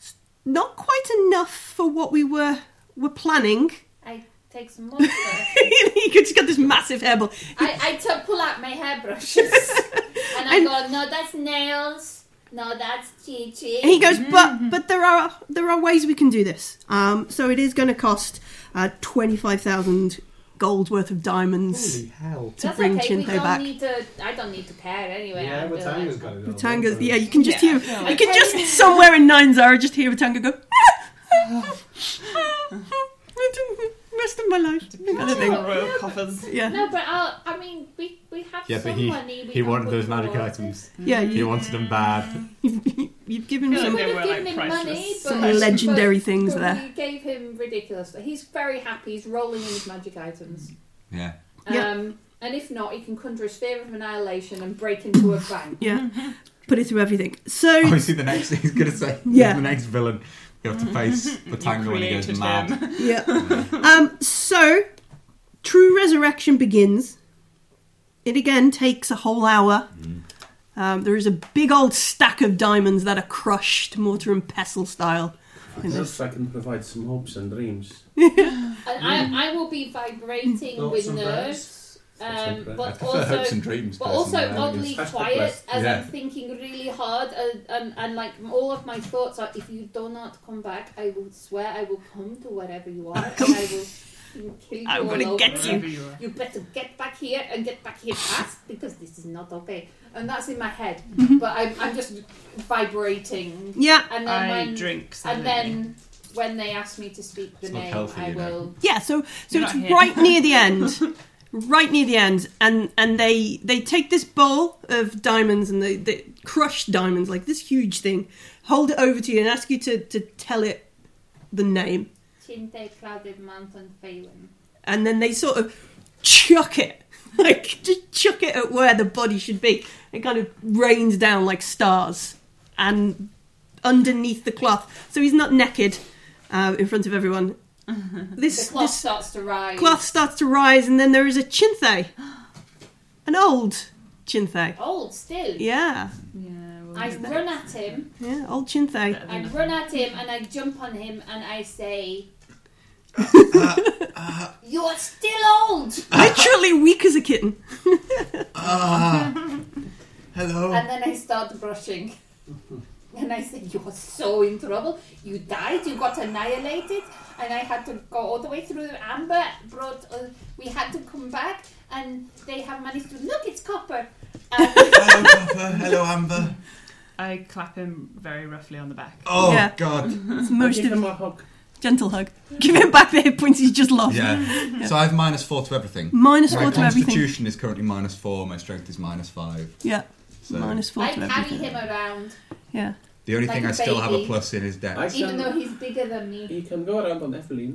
A: "It's "Not quite enough for what we were were planning."
C: I take some more fluff.
A: he just got this massive hairball.
C: I, I took pull out my hairbrushes and I
A: And-
C: go, no, that's nails. No, that's Chi Chi.
A: And he goes, but but there are there are ways we can do this. Um, so it is going to cost uh, twenty five thousand gold worth of diamonds
E: Holy hell.
A: to
C: that's
A: bring
C: okay. we
A: Chinto
C: don't
A: back.
C: need to. I don't need to care anyway.
E: Yeah,
C: I feel
E: Watanga's
C: like-
E: got it. all,
A: Ratanga's,
E: don't
A: yeah, you can just
H: Yeah, I
A: hear,
H: feel
A: you
H: like-
A: can just somewhere in Nine Zara just hear Ratanga go. Rest of my life, kind of thing.
H: royal coffers.
A: Yeah,
C: No, but I'll, I mean, we we have
K: Yeah,
C: some
K: but he
C: money. We
K: he
C: can
K: wanted
C: put
K: those magic
C: towards
K: items.
A: yeah.
K: He
A: You,
K: wanted them bad.
A: you've, you've given him
H: Yeah.
C: it. We
A: some
C: would
H: They
C: have
H: were,
C: given
H: like,
C: him
H: priceless.
C: money, but,
A: some
H: But-
A: legendary
C: but-
A: things
C: but
A: there.
C: We gave him ridiculous. He's very happy. He's rolling in his magic items.
J: Yeah.
A: Yeah.
C: Um, and if not, he can conjure a sphere of annihilation and break into a bank.
A: Yeah, put it through everything. So
J: Oh, you see the next. He's gonna say.
A: Yeah.
J: The next villain. You have to face Batango when he goes
H: created
J: mad.
H: him.
A: Yeah. um, so, true resurrection begins. It again takes a whole hour. Um, there is a big old stack of diamonds that are crushed, mortar and pestle style. in this.
G: Perhaps I can provide some hopes and dreams.
C: And I, I will be vibrating
E: Thoughts
C: with
E: and
C: nerves,
G: Thoughts
C: um,
G: and prayers.
J: I
C: but
J: prefer hopes
C: also,
J: and dreams.
C: but also
J: personally.
C: oddly
G: Hashtag
C: quiet
G: blessed.
C: as
J: Yeah.
C: I'm thinking really hard, and, and, and like all of my thoughts are: if you do not come back, I will swear I will come to wherever you are, and I will kill you.
A: I'm
C: all
A: gonna
C: over
A: get
C: again.
H: Wherever you are.
C: You better get back here and get back here fast because this is not okay. And that's in my head, but I'm, I'm just vibrating.
A: Yeah.
C: And then
H: I
C: when,
H: drink
C: and
H: silently.
C: then when they ask me to speak the
J: It's not
C: name,
J: healthy,
C: I
J: you know.
C: will.
A: Yeah. So, so
H: You're
A: it's
H: not here.
A: right near the end. Right near the end, and and they they take this bowl of diamonds and they, they crush diamonds like this huge thing, hold it over to you and ask you to to tell it the name.
C: Chinte Crowded Mountain Phelan.
A: and then they sort of chuck it like just chuck it at where the body should be it kind of rains down like stars and underneath the cloth so he's not naked uh, in front of everyone
C: The
A: this,
C: cloth
A: this
C: starts to rise.
A: cloth starts to rise and then there is a chinthe an old chinthe
C: Old still.
A: yeah
D: Yeah. Well,
C: I run at him.
A: yeah old chinthe
C: I run at him and I jump on him and I say,
J: Uh,
C: "You're still old."
A: literally weak as a kitten
F: Ah.
J: Hello.
C: Ah. And then I start brushing. And I said, You were so in trouble. You died, you got annihilated. And I had to go all the way through Amber. Brought, uh, we had to come back, and they have managed to look, it's copper. And
J: Hello, Papa. Hello, Amber.
H: I clap him very roughly on the back.
J: Oh
A: Yeah.
J: God.
A: it's most
G: Give him
A: of
G: a hug.
A: gentle hug give him back the hit points he's just lost
J: Yeah. So I have minus four to everything.
A: Minus
J: my
A: four to
J: constitution
A: everything
J: is currently minus four. My strength is minus five.
A: yeah
J: So
A: minus four
C: I
A: to
C: carry
A: everything
C: him around.
A: yeah
B: The only
C: Like
B: thing
C: a
B: I still have a
C: baby.
B: plus in is death.
G: I
C: Even
G: can,
C: though he's bigger than me.
G: he can go around on Evelyn.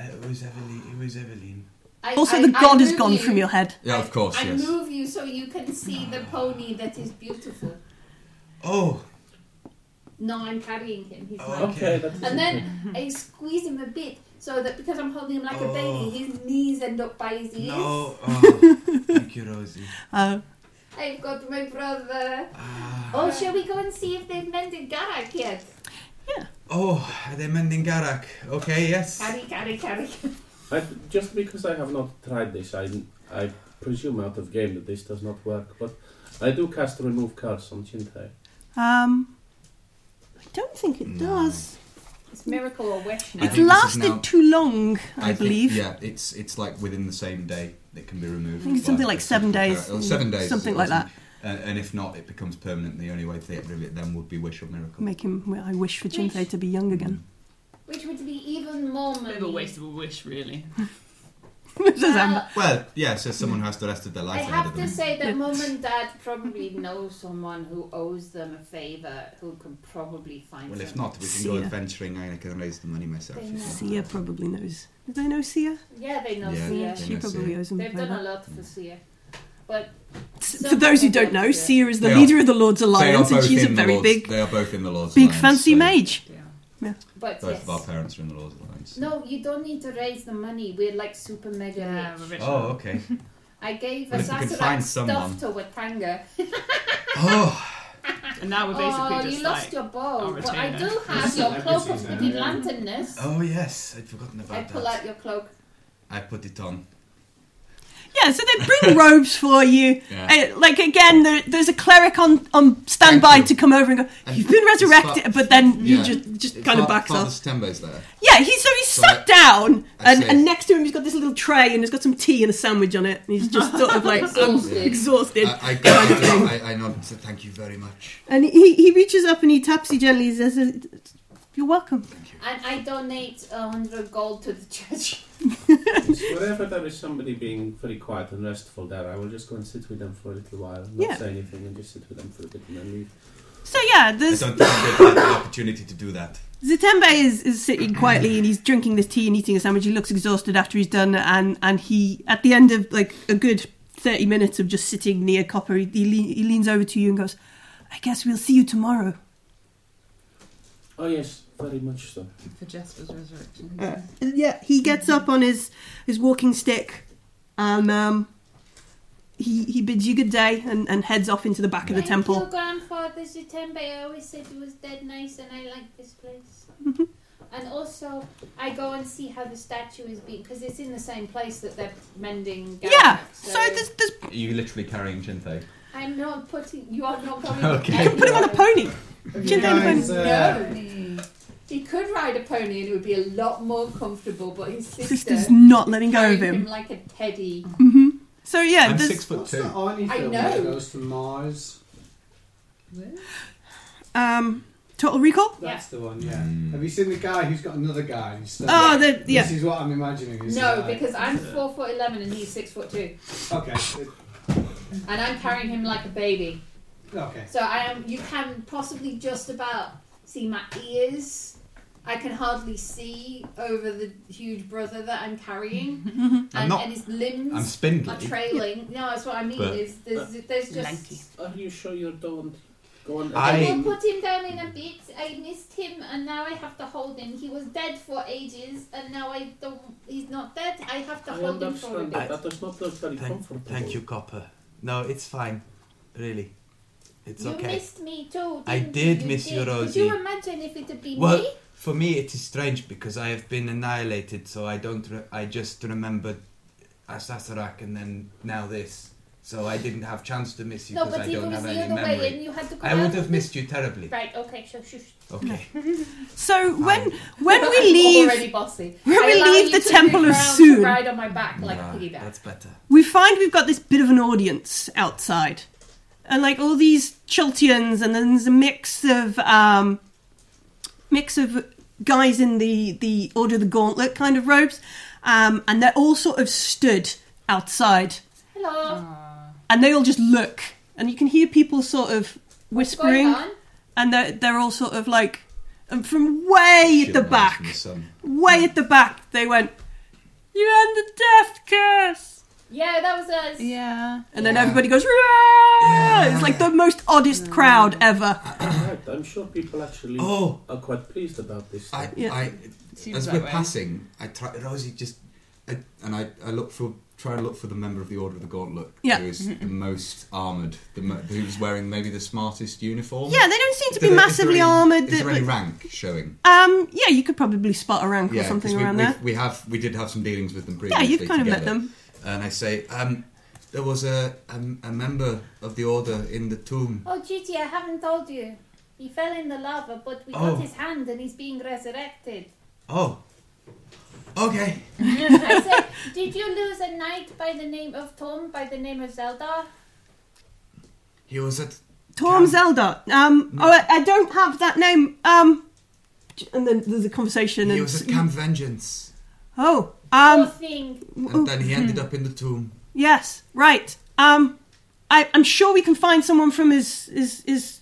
F: Oh,
K: It was Evelyn. It was Evelyn.
C: I,
A: Also,
C: I-
A: the
C: I
A: god is
C: move
A: gone
C: you.
A: from your head.
B: Yeah, of course,
C: I,
B: yes.
C: I move you so you can see the pony that is beautiful.
K: Oh,
C: No, I'm carrying him. He's
K: Oh,
C: mine.
G: Okay, that's
C: And then I squeeze him a bit so that because I'm holding him like a
B: Oh.
C: baby, his knees end up by his ears.
K: no. Oh, thank you, Rosie.
A: Oh,
C: I've got my brother.
B: Ah.
C: Oh, shall we go and see if they've mended Garak yet?
K: Oh, are they mending Garak? Okay, yes.
C: Carry, carry, carry.
G: I, just because I have not tried this, I, I presume out of game that this does not work, but I do cast remove curse on Shintai.
A: um, I don't think it does.
D: It's miracle or wish now.
B: I think
A: It's
B: this is
A: lasted
B: now-
A: too long, I,
B: think-
A: believe.
B: yeah, it's it's like within the same day it can be removed. I
A: think it's something like seven days,
B: seven days,
A: something like that.
B: And, and if not, it becomes permanent. The only way to get rid of it then would be wish or miracle.
A: Make him. well, I wish for Jinpei to be young again.
C: Which would be even more money.
H: Bit of a waste of a wish, really.
B: Mm.
A: Says Amber.
C: Well,
B: Well, yeah, so someone has the rest of their
C: I
B: life ahead
C: have
B: of
C: to
B: them.
C: say
A: Yeah.
C: that mom and dad probably know someone who owes them a favour who can probably find
B: well, if
C: them.
B: not, we can go
A: Sia.
B: adventuring. and I can raise the money myself.
C: They
B: if
C: know.
B: you
A: Sia probably knows. Do they know Sia?
C: Yeah, they know
B: Yeah,
C: Sia.
B: they
A: she
B: know
A: probably
B: Sia.
A: owes them. a
C: They've done a
A: favour.
C: lot for Sia. But
A: For those who don't know, Sia is the
B: They are-
A: leader of the Lords
B: They are
A: Alliance, and
B: both
A: she's a
B: in the
A: very
B: Lord's-
A: big,
B: They are both in the Lord's
A: big
B: Alliance,
A: fancy
B: so
A: mage.
H: Yeah.
C: but
B: Both
C: yes.
B: of our parents are in the Lord's Alliance.
C: No, you don't need to raise the money. We're like super mega
H: Yeah,
C: rich.
H: we're rich.
K: Oh, okay.
C: I gave
B: Well,
C: a
B: if you could
C: Sassarak
B: find
C: stuff
B: someone.
C: to Watanga.
B: Oh,
H: And now we're basically
C: Oh,
H: just
C: you
H: like
C: lost your bow.
H: our
C: But I
H: retainer.
C: do have your cloak of
E: Celebrities now,
C: hidden
E: yeah.
C: lanternness.
K: oh yes, I'd forgotten
C: I
K: about
C: pull
K: that.
C: out your cloak.
B: I put it on.
A: Yeah, so they bring robes for you.
B: Yeah.
A: Uh, like again, there, there's a cleric on, on standby
B: Thank
A: to
B: you.
A: come over and go.
B: And
A: You've been
B: it's
A: resurrected,
B: fa-
A: but then you
B: yeah.
A: just just kind of backs
B: Father
A: off.
B: Stembo's there.
A: Yeah, he so he's
B: So I-
A: sat down,
B: I
A: and,
B: say-
A: and next to him he's got this little tray, and it's got some tea and a sandwich on it, and he's just sort of like I'm
C: Exhausted.
A: exhausted.
B: I, I, go- I, I, I nod and say thank you very much.
A: And he, he reaches up and he taps you gently. He says, "You're welcome."
C: And I donate a 100 gold to the church.
G: Wherever there is somebody being very quiet and restful there, I will just go and sit with them for a little while, not
A: Yeah.
G: say anything, and just sit with them for a bit and then leave.
A: So yeah,
B: I
A: there's
B: don't think they've had the opportunity to do that.
A: Zitembe is, is sitting quietly and he's drinking this tea and eating a sandwich. He looks exhausted after he's done, and, and he at the end of like a good thirty minutes of just sitting near Copper, he he, lean, he leans over to you and goes, "I guess we'll see you tomorrow."
G: Oh, yes, very much so.
D: For Jasper's resurrection.
A: yeah, he gets up on his his walking stick, and um, he he bids you good day and, and heads off into the back of the
C: Thank
A: temple.
C: you, Grandfather Zutembe. I always said it was dead nice and I like this place.
H: Mm-hmm.
C: and also, I go and see how the statue is being, because it's in the same place that they're mending. Garak,
A: Yeah, so there's, there's
B: Are you literally carrying Chintay?
C: I'm not putting. You are not going.
B: Okay.
A: you can put him on a pony.
E: Have
A: Should
E: you
A: they do
E: guys, uh,
C: No. He could ride a pony and it would be a lot more comfortable, but his sister
A: Sister's not letting go
C: carried
A: of him.
C: like a teddy.
A: hmm So yeah,
B: I'm
A: there's-
B: six foot
E: what's that
B: two.
E: Arnie
C: I
E: film
C: know.
E: that goes to Mars?
A: Um, Total Recall.
E: That's the one, yeah.
B: Mm.
E: Have you seen the guy who's got another guy? He's stuck?
A: Oh, the, yeah.
E: This is what I'm imagining. Is
C: No,
E: like,
C: because I'm four foot eleven and he's six foot two,
E: okay, it-
C: and I'm carrying him like a baby.
E: okay.
C: So I am. You can possibly just about see my ears. I can hardly see over the huge brother that I'm carrying, and,
B: I'm not-
C: and his limbs
B: I'm
C: are
B: spindly.
C: trailing. No, that's what I mean.
B: But-
C: is there's, there's just.
H: Lanky.
G: Are you sure you don't go on?
B: I-
C: I will put him down in a bit. I missed him, and now I have to hold him. He was dead for ages, and now I don't. He's not dead. I have to
G: I
C: hold him for a
G: understand
C: bit.
G: that. That does not look very
K: Thank,
G: comfortable.
K: thank you, Copper. No, it's fine. Really, it's
C: you
K: okay.
C: missed me too.
K: I
C: didn't
K: did
C: you? You
K: miss you,
C: did. Could
K: Rosie.
C: you imagine if it had been
K: Well,
C: me?
K: For me, it is strange because I have been annihilated, so I don't. Re- I just remembered Asasarak and then now this. So I didn't have chance to miss you
C: No,
K: because
C: but
K: I
C: if it
K: don't
C: was
K: have
C: the
K: any
C: other way, and
K: memory.
C: you had to. Go
K: I would
C: out
K: have
C: with
K: missed you terribly.
C: me- Right. Okay. So shush.
K: Okay.
A: So when
K: Fine.
A: when we
C: I'm
A: leave,
C: already bossy.
A: when
C: I
A: we
C: allow
A: leave
C: you
A: the
C: to
A: Temple
C: move
A: of
C: around
A: Soon-
C: To ride on my back like
K: Ah,
C: a piggyback.
K: That's better.
A: we find we've got this bit of an audience outside, and like all these Chiltians, and then there's a mix of um, mix of guys in the the Order of the Gauntlet kind of robes, um, and they're all sort of stood outside,
C: Hello.
A: and they all just look, and you can hear people sort of
C: What's going
A: whispering.
C: on?
A: and they're they're all sort of like, and from way at the back, way at the back, they went, "You end the death curse."
C: Yeah, that was us.
D: Yeah.
A: And then everybody goes, "Hurrah!" It's like the most oddest crowd ever.
G: Right, I'm sure people actually
F: Oh.
G: are quite pleased about this.
F: I,
A: Yeah.
F: I,
D: Seems
F: as
D: that
F: we're
D: way.
F: passing, I try. Rosie just, I, and I, I look for, try and look for the member of the Order of the Gauntlet
A: Yeah. Mm-hmm,
F: who is the most armored, the mo- who's wearing maybe the smartest uniform.
A: Yeah, they don't seem to be
F: Do they- is there
A: massively
F: any-
A: armored.
F: Is there any
A: but-
F: rank showing?
A: um, yeah, you could probably spot a rank or
F: 'cause
A: something
F: we,
A: around
F: we,
A: there.
F: We have, we did have some dealings with them
A: Yeah,
F: previously.
A: you've kind of met
F: together.
A: them.
F: And I say, um, there was a, a a member of the Order in the tomb.
C: Oh, Gigi, I haven't told you. He fell in the lava, but we
F: Oh.
C: got his hand and he's being resurrected.
F: Oh, okay.
C: I said, Did you lose a knight by the name of Tom, by the name of Zelda?
F: He was at
A: Tom
F: Cam- Mm.
A: Zelda. Um, oh, I, I don't have that name. Um, and then there's a conversation.
F: he
A: And
F: was at Camp Vengeance,
A: oh,
C: Poor
A: um,
C: thing.
F: and then he ended up in the tomb.
A: yes, right. Um, I, I'm sure we can find someone from his his his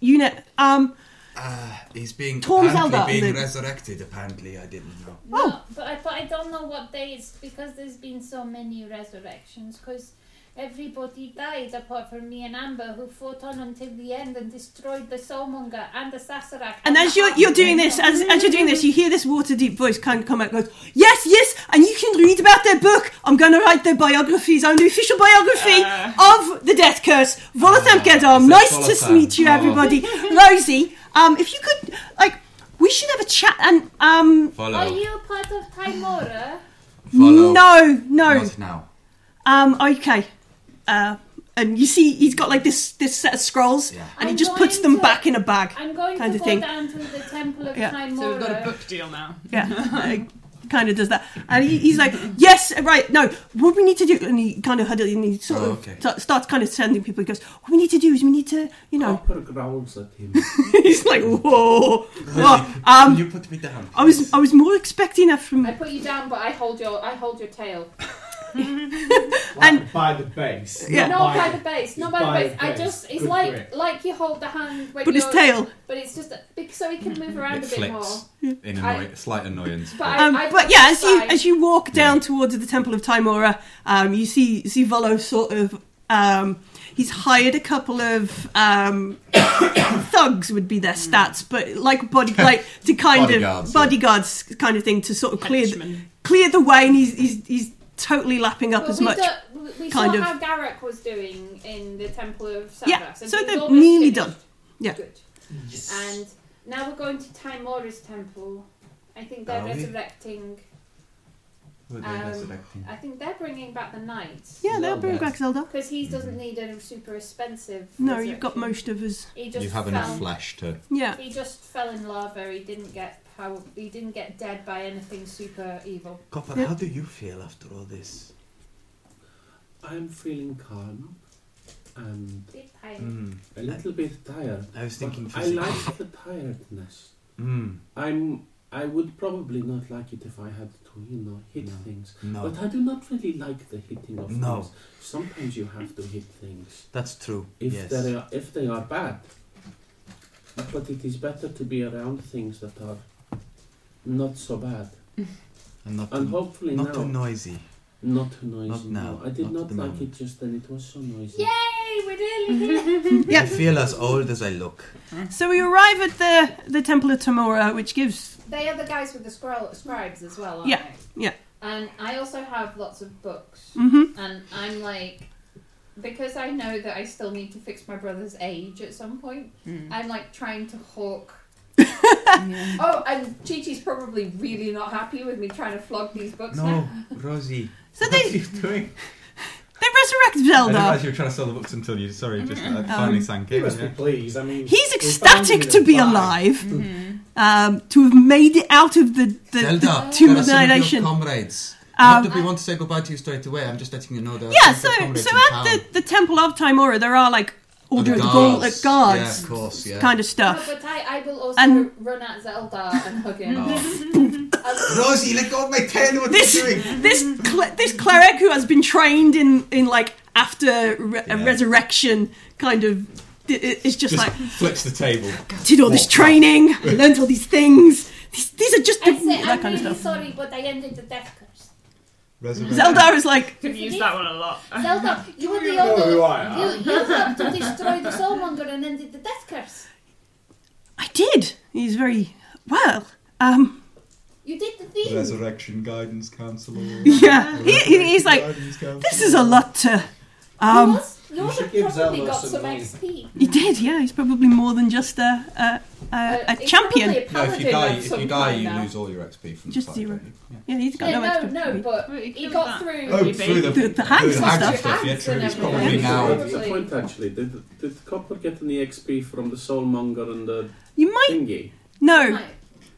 A: unit. Um,
F: Uh, he's being
A: Tom
F: apparently
A: Zelda,
F: being
A: the-
F: resurrected. Apparently, I didn't know.
C: No,
A: oh.
C: but, I, but I don't know what day it's because there's been so many resurrections. Because everybody died apart from me and Amber, who fought on until the end and destroyed the Soulmonger and the Saserac.
A: and as
C: the
A: you're you're doing
C: Heartbeat.
A: this, as as you're doing this, you hear this water deep voice kind of come out. and Goes, yes, yes, and you can read about their book. I'm going to write their biographies. I'm the official biography
F: Uh.
A: of the Death Curse. Volotam Kedar,
F: is it
A: nice
F: Ah, Volotam?
A: to meet you,
F: Oh.
A: everybody. Rosie, um, if you could, like, we should have a chat. And um,
F: Follow,
C: Are you part of Timora?
F: follow.
A: no, no,
F: Not now.
A: um, okay. Uh, and you see, he's got like this this set of scrolls,
F: Yeah.
A: and he
C: I'm
A: just puts
C: going
A: them
C: to-
A: back in a bag.
C: I'm going
A: Kind
C: to
A: of
C: go
A: thing.
C: down to the Temple of
A: Yeah.
C: Timora.
D: So we've got a book deal now.
A: Yeah, kind of does that. And he, he's like, yes, right, no, what we need to do, and he kind of huddles and he sort
F: Oh,
A: of
F: okay.
A: sta- starts kind of sending people, he goes, what we need to do is we need to, you know,
G: Copper growls at him.
F: Oh.
A: he's like, whoa. Well, um,
F: you put me down.
A: I was I was more expecting that
C: I
A: from,
C: put you down, but I hold your I hold your tail.
A: And-
E: by the base.
A: Yeah.
E: not
C: Not by the base, not by the base. I
E: base.
C: just it's
E: Good
C: like
E: grip.
C: like you hold the hand when
A: but his
C: you're-
A: tail.
C: But it's just a- bec- so he can move around
L: It
C: a bit more.
L: flicks in annoy- slight annoyance.
C: But I,
A: Um,
C: I
A: but
C: put
A: yeah,
C: it
A: as you
C: aside.
A: as you walk down towards the Temple of Timora, um, you see see Volo sort of. Um, he's hired a couple of um, thugs would be their
C: Hmm.
A: stats, but like body like to kind
L: Bodyguards,
A: of
L: yeah.
A: bodyguards kind of thing to sort of clear the,
M: Henchmen.
A: clear the way, and he's he's, he's totally lapping up
C: But
A: as
C: we
A: much.
C: do- we- we
A: kind
C: saw
A: of-
C: how Garrick was doing in the Temple of Savras.
A: Yeah,
C: and
A: so
C: it was
A: they're
C: almost
A: nearly
C: finished.
A: done. Yeah.
C: Good. And now we're going to Timora's temple. I think they're
F: Are we?
C: resurrecting. um, I think they're bringing back the knights.
A: Yeah, they'll
L: Zelda.
A: bring back Zelda.
C: Because he doesn't need a super expensive.
A: No, you've got
C: resurrection.
A: most of us.
C: He just
L: You have
C: fell,
L: enough flesh to.
A: Yeah,
C: He just fell in lava. He didn't get how he didn't get dead by anything super evil.
F: Copper,
A: Yeah.
F: how do you feel after all this?
G: I'm feeling calm and
C: Bit tired.
F: Mm,
G: a little bit tired.
F: I was
G: But
F: thinking
G: I
F: physically.
G: like the tiredness.
F: Mm,
G: I'm. I would probably not like it if I had to, you know, hit
F: No.
G: things.
F: no,
G: But I do not really like the hitting of
F: No.
G: things. Sometimes you have to hit things
F: that's true.
G: if
F: yes.
G: they are if they are bad. But it is better to be around things that are not so bad,
F: and not
G: and
F: too,
G: hopefully
F: Mm. not
G: now
F: too noisy.
G: not too noisy.
F: now,
G: no. I did
F: not
G: not,
F: at the
G: like
F: moment.
G: it just then. It was so
L: Mm.
G: noisy.
C: Yay! We're nearly here.
A: Yeah.
F: I feel as old as I look.
A: so we arrive at the the Temple of Timora, which gives
C: they are the guys with the scroll scribes as well, aren't
A: Yeah,
C: they?
A: yeah.
C: And I also have lots of books,
A: mhm.
C: and I'm like, because I know that I still need to fix my brother's age at some point. I'm like trying to hawk.
D: Mm.
C: oh, and Chi Chi's probably really not happy with me trying to flog these books now.
F: No, Rosie.
A: So
L: what
A: they
L: are you doing?
A: they
L: I
A: resurrect
L: didn't
A: Zelda. Mm-hmm. Um,
L: realize you were trying to sell the books until you. Sorry, just uh, finally sank
E: You
L: in.
E: must be
L: yeah.
E: pleased. I mean,
A: He's
E: we found you
A: ecstatic
E: in
A: to
E: a
A: be
E: bag.
A: alive,
D: Mm.
A: um, to have made it out of the, the,
F: Zelda,
A: the Tomb
F: there
A: of
F: are some of your
A: Annihilation.
F: comrades.
A: Um,
F: Not that we want to say goodbye to you straight away. I'm just letting you know that.
A: Yeah, so so at the, the Temple of Timora, there are like Order of the Gauntlet
F: Yeah,
A: guards
F: of course. Yeah.
A: kind of
C: No,
A: stuff.
C: but I, I will also
A: And-
C: run at Zelda and hug him.
F: Oh.
C: I'll-
F: Rosie, let go of my tail. What
A: This
F: are you doing?
A: this cle this cleric who has been trained in in like after re- a
F: Yeah.
A: resurrection kind of d- is just, like
N: flips the table.
A: did all this training, I learned all these things. These, these are just
C: I
A: the,
C: say,
A: that
C: I'm
A: kind
C: really
A: of stuff.
C: sorry, but I ended the death curse.
A: Zelda is like,
D: We've used that one a lot.
C: Zelda, you were
E: You
C: the
E: know
C: only
E: who I am.
C: you, you helped to destroy the soulmonger and ended the death curse.
A: I did. He's very well. Um,
C: You did the thing.
N: Resurrection guidance counselor.
A: yeah, he, he- he's like, this is a lot to. Um,
C: yours yours
E: should
C: have
E: give
C: probably
E: Zelda
C: got
E: some
C: some
E: money.
C: XP.
A: he did. Yeah, he's probably more than just a a, a, a
C: it's
A: champion.
C: probably a
O: No, if you
C: paladin
O: die,
C: of
O: if
C: some
O: you die,
C: kind
O: you
C: now.
O: lose all your XP from
A: Just
O: the fight,
A: zero.
O: don't you? Yeah.
A: Yeah, he's got
C: Yeah,
A: no
C: no,
A: extra.
C: no, but
D: Well, you
C: he
D: killed
C: got
D: that.
C: through.
N: Oh,
D: Maybe.
N: through the,
A: The- the hands
N: through
A: and
N: the hand
A: stuff.
N: stuff. Yeah, true. It's
C: Hands and
N: probably
C: everything.
N: now.
G: That's the point, actually. Did, did Copper get any XP from the Soulmonger and the
A: You might
G: thingy?
A: no.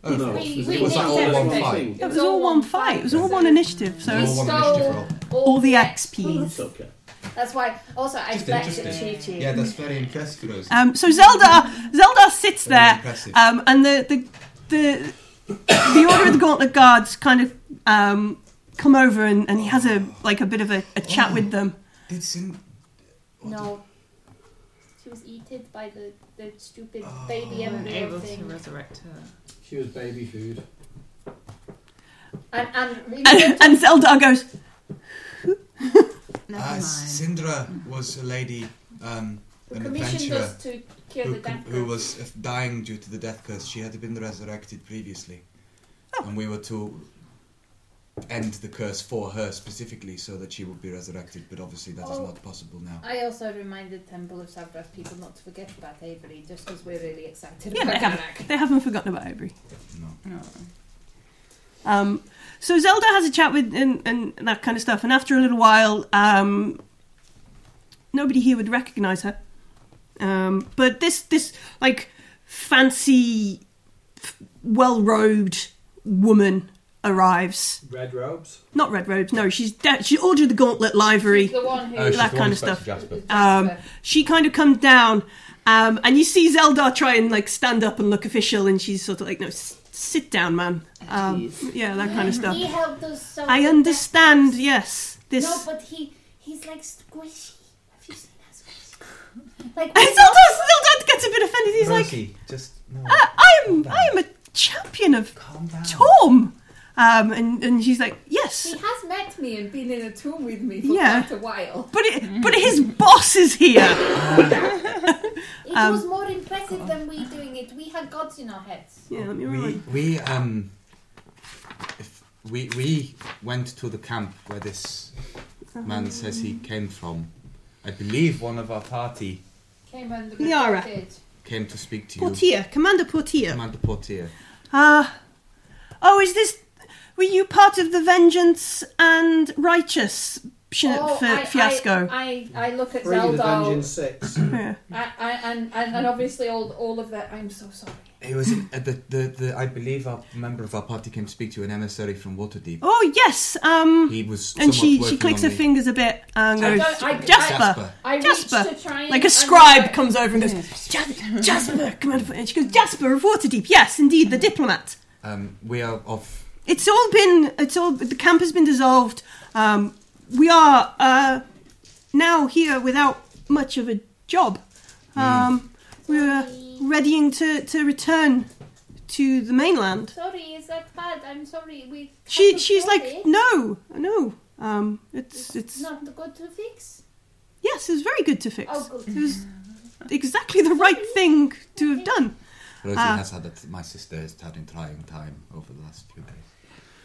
O: Oh,
G: No.
C: We-
G: it
C: we
G: was
O: did
G: all one
O: everything.
G: fight.
A: It was all one fight. It was all one initiative.
O: All
A: So
O: one
C: So-
O: initiative roll.
A: all the
G: It's
A: XPs.
G: okay.
C: That's why. Also, I
N: Just
C: flexed at
N: interesting.
C: Chi Chi.
N: Yeah, that's very impressive. Rose.
A: Um, so Zelda, Zelda sits
N: Very
A: there,
N: impressive.
A: um, and the the the the Order of the Gauntlet guards kind of um, come over, and, and he has a like a bit of a, a chat with them.
N: It's in.
C: No. She was eaten by the, the stupid
O: Oh.
C: baby embryo
D: able to
C: thing.
D: resurrect her.
E: She was baby food.
C: And, and,
A: And, and Zelda goes,
D: Never
F: Uh,
D: mind.
F: Sindra was a lady, um,
C: who
F: an
C: commissioned
F: adventurer,
C: us to kill
F: who,
C: the death
F: who
C: curse.
F: was uh, dying due to the death curse. She had been resurrected previously,
A: Oh.
F: and we were to end the curse for her specifically so that she would be resurrected. But obviously, that is
C: Oh.
F: not possible now.
C: I also reminded Temple of Sabra people not to forget about Avery, just because we're really excited
A: "Yeah, they
C: about
A: haven't,
C: Garak.
A: they haven't forgotten about Avery."
F: No.
D: No.
A: Um, so Zelda has a chat with and, and that kind of stuff, and after a little while, um, nobody here would recognise her. Um, but this this like fancy, f- well robed woman arrives.
E: Red robes.
A: Not red robes. No, she's de- she ordered the gauntlet livery.
C: She's the one who.
O: Oh, she's
A: That
O: the
A: kind
O: one
A: of
O: who spoke
A: stuff.
O: to Jasper.
A: Um, she kind of comes down, um, and you see Zelda try and like stand up and look official, and she's sort of like, no, s- sit down, man. Um, yeah, that kind of stuff.
C: He helped us. solve the
A: I
C: death
A: understand. Yes,
C: curse.
A: this.
C: No, but he he's like squishy. Have you seen how squishy? Like
A: And Zelda, Zelda gets a bit offended. He's like,
F: Rosie, just no.
A: I am, I am a champion of
F: calm down.
A: Tom. Um, and, and she's like,
C: he
A: yes,
C: has met me and been in a tomb with me for
A: Yeah.
C: quite a while.
A: but it, but his boss is here.
C: It was
A: Um,
C: more impressive than we doing it. We had gods in our heads.
A: Yeah, let me
F: We
A: rewind.
F: we um if we we went to the camp where this
A: Uh-huh.
F: man says he came from. I believe one of our party
C: Came and
A: Liara.
C: reported.
F: came to speak to you,
A: Portier, Commander Portier.
F: Commander Portier.
A: Ah, oh, is this? Were you part of the Vengeance and Righteous sh- fi- fiasco?
C: Oh, I, I, I look at
E: Free the
C: Zelda
E: Vengeance Six.
C: Mm.
A: Yeah.
C: I, I, and, and, and obviously all, all of that. I'm so sorry.
F: It was uh, the, the the I believe our member of our party came to speak to you, an emissary from Waterdeep.
A: Oh yes. Um,
F: He was
A: and
F: somewhat
A: she she
F: working
A: clicks
F: on
A: her
F: the-
A: fingers a bit and
C: I
A: goes,
C: don't- I- I-
A: Jasper.
C: I reached
A: Jasper,
C: to try and,
A: like a
C: and-
A: scribe comes over and goes, "Jas- Jasper, come out of and she goes, Jasper of Waterdeep, yes, indeed, the diplomat.
F: Um, we are of
A: It's all been, it's all the camp has been dissolved. Um, we are uh, now here without much of a job. Um, We're readying to, to return to the mainland.
C: Sorry, is that bad? I'm sorry. We.
A: She
C: can't
A: she's
C: afford
A: like,
C: it.
A: no, no. Um, it's it's
C: Not good to fix.
A: yes, it was very good to fix.
C: Oh, good.
A: It was exactly the right thing to have done.
F: Rosie
A: Ah.
F: has had a, my sister has had a trying time over the last few days.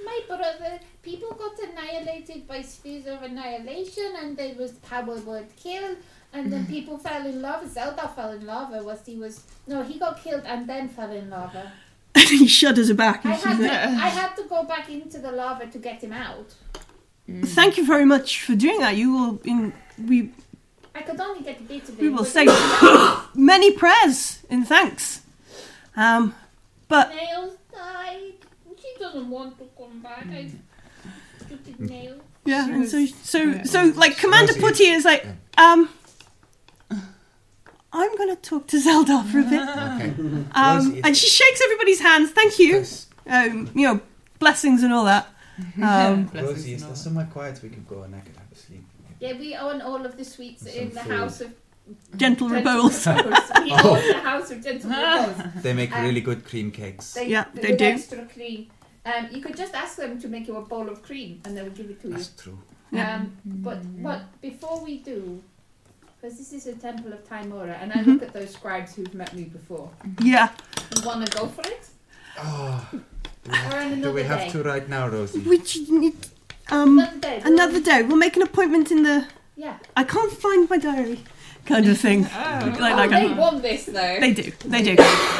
C: My brother, people got annihilated by spheres of annihilation, and there was power word kill, and then people fell in love. Zelda fell in love, or was he was no, he got killed and then fell in lava.
A: And he shudders aback.
C: I
A: And she's
C: had to,
A: like,
C: I had to go back into the lava to get him out.
A: Thank you very much for doing that. You will in we
C: I could only get a bit of it.
A: we will say
C: but-
A: many prayers in thanks. Um, but
C: Nails died. She doesn't want to come back. I, stupid nail.
A: yeah,
D: She
A: and so
D: was-
A: so
D: yeah.
A: so like Commander
F: Rosie-
A: Putty is like um. I'm gonna talk to Zelda for a bit,
F: Okay.
A: um,
F: Rosie-
A: and she shakes everybody's hands. Thank you,
F: Thanks.
A: um, you know, blessings and all that. Um,
D: Blessings
F: Rosie,
D: and
F: is
D: all
F: there
D: that.
F: somewhere quiet we can go and I could have a sleep?
C: Yeah, we own all of the sweets
F: And
C: in the
F: some
C: house of
A: gentle repose.
C: He owns the house of gentle repose.
K: They make
C: Um,
K: really good cream cakes.
C: They,
A: Yeah,
C: they,
A: they
C: give
A: do.
C: extra cream. Um, you could just ask them to make you a bowl of cream, and they will give it to you.
K: That's true.
A: Yeah.
C: Um, but what before we do, because this is a temple of Timora, and I look at those scribes who've met me before.
A: yeah,
C: You want to go for it?
K: Oh,
C: Or on
K: do
C: another
K: we
C: day?
K: have to right now, Rosie?
A: which you need- um,
C: Another day.
A: another day. We'll make an appointment in the.
C: Yeah.
A: I can't find my diary, kind of thing. like
C: Oh,
A: like
C: they
A: a-
C: want this though.
A: they do, they do.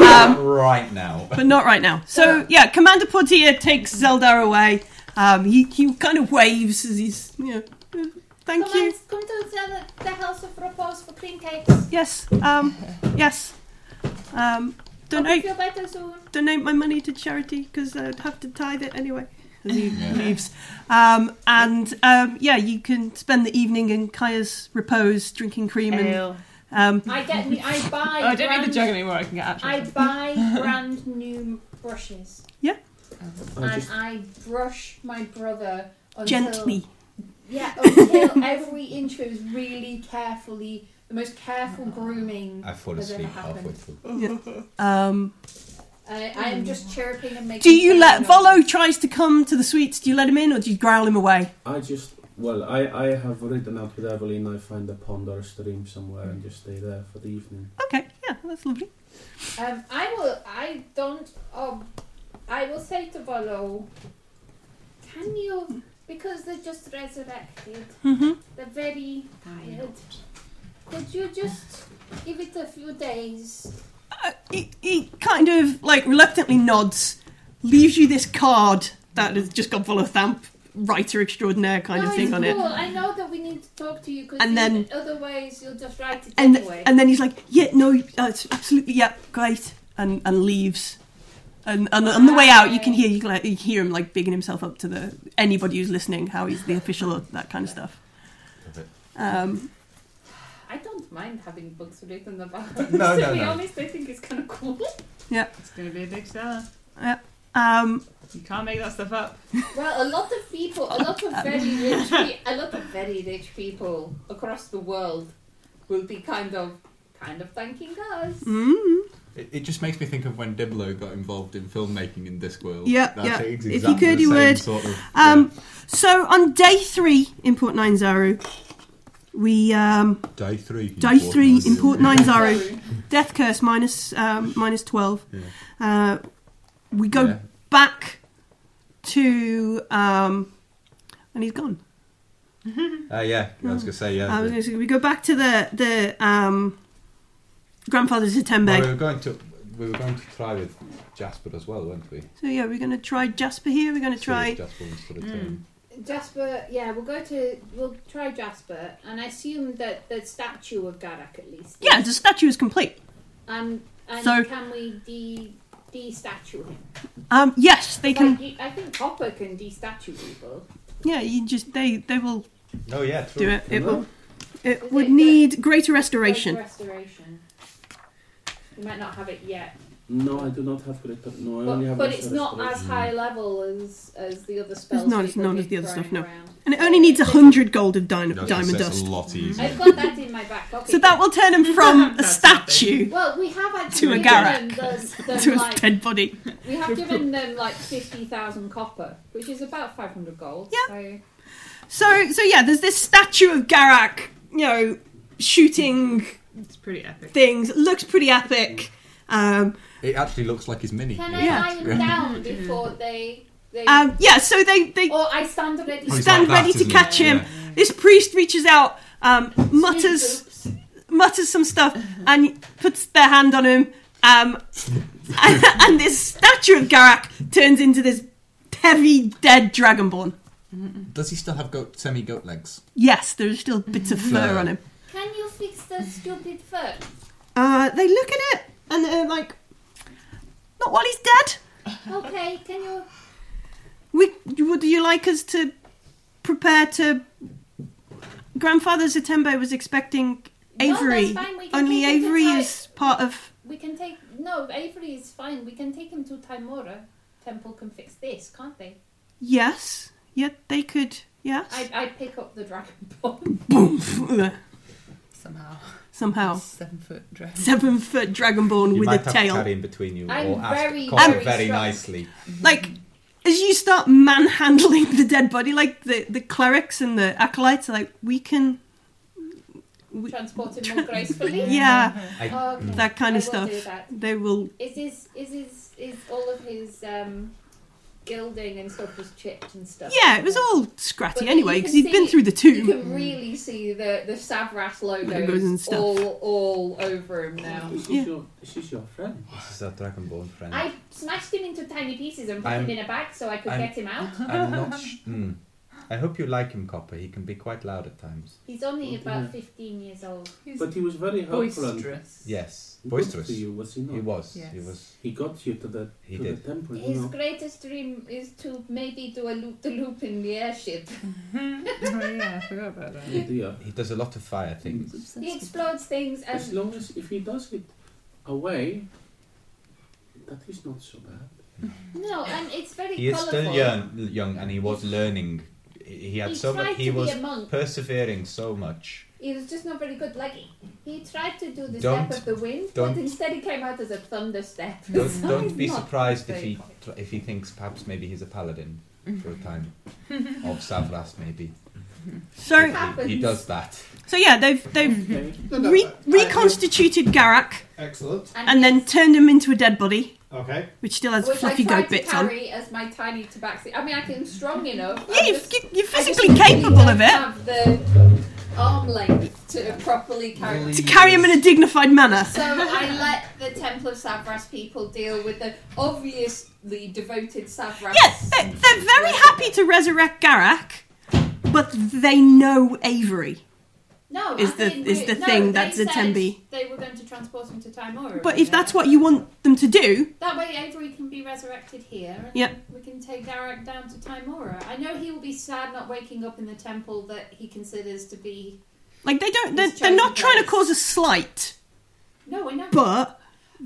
A: Um,
K: right now.
A: but not right now. So yeah, Commander Portia takes Zeldar away. Um, he he kind of waves as he's you know, "Uh, thank
C: come
A: you.
C: On, come to the, the house of repose for cream cakes.
A: Yes, um, yes. Um,
C: Hope you
A: donate
C: feel better soon.
A: donate my money to charity because I'd have to tithe it anyway. As he leaves, um, and um, yeah, you can spend the evening in Kaya's repose, drinking cream and
D: oh,
H: Ale.
A: um,
C: I get. me- I buy.
H: Oh, I don't need the
C: brand-
H: jug anymore. I can get actual.
C: I buy brand new brushes.
A: Yeah.
C: And I brush my brother until,
A: gently.
C: Yeah, until every inch was really carefully, the most careful grooming.
B: I fall
C: has ever
B: asleep
C: happened.
B: halfway through.
A: Um,
C: I, I am just chirping and making.
A: Mm. do you let
C: sound
A: Volo tries to come to the sweets? Do you let him in or do you growl him away?
G: I just, well, I, I have written out with Evelyn, I find a pond or a stream somewhere and just stay there for the evening.
A: Okay, yeah, that's lovely.
C: noise. Um, I will. I don't. Um, I will say to Volo, can you? Because they're just resurrected.
A: hmm
C: They're very tired. Could you just give it a few days?
A: Uh, he, he kind of like reluctantly nods, leaves you this card that has just got full of thamp writer extraordinaire kind
C: no,
A: of thing
C: Oh, it's
A: on
C: cool.
A: it.
C: I know that we need to talk to you because
A: And then-
C: otherwise you'll just write it
A: And
C: anyway.
A: and then he's like, yeah, no, uh, it's absolutely, yeah, great, and and leaves. And, and on the way out, you can hear you can, like, you can hear him like bigging himself up to the anybody who's listening, how he's the official, or that kind of stuff. Um,
C: I don't mind having books written about
K: No,
C: it.
K: no,
C: to be
K: no.
C: honest, I think it's kind of cool.
H: It's going to be a big seller.
A: um,
H: You can't make that stuff up.
C: Well, a lot of people, a lot of very rich, pe- a lot of very rich people across the world will be kind of, kind of thanking us.
A: mm,
J: It, it just makes me think of when Diblo got involved in filmmaking in Discworld.
A: Yeah,
J: That's
A: yeah.
J: ex-
A: If he
J: Exactly
A: could,
J: the
A: he
J: same
A: would.
J: Sort of,
A: um, so on day three in Port Nine Zaru, we um,
B: Day three.
A: Day three in Port Nine Zaru.
C: So,
A: Death Curse minus um, minus twelve. Uh, we go
J: Yeah.
A: back to um, and he's gone.
F: Uh,
K: Ah, yeah. I was gonna say yeah.
A: Mm. I was
K: the-
A: gonna say, we go back to the the um, grandfather's Zitembe.
B: Well, we were going to we were going to try with Jasper as well, weren't we?
A: So yeah, we're gonna try Jasper here. We're gonna
B: See
A: try.
B: if Jasper wants to
A: Mm.
B: return.
C: Jasper, yeah, we'll go to, we'll try Jasper, and I assume that the statue of Garak at least.
A: Yeah, the statue is complete.
C: Um, and
A: So-
C: can we de de-statue him?
A: Um, yes, they can.
C: Like, you, I think Hopper can de-statue people.
A: Yeah, you just they they will
K: Oh yeah, true.
A: do it. It will. It
C: Is
A: would
C: it-
A: need greater
C: Like
A: restoration.
C: restoration. You might not have it yet,
G: No, I do not have great, no, I only
C: but,
G: have
C: but
G: this
C: it's not as
G: restoration.
C: high level as as the other spells.
A: not- it's
C: people
A: not
C: keep
A: as the other stuff,
C: throwing
A: no.
C: around.
A: And it only needs hundred gold of din-
J: No,
A: diamond
J: it's- it's
A: dust. Mm-hmm.
J: a lot easier.
C: I've got that in my back pocket.
A: So that will turn him from a
H: That's
A: statue
C: Well, we have
A: To a
C: actually given
A: Garak.
C: them, them
A: to a
C: like,
A: dead body.
C: we have given them like fifty thousand copper, which is about five hundred gold.
A: Yeah.
C: So
A: So, so yeah, there's this statue of Garak, you know, shooting
H: It's pretty epic.
A: things. It looks pretty epic. Um,
B: It actually looks like his mini.
C: can I
A: Yeah.
C: lie him down before they? they
A: um, yeah, so they, they
C: or I stand ready.
J: Oh, he's
A: stand
J: like that,
A: ready to
J: isn't he?
A: catch him. This priest reaches out, um, mutters mutters some stuff, and puts their hand on him. Um, and, and this statue of Garak turns into this heavy, dead dragonborn.
B: Does he still have goat, semi goat legs?
A: Yes, there's still bits
F: Mm.
A: of fur
B: Yeah.
A: on him.
C: Can you fix the stupid fur?
A: Uh, they look at it and they're like, not while he's dead.
C: Okay, can you?
A: We, would you like us to prepare to? Grandfather Zatembo was expecting Avery.
C: No, that's fine. We can
A: Only
C: take him to
A: Avery
C: Ti-
A: is part of.
C: We can take no. Avery is fine. We can take him to Timora. Temple can fix this, can't they?
A: Yes. Yet they could. Yes.
C: I I pick up the dragon ball.
A: Boom.
D: somehow.
A: Somehow.
D: Seven foot dragon.
A: Seven foot dragonborn
F: You
A: with
F: might
A: a
F: have
A: tail.
F: to carry in between you
A: I'm
F: or ask
A: very,
F: Cotter
A: very
F: very
A: strong.
F: nicely.
A: Like, as you start manhandling the dead body, like the, the clerics and the acolytes are like, we can.
C: Transport him more gracefully.
A: Yeah.
F: I- mm,
C: Okay.
A: That kind of
C: I will
A: stuff.
C: do that.
A: They will.
C: Is his is his is all of his um, gilding and stuff was chipped and stuff?
A: Yeah, it was all scratty
C: But
A: anyway
C: you
A: because
C: can
A: he'd been
C: see-
A: through the
C: You
A: tomb.
C: can really see the the Savras
A: Logos and
C: logos
A: stuff.
C: all all over him now.
G: This is, your, this is your friend.
F: This is a dragonborn friend.
C: I smashed him into tiny pieces and put
F: I'm-
C: him in a bag so I could
F: I'm-
C: get him out.
F: I'm not. Sh- mm. I hope you like him, Copper. He can be quite loud at times.
C: He's only
G: Yeah.
C: about fifteen years old.
G: But he was very helpful.
D: Boisterous.
G: And
F: Yes,
G: good
F: boisterous.
G: To you, was he not?
F: He was.
C: Yes.
F: He was.
G: He got you to the
F: He
G: to
F: did.
G: the temple. You
C: His
G: know.
C: greatest dream is to maybe do a loop the loop in the airship.
D: oh yeah, I forgot about that.
G: Oh dear.
F: He does a lot of fire things.
C: he explodes things
G: As
C: and
G: long as if he does it away, that is not so bad.
C: no, and it's very
F: He is
C: colourful.
F: still young, young, and he was learning. He he had
C: He
F: so
C: tried
F: much. He
C: to be
F: was
C: a monk.
F: persevering so much.
C: He was just not very good. Like he tried to do the
F: Don't-
C: step of the wind,
F: don't-
C: but instead he came out as a thunder step.
F: Don't,
C: So
F: don't
C: he's
F: be
C: not
F: surprised if
C: very
F: he
C: good.
F: tr- if he thinks perhaps maybe he's a paladin for
C: Mm.
F: a time, of Savras maybe.
A: So,
F: He- He does that.
A: so yeah, they've they've re- reconstituted Garak
E: Excellent.
A: and then turned him into a dead body,
E: Okay.
A: which still has
C: Which
A: fluffy
C: I tried
A: goat bits
C: to
A: on.
C: carry as my tiny tabaxi. I mean, I can strong enough.
A: Yeah,
C: I'm
A: you're,
C: just-
A: you- you're
C: I just
A: physically capable
C: don't
A: of it.
C: Have the arm length to properly carry.
A: To carry him in a dignified manner.
C: So I let the Temple of Savras people deal with the obviously devoted Savras.
A: Yes, they're, they're very happy to resurrect Garak, but they know Avery.
C: No,
A: is
C: I
A: the-
C: mean,
A: is
C: we-
A: the
C: no,
A: thing
C: they
A: that's a
C: said
A: Tembi.
C: They were going to transport him to Timora.
A: But if that's what you want them to do,
C: That way, Avery can be resurrected here. and
A: Yep.
C: We can take Garak down to Timora. I know he will be sad not waking up in the temple that he considers to be.
A: like they don't, they're,
C: It's
A: they're not
C: chosen
A: trying to
C: place.
A: cause a slight,
C: No, I know.
A: but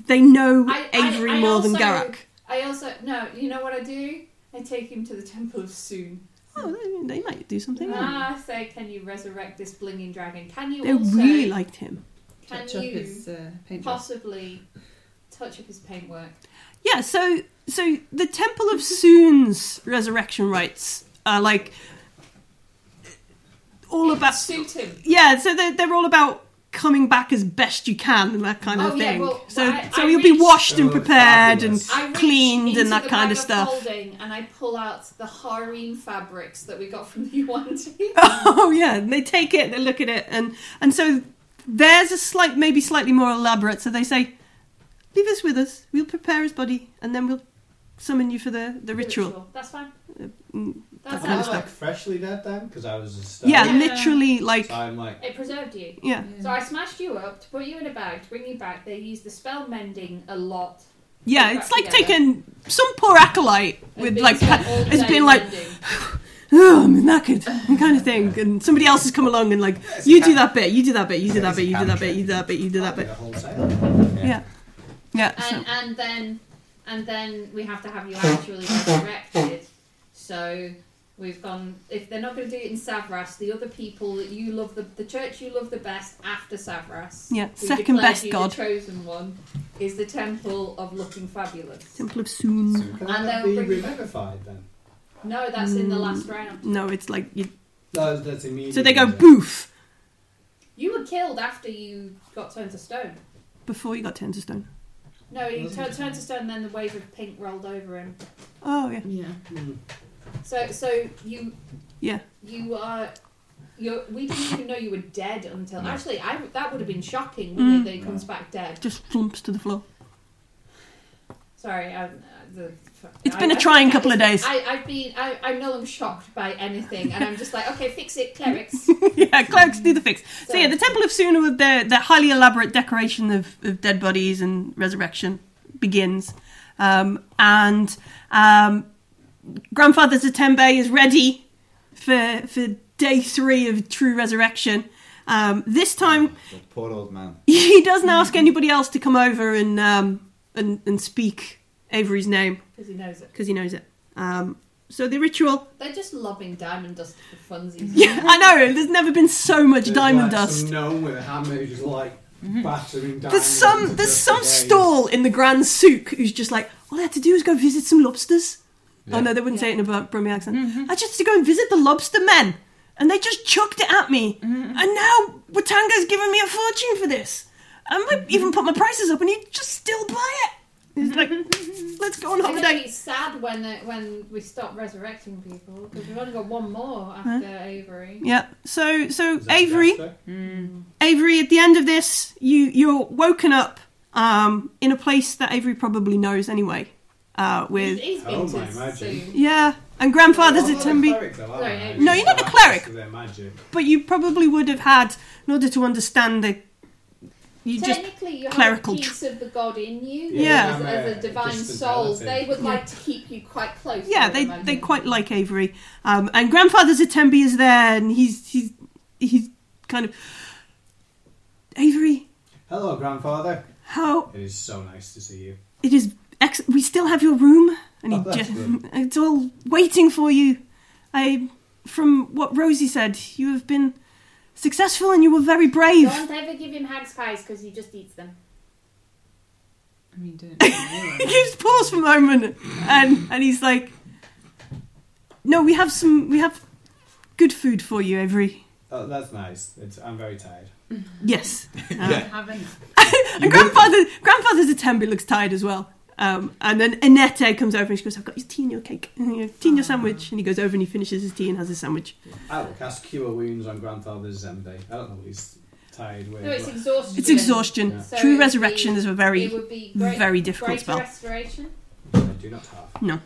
A: they know
C: I- I-
A: Avery
C: I
A: more than
C: also-
A: Garak.
C: I also no. You know what I do? I take him to the temple of Soon.
A: Oh, they, they might do something.
C: Ah, I say, can you resurrect this blinging dragon? Can you
A: They
C: also?
A: really liked him.
C: can
D: Touch up
C: you
D: his uh, paint job.
C: possibly touch up his paintwork?
A: Yeah, so so the Temple of Soon's resurrection rites are like all about
C: Suit him.
A: yeah, so they're, they're all about coming back as best you can and that kind of
C: Oh, yeah,
A: thing.
C: well,
A: so
C: I-
A: so
C: I
A: you'll be
C: reached-
A: washed and
E: Oh,
A: prepared and
E: fabulous.
C: I reach
A: cleaned
C: into
A: and that
C: the
A: kind
C: bag
A: of stuff.
C: Holding, and I pull out the harem fabrics that we got from the Yuan-Ti.
A: Oh yeah, and they take it, they look at it, and and so there's a slight, maybe slightly more elaborate. So they say, "Leave us with us. We'll prepare his body, and then we'll summon you for the the ritual."
C: That's fine.
A: Mm,
C: That's
A: kind
E: Am
A: of
E: I
C: fine.
A: stuff.
E: like freshly dead then? Because I was a stone.
A: Yeah,
C: Yeah.
A: literally like
E: So I'm like,
C: It preserved you.
A: yeah,
C: So I smashed you up to put you in a bag to bring you back. They use the spell mending a lot.
A: yeah.
C: Put
A: It's
C: back
A: like
C: together.
A: taking some poor acolyte
C: They've
A: with
C: been
A: like
C: spent all
A: it's
C: day
A: been like
C: mending.
A: oh, I'm knackered, and kind of thing, and somebody else has come along and like you do that bit, you do that bit, you do that bit, you do that bit, you do that bit, you do that
E: I did
A: bit,
E: a whole sale.
A: yeah, yeah. so-
C: and and then and then we have to have you actually resurrected. So we've gone. If they're not going to do it in Savras, the other people that you love, the the church you love the best after Savras.
A: Yeah,
C: we
A: second
C: declared
A: best
C: you
A: god.
C: The chosen one is the temple of looking fabulous.
A: Temple of Soon.
E: Can
C: And
E: I
C: they'll
E: be
C: bring you-
E: revivified then?
C: No, that's in the
A: Mm.
C: last round.
A: No, it's like you,
E: No, that's immediate.
A: so they go boof
C: You were killed after you got turned to stone.
A: before you got turned to stone.
C: No, you tur- turned to stone, and then the wave of pink rolled over him.
A: Oh yeah,
D: Yeah.
C: So, so you,
A: Yeah.
C: you are. You're, we didn't even know you were dead until actually. I that would have been shocking when
A: Mm.
C: they comes back dead.
A: just flumps to the floor.
C: Sorry, I, uh, the.
A: It's
C: It's
A: been a trying couple of days.
C: I, I've been. I, I know I'm shocked by anything, and I'm just like, okay, fix it, clerics.
A: yeah, clerks do the fix. So,
C: So-
A: yeah, the Temple of Suna with their, their highly elaborate decoration of, of dead bodies and resurrection begins. Um, and um, Grandfather Zatembe is ready for for day three of true resurrection. Um, this time,
B: The poor old man.
A: he doesn't ask anybody else to come over and um, and, and speak Avery's name
C: Because he knows it.
A: because he knows it. Um, So the ritual.
C: They're just lobbing diamond dust for funsies.
A: Yeah, I know. There's never been so much diamond
E: like
A: dust. Mm-hmm.
E: Some gnome with a hammer who's just like
D: Mm-hmm.
E: battering down.
A: There's some there's some stall in the Grand Souk who's just like, all I had to do was go visit some lobsters. Oh no, they wouldn't say it in a Bur- Brummie accent.
D: Mm-hmm.
A: I just had to go and visit the lobster men, and they just chucked it at me.
D: Mm-hmm. Mm.
A: And now Watanga's given me a fortune for this. I might even put my prices up, and you just still buy it. It's like, let's go on
C: It's gonna
A: holiday.
C: be sad when uh, when we stop resurrecting people because we've only got one more after Avery.
A: Yeah. So so Avery,
D: Mm.
A: Avery, at the end of this, you you're woken up um, in a place that Avery probably knows anyway. Uh, with
C: He's been
E: Oh
C: to
E: my, imagine.
A: yeah, and grandfather's at
E: Oh, I'm not a
A: Tembe.
E: cleric, though, am I?
A: No, you're not a cleric,
E: To their magic.
A: but you probably would have had in order to understand the. You just
C: Technically, you
A: clerical
C: have a piece of the god in you
A: Yeah.
C: as,
A: Yeah.
C: as a divine soul. They would
A: Yeah.
C: like to keep you quite close.
A: yeah,
C: I
A: they
C: would
A: they
C: imagine.
A: quite like Avery, um, and grandfather Zatembi is there, and he's he's he's kind of Avery.
E: Hello, grandfather.
A: How
E: It is so nice to see you.
A: It is. Ex- we still have your room, and he
E: Oh, that's
A: ju-
E: good.
A: it's all waiting for you. I, from what Rosie said, you have been successful and you were very brave.
C: Don't ever give him hag's pies because he just eats them.
D: I mean, don't.
A: he just paused for a moment, and and he's like, "No, we have some. We have good food for you, Avery.
E: Oh, that's nice. It's, I'm very tired.
A: Yes." Um,
E: Yeah.
D: Haven't.
A: and grandfather, grandfather's Atembi looks tired as well. Um, and then Annette comes over and she goes, "I've got your tea in your cake, and you know, tea in your sandwich." And he goes over and he finishes his tea and has his sandwich.
E: I will cast Cure Wounds on grandfather's Zembe. I don't know what he's tired with.
C: No, it's
E: but-
C: exhaustion.
A: It's exhaustion.
E: Yeah.
C: So it
A: True
C: would
A: resurrection
C: be-
A: is a very,
C: it would be great,
A: very difficult
C: great
A: spell.
C: Restoration.
E: I do not have.
A: No.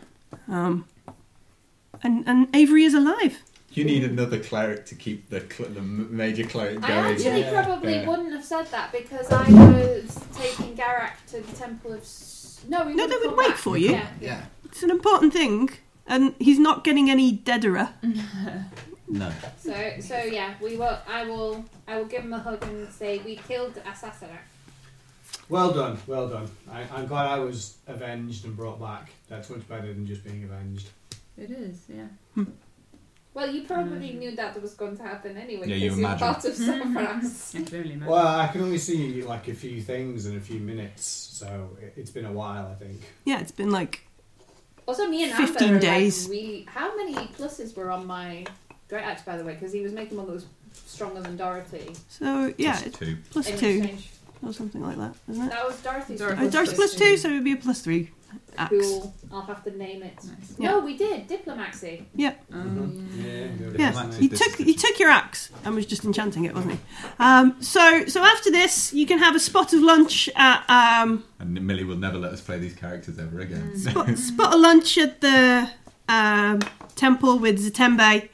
A: Um, and and Avery is alive.
J: You need another cleric to keep the cl- the m- major cleric
C: I
J: going.
C: actually probably
J: Yeah.
C: wouldn't have said that because I was taking Garak to the temple of. S- No, we
A: No, they
C: would've
A: would
C: come
A: wait
C: back.
A: for you.
C: Yeah.
A: It's an important thing, and he's not getting any deadera.
F: No.
C: So, so yeah, we will. I will. I will give him a hug and say we killed Asasara.
E: Well done, well done. I, I'm glad I was avenged and brought back. That's much better than just being avenged.
D: It is, yeah.
C: Well, you probably knew that was going to happen anyway.
E: Yeah, you
C: 'cause you're
E: imagine.
C: part of
A: Mm-hmm.
C: Saffras.
D: It's really mad.
E: Well, I can only see like a few things in a few minutes, so it, it's been a while, I think.
A: Yeah, it's been like
C: Also, me and
A: 15
C: Amber,
A: days.
C: Like, really, how many pluses were on my great act, by the way? Because he was making one that was stronger than Dorothy.
A: so. Yeah,
F: Plus
A: it's
F: two.
A: plus
C: In
A: two
C: exchange.
A: or something like that, isn't it?
C: That was Dorothy's.
A: Oh, Dark's plus two, so it would be a plus three. Axe.
C: Cool. I'll have to name it.
A: Yeah.
C: No, we did diplomacy.
A: Yeah. Mm-hmm.
D: Oh,
E: Yeah,
A: Yeah, you took you took your axe and was just enchanting it, wasn't he? Um, so so after this, you can have a spot of lunch at um,
F: And Millie will never let us play these characters ever again.
C: Mm.
A: spot, spot a lunch at the um, temple with Zatembe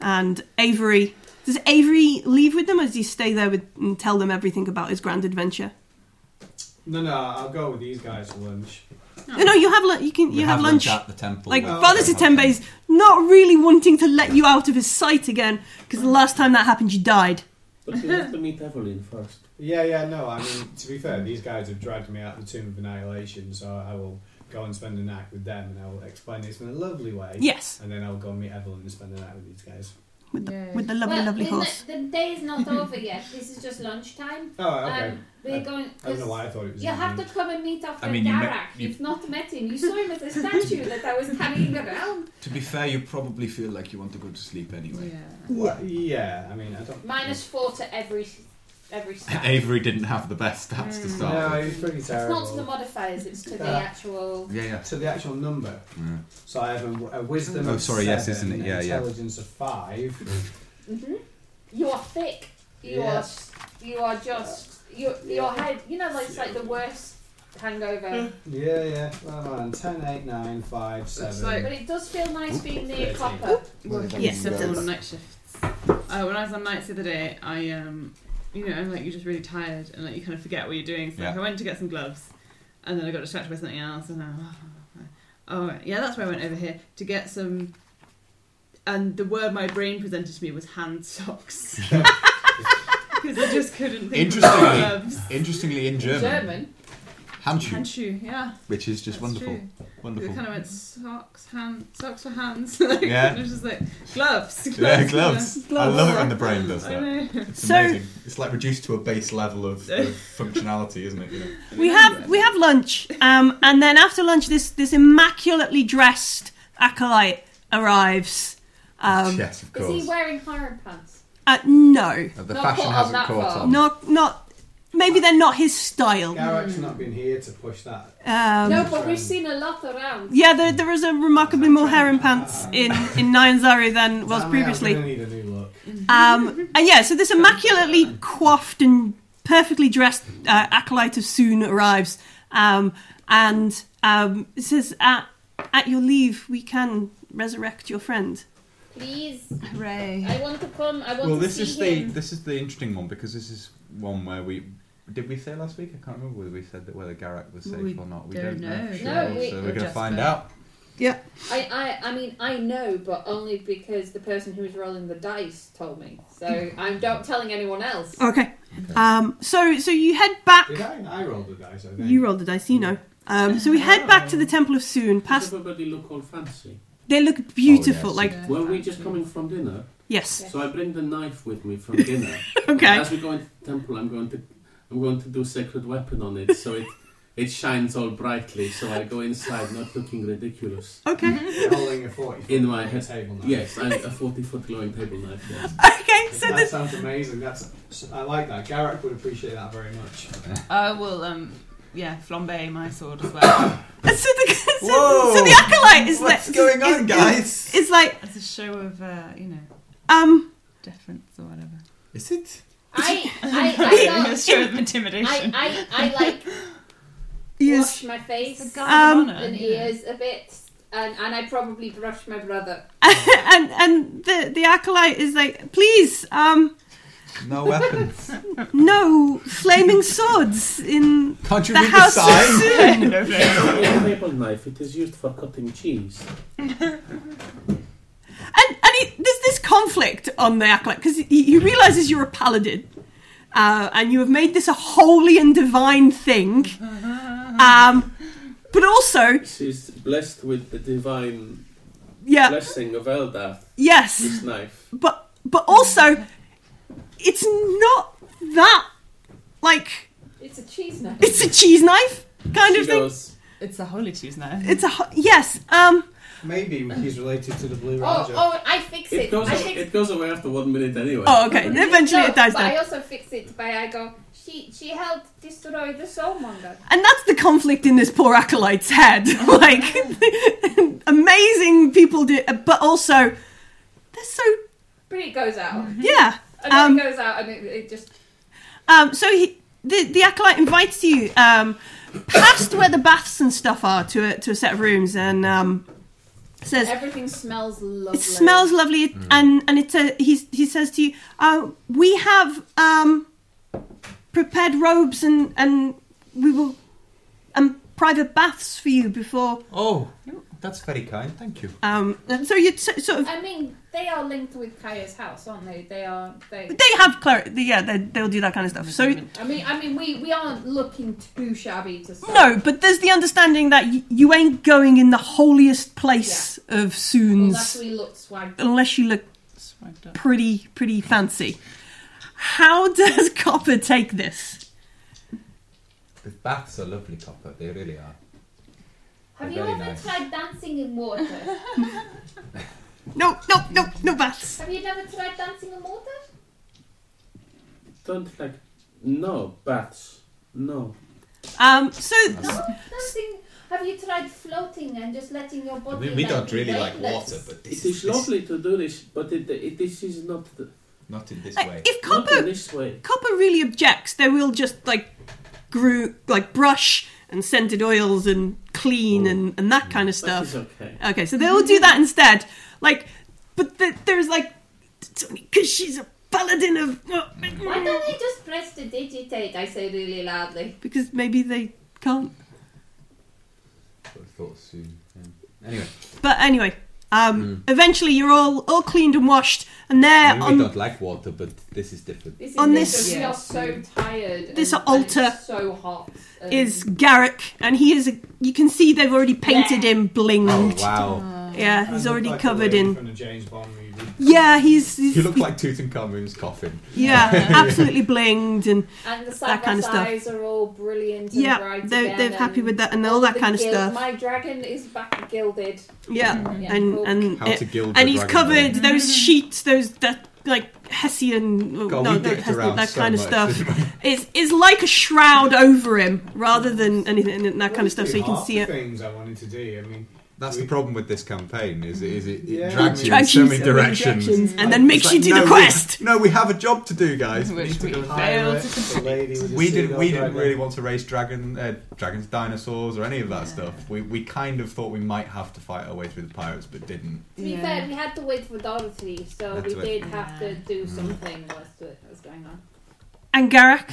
A: and Avery. Does Avery leave with them, or does he stay there with, and tell them everything about his grand adventure?
E: No, no, I'll go with these guys for lunch.
A: No, no, you have lu- you can
E: We
A: you have,
E: have
A: lunch.
E: lunch at the temple.
A: Like
E: Oh,
A: Father
E: okay.
A: Zatembe's not really wanting to let you out of his sight again because the last time that happened, you died.
G: But we have to meet Evelyn first.
E: Yeah, yeah, no, I mean, to be fair, these guys have dragged me out of the Tomb of Annihilation, so I will go and spend the night with them and I will explain this in a lovely way.
A: Yes.
E: And then I'll go and meet Evelyn and spend the night with these guys.
A: With the, with the lovely,
C: well,
A: lovely
C: the-
A: horse.
C: The, day is not over yet. This is just lunchtime.
E: Oh, okay.
C: Um, we're
E: I-
C: going.
E: I don't know why I thought it was
C: You'll have to
E: evening.
C: come and meet after
K: I mean, you
C: Garak.
K: met-
C: you
K: you-
C: have not met him. You saw him as a statue that I was carrying around.
K: To be fair, you probably feel like you want to go to sleep anyway.
E: Well, yeah, I mean, I don't.
C: Minus four to every every stat.
F: Avery didn't have the best stats to
C: Mm.
F: start
E: No,
F: with.
E: he's pretty
C: It's
E: terrible.
C: not to the modifiers. It's to the
E: Uh,
C: actual.
F: Yeah, yeah.
E: To the actual number.
F: Yeah.
E: So I have a, a wisdom.
F: Oh,
E: of
F: sorry, yes,
E: seven,
F: isn't it? Yeah, yeah.
E: Intelligence of five.
C: hmm You are thick. You
E: Mm-hmm. Yeah.
C: are. s- You are just. Your your head. You know, like it's like the worst hangover.
E: Mm. yeah, yeah. Well, hold on. Ten, eight, nine, five, seven.
C: but it does feel nice being near
E: Thirteen.
C: copper.
E: Well, that
D: yes,
E: means
D: I've done
E: that-
D: night shifts. Uh, when I was on nights the other day, I um, you know, like you're just really tired and like you kind of forget what you're doing. So like,
F: Yeah.
D: I went to get some gloves, and then I got distracted by something else, and I, oh, oh yeah, that's where I went over here to get some. And the word my brain presented to me was hand socks. Because I just couldn't think of
J: Interestingly,
D: gloves.
J: interestingly, in
C: German.
J: German,
B: Handshoe.
D: Handshoe, yeah.
B: Which is just
D: That's
B: wonderful.
D: true.
B: Wonderful.
D: We kind of went socks, hand, socks for hands. like,
J: Yeah.
D: It was just like gloves. gloves
J: Yeah, gloves.
D: yeah.
J: I love it when the brain does
D: I
J: that.
D: know.
J: It's
A: So-
J: amazing. It's like reduced to a base level of, of functionality, isn't it? You know?
A: We have we have lunch, um, and then after lunch, this this immaculately dressed acolyte arrives. Um,
B: yes, of
C: Is he wearing hard pants?
A: Uh, no.
B: Uh,
C: the Not fashion caught on hasn't that caught far. on.
A: Not, not. Maybe they're not his style.
E: Garrick's not been here to push that.
A: Um,
C: no, but we've seen a lot around.
A: Yeah, there, there is a remarkably more hair and
E: Uh,
A: pants in in Nyanzari than was
E: I
A: previously.
E: need a new look.
A: Um, and yeah, so this immaculately coiffed and perfectly dressed uh, acolyte of Soon arrives, um, and um, it says, at, "At your leave, we can resurrect your friend."
C: Please,
A: Hooray!
C: I want to come. I want
F: Well,
C: to
F: this
C: see
F: is the
C: him.
F: this is the interesting one because this is one where we did we say last week? I can't remember whether we said that whether Garrett was safe
D: We
F: or not. We don't,
D: don't
F: know.
D: know.
F: for
C: No,
F: sure,
C: we-
F: so
C: we
F: we're going to
D: just
F: find
D: don't.
F: out.
A: Yeah.
C: I, I, I mean, I know, but only because the person who was rolling the dice told me. So I'm not telling anyone else.
A: Okay. Um, so so you head back.
E: Did I? I rolled the dice. I think.
A: You rolled the dice, you know. Um, so we head back to the Temple of Soon.
G: Does
A: Past,
G: everybody look all fancy?
A: they look beautiful.
F: Oh, yes.
A: Like
G: Were we just coming from dinner?
A: yes,
G: So I bring the knife with me from dinner.
A: Okay.
G: As we go into the temple, I'm going to I'm going to do sacred weapon on it, so it it shines all brightly. So I go inside, not looking ridiculous.
A: okay,
E: You're holding a forty.
G: In my head.
E: table knife.
G: Yes, I, a 40 foot glowing table knife. Yes.
A: okay. So
E: that
A: this
E: sounds amazing. That's I like that. Garrick would appreciate that very much.
H: I will, um, yeah, flambe my sword as well.
A: so the so,
J: Whoa!
A: so the acolyte is
J: What's
A: like,
J: going
A: is-
J: on,
A: is-
J: guys?
A: Is like
H: As a show of, uh, you know,
A: um
H: deference or whatever.
J: Is it?
C: I, I, I,
H: a
C: don't-
H: show of
C: I,
H: intimidation.
C: I, I like wash
A: yes.
C: my
H: It's
C: face
H: a guard
A: Um,
H: of honor.
C: and
H: yeah.
C: ears a bit, and, and I probably brush my brother.
A: and and the the acolyte is like, please, um,
B: No weapons.
A: no flaming swords in
B: Can't you
A: the
B: read
A: house
B: the
A: of
B: sign?
A: Soon.
H: No offense.
G: A table knife. It is used for cutting cheese.
A: And and he, there's this conflict on the acolyte because he, he realizes you're a paladin, uh, and you have made this a holy and divine thing. Um, but also,
G: She's blessed with the divine
A: yeah,
G: blessing of Eldath.
A: yes,
G: This knife.
A: but but also, it's not that like
C: It's a cheese knife.
A: it's a cheese knife kind
G: She
A: of thing.
G: goes.
H: It's a holy cheese now.
A: It's a ho- yes. Um,
E: Maybe he's related to the Blue
C: Oh,
E: Ranger.
C: oh, I fix it.
G: It goes.
C: I
G: Away,
C: fix
G: it goes away after one minute anyway.
A: oh, okay. Eventually,
C: No,
A: it dies
C: but I
A: down,
C: also fix it by I go. She she helped destroy the soulmonger.
A: and that's the conflict in this poor acolyte's head. like, amazing people do, but also they're so
C: But it goes out.
A: yeah.
C: And then
A: Mm-hmm. Um,
C: it goes out, and it, it just
A: Um, so he, the the acolyte invites you um, past where the baths and stuff are to a, to a set of rooms, and um, says
C: everything smells lovely.
A: it smells lovely, and and it's a, he he says to you, uh, we have um, prepared robes and and we will um private baths for you before.
F: Oh, that's very kind. Thank you.
A: Um, and so you so, sort of
C: I mean, they are linked with Kaya's house, aren't they? They are. They.
A: they have cleric, yeah, they, they'll do that kind of stuff. So.
C: I mean, I mean, we we aren't looking too shabby to. Start.
A: No, but there's the understanding that y- you ain't going in the holiest place of Soons.
C: Unless we look swag.
A: unless you look
H: Swagged up.
A: pretty pretty fancy. How does Copper take this?
F: The baths are lovely, Copper. They really are.
C: Have
F: They're
C: you
F: very
C: ever
F: nice.
C: tried dancing in water?
A: No, no, no, no baths.
C: Have you never tried dancing in water?
G: Don't like. No bats. No.
A: Um, so
C: No, dancing. Have you tried floating and just letting your
J: I
C: body?
J: mean, we
C: like,
J: don't
C: be
J: really like
C: weightless?
J: water, but this
G: It is lovely to do this, but it, it this is not the,
J: Not in this
A: uh,
J: way.
A: if
G: not in
A: Copper
G: this way.
A: Copper really objects, they will just like grew like brush and scented oils and clean and, and that kind of
G: That
A: stuff.
G: is okay.
A: Okay, so they'll do that instead. Like, but the, there's like it's only because she's a paladin of uh,
C: Why don't they just press the digitate? I say really loudly.
A: because maybe they can't.
F: Uh, I thought soon. yeah. Anyway,
A: But anyway, Um, Eventually, you're all all cleaned and washed, and
F: I
A: there
F: mean,
A: Uh, on
F: we don't like water, but this is different.
C: This is
A: On
C: this,
A: this-
C: we are so tired.
A: This
C: and, and it's
A: altar
C: so hot. and-
A: is Garrick, and he is. A, you can see they've already painted him blinged.
F: Oh, wow.
A: Yeah, he's
E: And
A: already
E: like the
A: covered
E: lady
A: in.
E: From the James Bond movie.
A: Yeah, he's. he's
F: You look like Tutankhamun's coffin.
A: yeah, absolutely blinged and
C: And the
A: that kind of stuff.
C: samurais are all brilliant. And
A: Yeah,
C: bright
A: they're,
C: again
A: they're
C: and
A: happy with that and all
C: the
A: that kind of
C: gild-
A: stuff.
C: My dragon is back gilded.
A: Yeah,
C: Yeah.
A: and
C: Cool.
A: and
F: How to gild
A: Uh, and
F: the
A: he's
F: dragon
A: covered
F: bone.
A: those sheets, those that like Hessian, no,
F: God, we
A: not
F: dicked
A: Hessian
F: around
A: that
F: so
A: kind of
F: much,
A: stuff. It's is like a shroud over him rather than anything and that kind of stuff, so you can
E: Half
A: see
E: the
A: it.
E: Things I wanted to do. I mean,
F: That's the problem with this campaign. Is it? Is it, it
E: Yeah.
F: drags you
A: Drags you in
F: in so many
A: so many
F: directions,
A: directions, and then makes
F: It's
A: you do the
F: "No, we-
A: quest."
F: no, we have a job to do, guys. We
H: Which
F: need to
H: we
F: go and-
H: failed to
E: the lady with the
F: We didn't.
E: seagull
F: We didn't
E: dragon.
F: really want to race dragon, uh, dragons, dinosaurs, or any of that stuff. We we kind of thought we might have to fight our way through the pirates, but didn't.
C: To be
H: Yeah.
C: fair, we had to wait for Dorothy, so
F: Had
C: we
F: to wait.
C: did have to do something was that was going on.
A: And Garrick,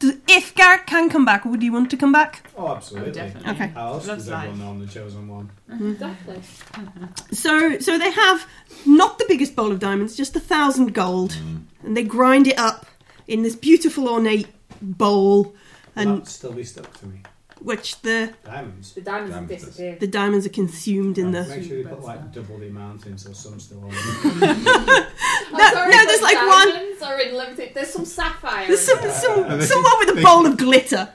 A: does, if Garrick can come back, would you want to come back?
E: Oh, absolutely.
H: definitely.
A: Okay.
E: How else
H: Loves
E: does everyone know I'm the chosen one?
C: Exactly.
A: So so they have not the biggest bowl of diamonds, just a thousand gold,
F: Mm.
A: and they grind it up in this beautiful ornate bowl,
E: And
A: and
E: that still be stuck to me.
A: which the
E: Diamonds.
C: The diamonds have
F: Diamonds.
C: disappeared.
A: the diamonds are consumed in the.
E: Make sure you put like double the amount in so some still on.
A: No, no, there's like one-
C: one. Are in limited. There's some sapphire.
A: There's some,
C: in there.
A: some
F: And they
A: someone
F: keep
A: with a
F: thinking-
A: bowl of glitter.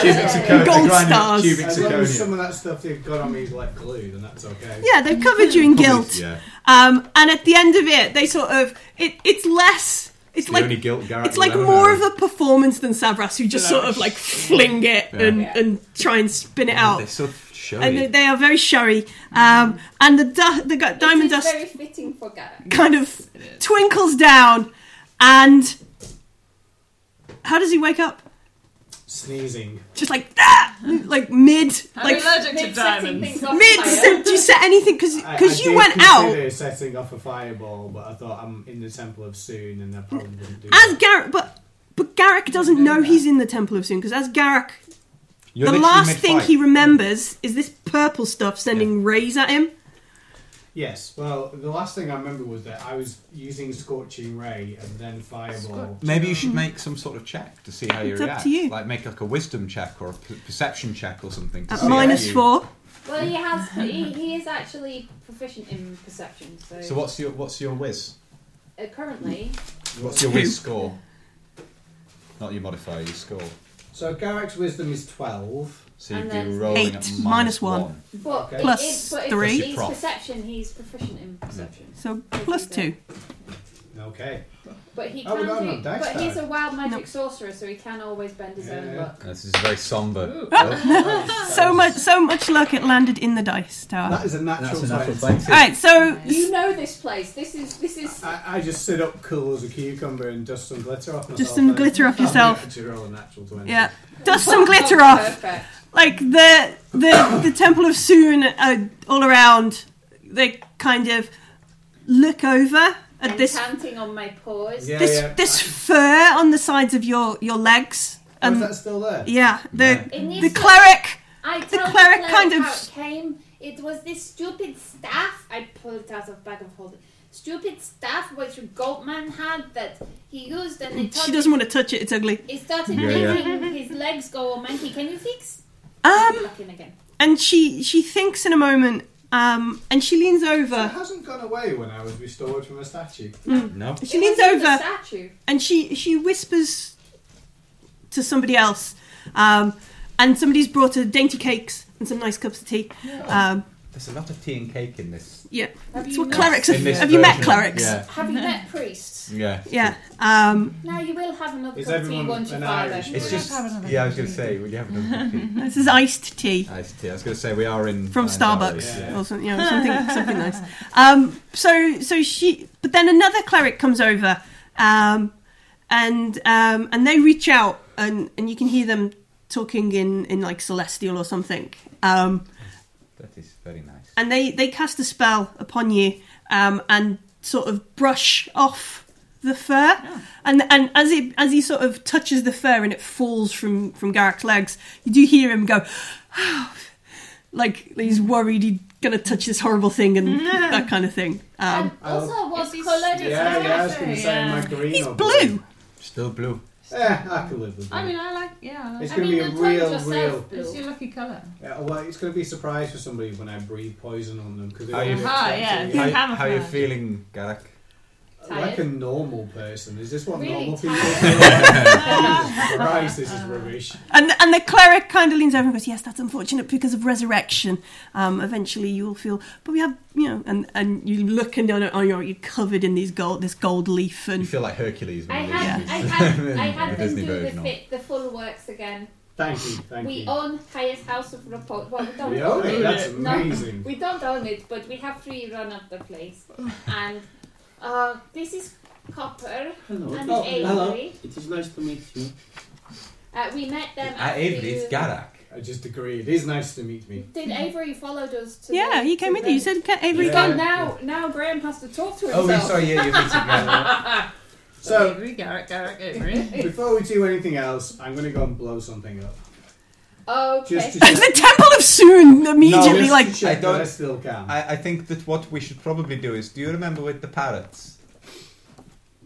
C: Cubic
F: Cubic
A: Gold
F: zirconia- grinding up
A: stars.
F: Cubic
E: as long as
F: zirconia.
E: some of that stuff they've got on me is like glue, then that's okay.
A: Yeah, they've covered you in guilt.
F: Yeah,
A: Um, and at the end of it, they sort of it, it's less. It's
F: the
A: like
F: only guilt Garrett
A: it's
F: will
A: like
F: ever
A: more
F: know.
A: of a performance than Savras, who just sort of like fling it and,
C: Yeah.
A: and try and spin it
F: They're
A: out.
F: so
E: Oh,
F: showy.
A: And they, they are very showy. Um, and the du- the gu- diamond
C: it is
A: dust
C: very fitting for Garrett.
A: kind of twinkles down, and how does he wake up?
E: Sneezing.
A: Just like ah! like mid
H: I'm
A: like
H: allergic to
C: Mid setting things
H: diamonds.
C: on
A: Mid,
C: fire.
A: do you set anything?
E: I-
A: Because
E: I
A: you
E: did
A: went out
E: consider setting off a fireball, but I thought I'm in the Temple of Soon, and I probably wouldn't do
A: as
E: that.
A: Garrick, but but Garrick doesn't know he's in the Temple of Soon. Because as Garrick,
F: You're
A: the
F: literally
A: last thing
F: mid-fight.
A: he remembers is this purple stuff sending rays at him.
E: Yes. Well, the last thing I remember was that I was using scorching ray and then fireball.
F: Maybe you should make some sort of check to see how you
A: It's up
F: react.
A: to you.
F: Like make like a wisdom check or a per- perception check or something. To
A: At
F: see
A: minus
F: how you-
A: four,
C: Well, he has. He, he is actually proficient in perception. So,
F: So what's your what's your whiz?
C: uh, currently,
F: What's your whiz score? Not your modifier, your score.
E: So Garrick's wisdom is twelve.
F: So you'd
C: And
F: be
C: then-
F: rolling
A: Eight,
F: at
A: minus one.
C: but
E: Okay.
C: it
A: Plus
C: is- but if
A: three.
C: He's
F: Prof.
C: perception. He's proficient in perception.
A: so plus two.
E: Okay.
C: But he
E: Oh,
C: can
E: we're going
C: do.
E: on dice
C: But he's a
E: time.
C: wild magic
A: No.
C: sorcerer, so he can always bend his own
E: Yeah.
C: luck.
F: This is very somber.
A: So much, so much luck. It landed in the dice
E: Uh, That
A: tower.
E: is a natural.
F: That's a natural
E: twenty.
A: All right, so
C: You know this place. This is this is.
E: I, I just sit up cool as a cucumber and dust some glitter off myself.
A: Just some
E: and
A: glitter off
E: I'm
A: yourself.
E: actually roll a natural 20.
A: yeah, dust some glitter off.
C: Perfect.
A: like the the the temple of Soon uh, all around. They kind of look over at
C: And
A: this
C: counting on my paws.
E: Yeah,
A: this
E: yeah.
A: this fur on the sides of your your legs.
E: Oh, is
A: And
E: that still there?
A: yeah, the
C: It needs
A: the
C: to-
A: cleric.
C: I told the cleric,
A: cleric kind of-
C: how it came. It was this stupid staff. I pulled it out of bag of holding. Stupid staff which Goldman had that he used, and it
A: She
C: started-
A: doesn't want to touch it. It's ugly.
C: It started
F: Yeah, yeah.
C: making his legs go all manky. Can you fix?
A: Um,
C: Looking again.
A: and she she thinks in a moment. Um, and she leans
E: So it
A: over.
E: hasn't gone away when I was restored from a statue.
F: No.
A: She
C: It
A: leans
C: was in the
A: over
C: statue.
A: and she she whispers to somebody else. Um, and somebody's brought her dainty cakes and some nice cups of tea. Um,
F: There's a lot of tea and cake in this.
A: yeah,
C: Have
A: It's
C: you
A: what
C: met,
A: clerics have,
F: in this
A: have you met
F: version.
A: clerics?
F: Yeah.
C: Have you met priests?
F: Yeah.
A: Yeah. Um,
C: Now you will have another
E: Is
C: cup of tea
E: everyone
C: once you
E: an
C: father.
E: Irish?
F: It's
E: We'll
F: just.
H: have another
F: Yeah, I was going to say, would you have another tea?
A: this is iced tea
F: Iced tea. I was going to say, we are in.
A: from
F: Nine
A: Starbucks
F: Valleys, yeah.
A: or something, you know, something, something nice. Um, so, so she, but then another cleric comes over, um, and um, and they reach out, and, and you can hear them talking in, in like celestial or something. Um,
F: That is very nice.
A: and they, they cast a spell upon you um, and sort of brush off the fur and and as it as he sort of touches the fur and it falls from from Garrick's legs you do hear him go like he's worried he gonna touch this horrible thing and that kind of thing. Um,
C: Also, was coloured. it's
E: Yeah, yeah, I was going to
C: different,
E: say
C: yeah.
E: my green.
A: He's
E: or
A: blue.
F: Still blue.
E: Yeah, I can live with that.
D: I mean, I like. Yeah, I like.
E: It's
D: I
E: gonna
D: mean,
E: be a
D: you told
E: real,
D: yourself
E: real-
D: It's your lucky colour.
E: Yeah, well, it's going to be a surprise for somebody when I breathe poison on them because
F: How you-
D: yeah,
F: How,
D: you have a
F: how you
D: plan.
F: feeling, Garrick?
E: like a normal person. Is this what
C: Really
E: normal people
C: tired.
E: feel? like? Jesus Christ, this is rubbish.
A: and and the cleric kind of leans over and goes, "Yes, that's unfortunate because of resurrection. Um, eventually, you will feel, but we have, you know." And and you look and on, on your you're covered in these gold, this gold leaf,
F: You
A: and
F: feel like Hercules.
C: I
F: When you
C: had,
F: leave.
C: I had, I had
F: the
C: them
F: Disney
C: do the,
F: version. of-
C: fit, the full works again.
E: Thank you, thank
C: we
E: you.
C: own Highest House of Report. Well, we don't
E: We own it, that's
C: No,
E: amazing.
C: we don't own it, but we have free run of the place. And uh, this is Copper
G: Hello.
C: and
E: Oh,
C: Avery.
E: hello.
G: It is nice to meet you.
C: Uh, we met them.
F: At
C: after
F: Avery's,
C: you-
F: Garak.
E: I just agree. It is nice to meet me.
C: Did Avery follow us? To
A: yeah,
C: the,
A: he came
C: to
A: with you. You
C: the-
A: said, "Can- "Avery,
E: Yeah.
A: go."
C: God, now, now Graham has to talk to
F: Oh,
C: himself.
F: yeah, sorry, yeah, you're meeting Garak.
E: So
D: Avery, Garrett, Garrett, Avery.
E: before we do anything else, I'm going to go and blow something up.
C: Okay.
E: Just to
A: the temple of Soon
E: No,
A: immediately,
E: just
A: like
E: to check
F: I don't-
E: that I still can.
F: I, I think that what we should probably do is do you remember with the parrots?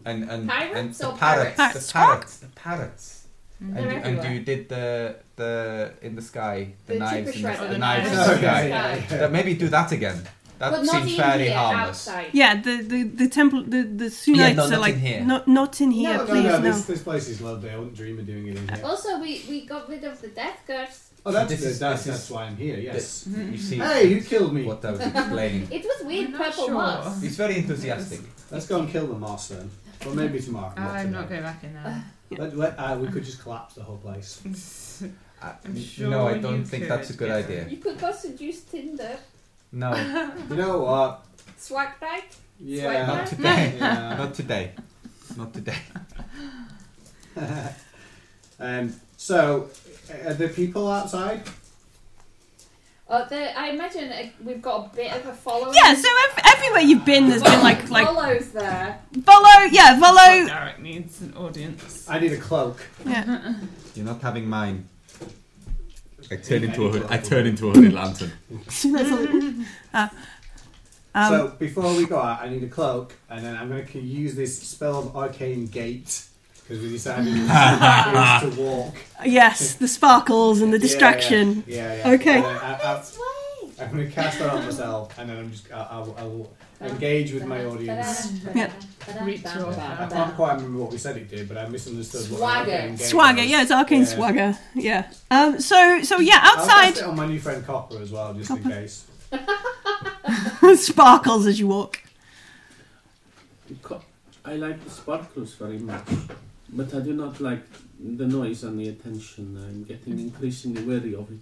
F: And and, and
C: Pirates
F: the
C: or
F: parrots,
A: parrots?
F: the parrots, the parrots. And,
C: They're
F: you- and
C: everywhere.
F: you did the the in the sky, the,
C: The
F: knives,
C: cheaper
F: in the,
C: shredder.
F: the
C: Oh, the
F: knives in
E: knives.
F: the
E: Okay.
F: sky.
C: Sky.
F: That- maybe do that again. That
C: But not
F: seems
C: in
F: fairly
C: here,
F: harmless.
C: outside.
A: yeah, the the the temple, the the Soonites
F: Yeah, no, not
A: are
F: in
A: like
F: here.
A: not not in here,
E: no,
A: please
E: no,
A: no.
E: no, This, this place is lovely. I wouldn't dream of doing it in here.
C: Also, we, we got rid of the death curse.
E: Oh, that's
F: This
E: good.
F: is-
E: that's,
F: this is-
E: that's why I'm here. Yes.
F: That- You see
E: Hey, you killed me.
F: what I was explaining.
C: It was weird
D: I'm not
C: purple
D: sure.
C: moss.
F: He's very enthusiastic.
E: Let's go and kill the moss then. Or maybe tomorrow. not
D: I'm not
E: today.
D: going back in there.
E: Let, let, uh, we could just collapse the whole place.
F: I,
D: I'm sure
F: Uh, no, I
D: you
F: don't think
D: could,
F: that's a good
D: yeah.
F: idea.
C: You could go seduce Tinder.
F: No,
E: You know what?
C: Swag bag.
E: Yeah.
F: not today.
E: yeah.
F: Not today. Not today.
E: um, so, uh, are there people outside?
C: Uh, the, I imagine uh, we've got a bit of a following.
A: yeah, so ev- everywhere you've been, there's been like like
C: follows there.
A: Volo, yeah, Volo,
H: Garrick needs an audience.
E: I need a cloak.
A: yeah,
F: You're not having mine.
J: I turn into a hood, I turn into a hooded lantern.
A: Soonites. are like, uh, um,
E: so before we go out, I need a cloak, and then I'm going to use this spell of arcane gate because we decided it was backwards to walk.
A: yes, the sparkles and the
E: Yeah, yeah,
A: distraction.
E: Yeah, yeah.
A: Okay.
E: And then I,
C: This way.
E: am going to cast that on myself, and then I'm just I, I'll, I'll engage with my audience.
A: Yeah.
D: Ritual.
E: I can't quite remember what we said it did, but I misunderstood. What
C: Swagger.
E: arcane gate
A: Swagger,
E: was.
A: yeah, it's arcane
E: Yeah.
A: swagger, yeah. Um, so so yeah,
E: I'll cast
A: outside
E: it on my new friend Copper as well, just in
A: Copper.
E: case.
A: sparkles as you walk.
G: Co- I like the sparkles very much, but I do not like the noise and the attention. I'm getting increasingly wary of it.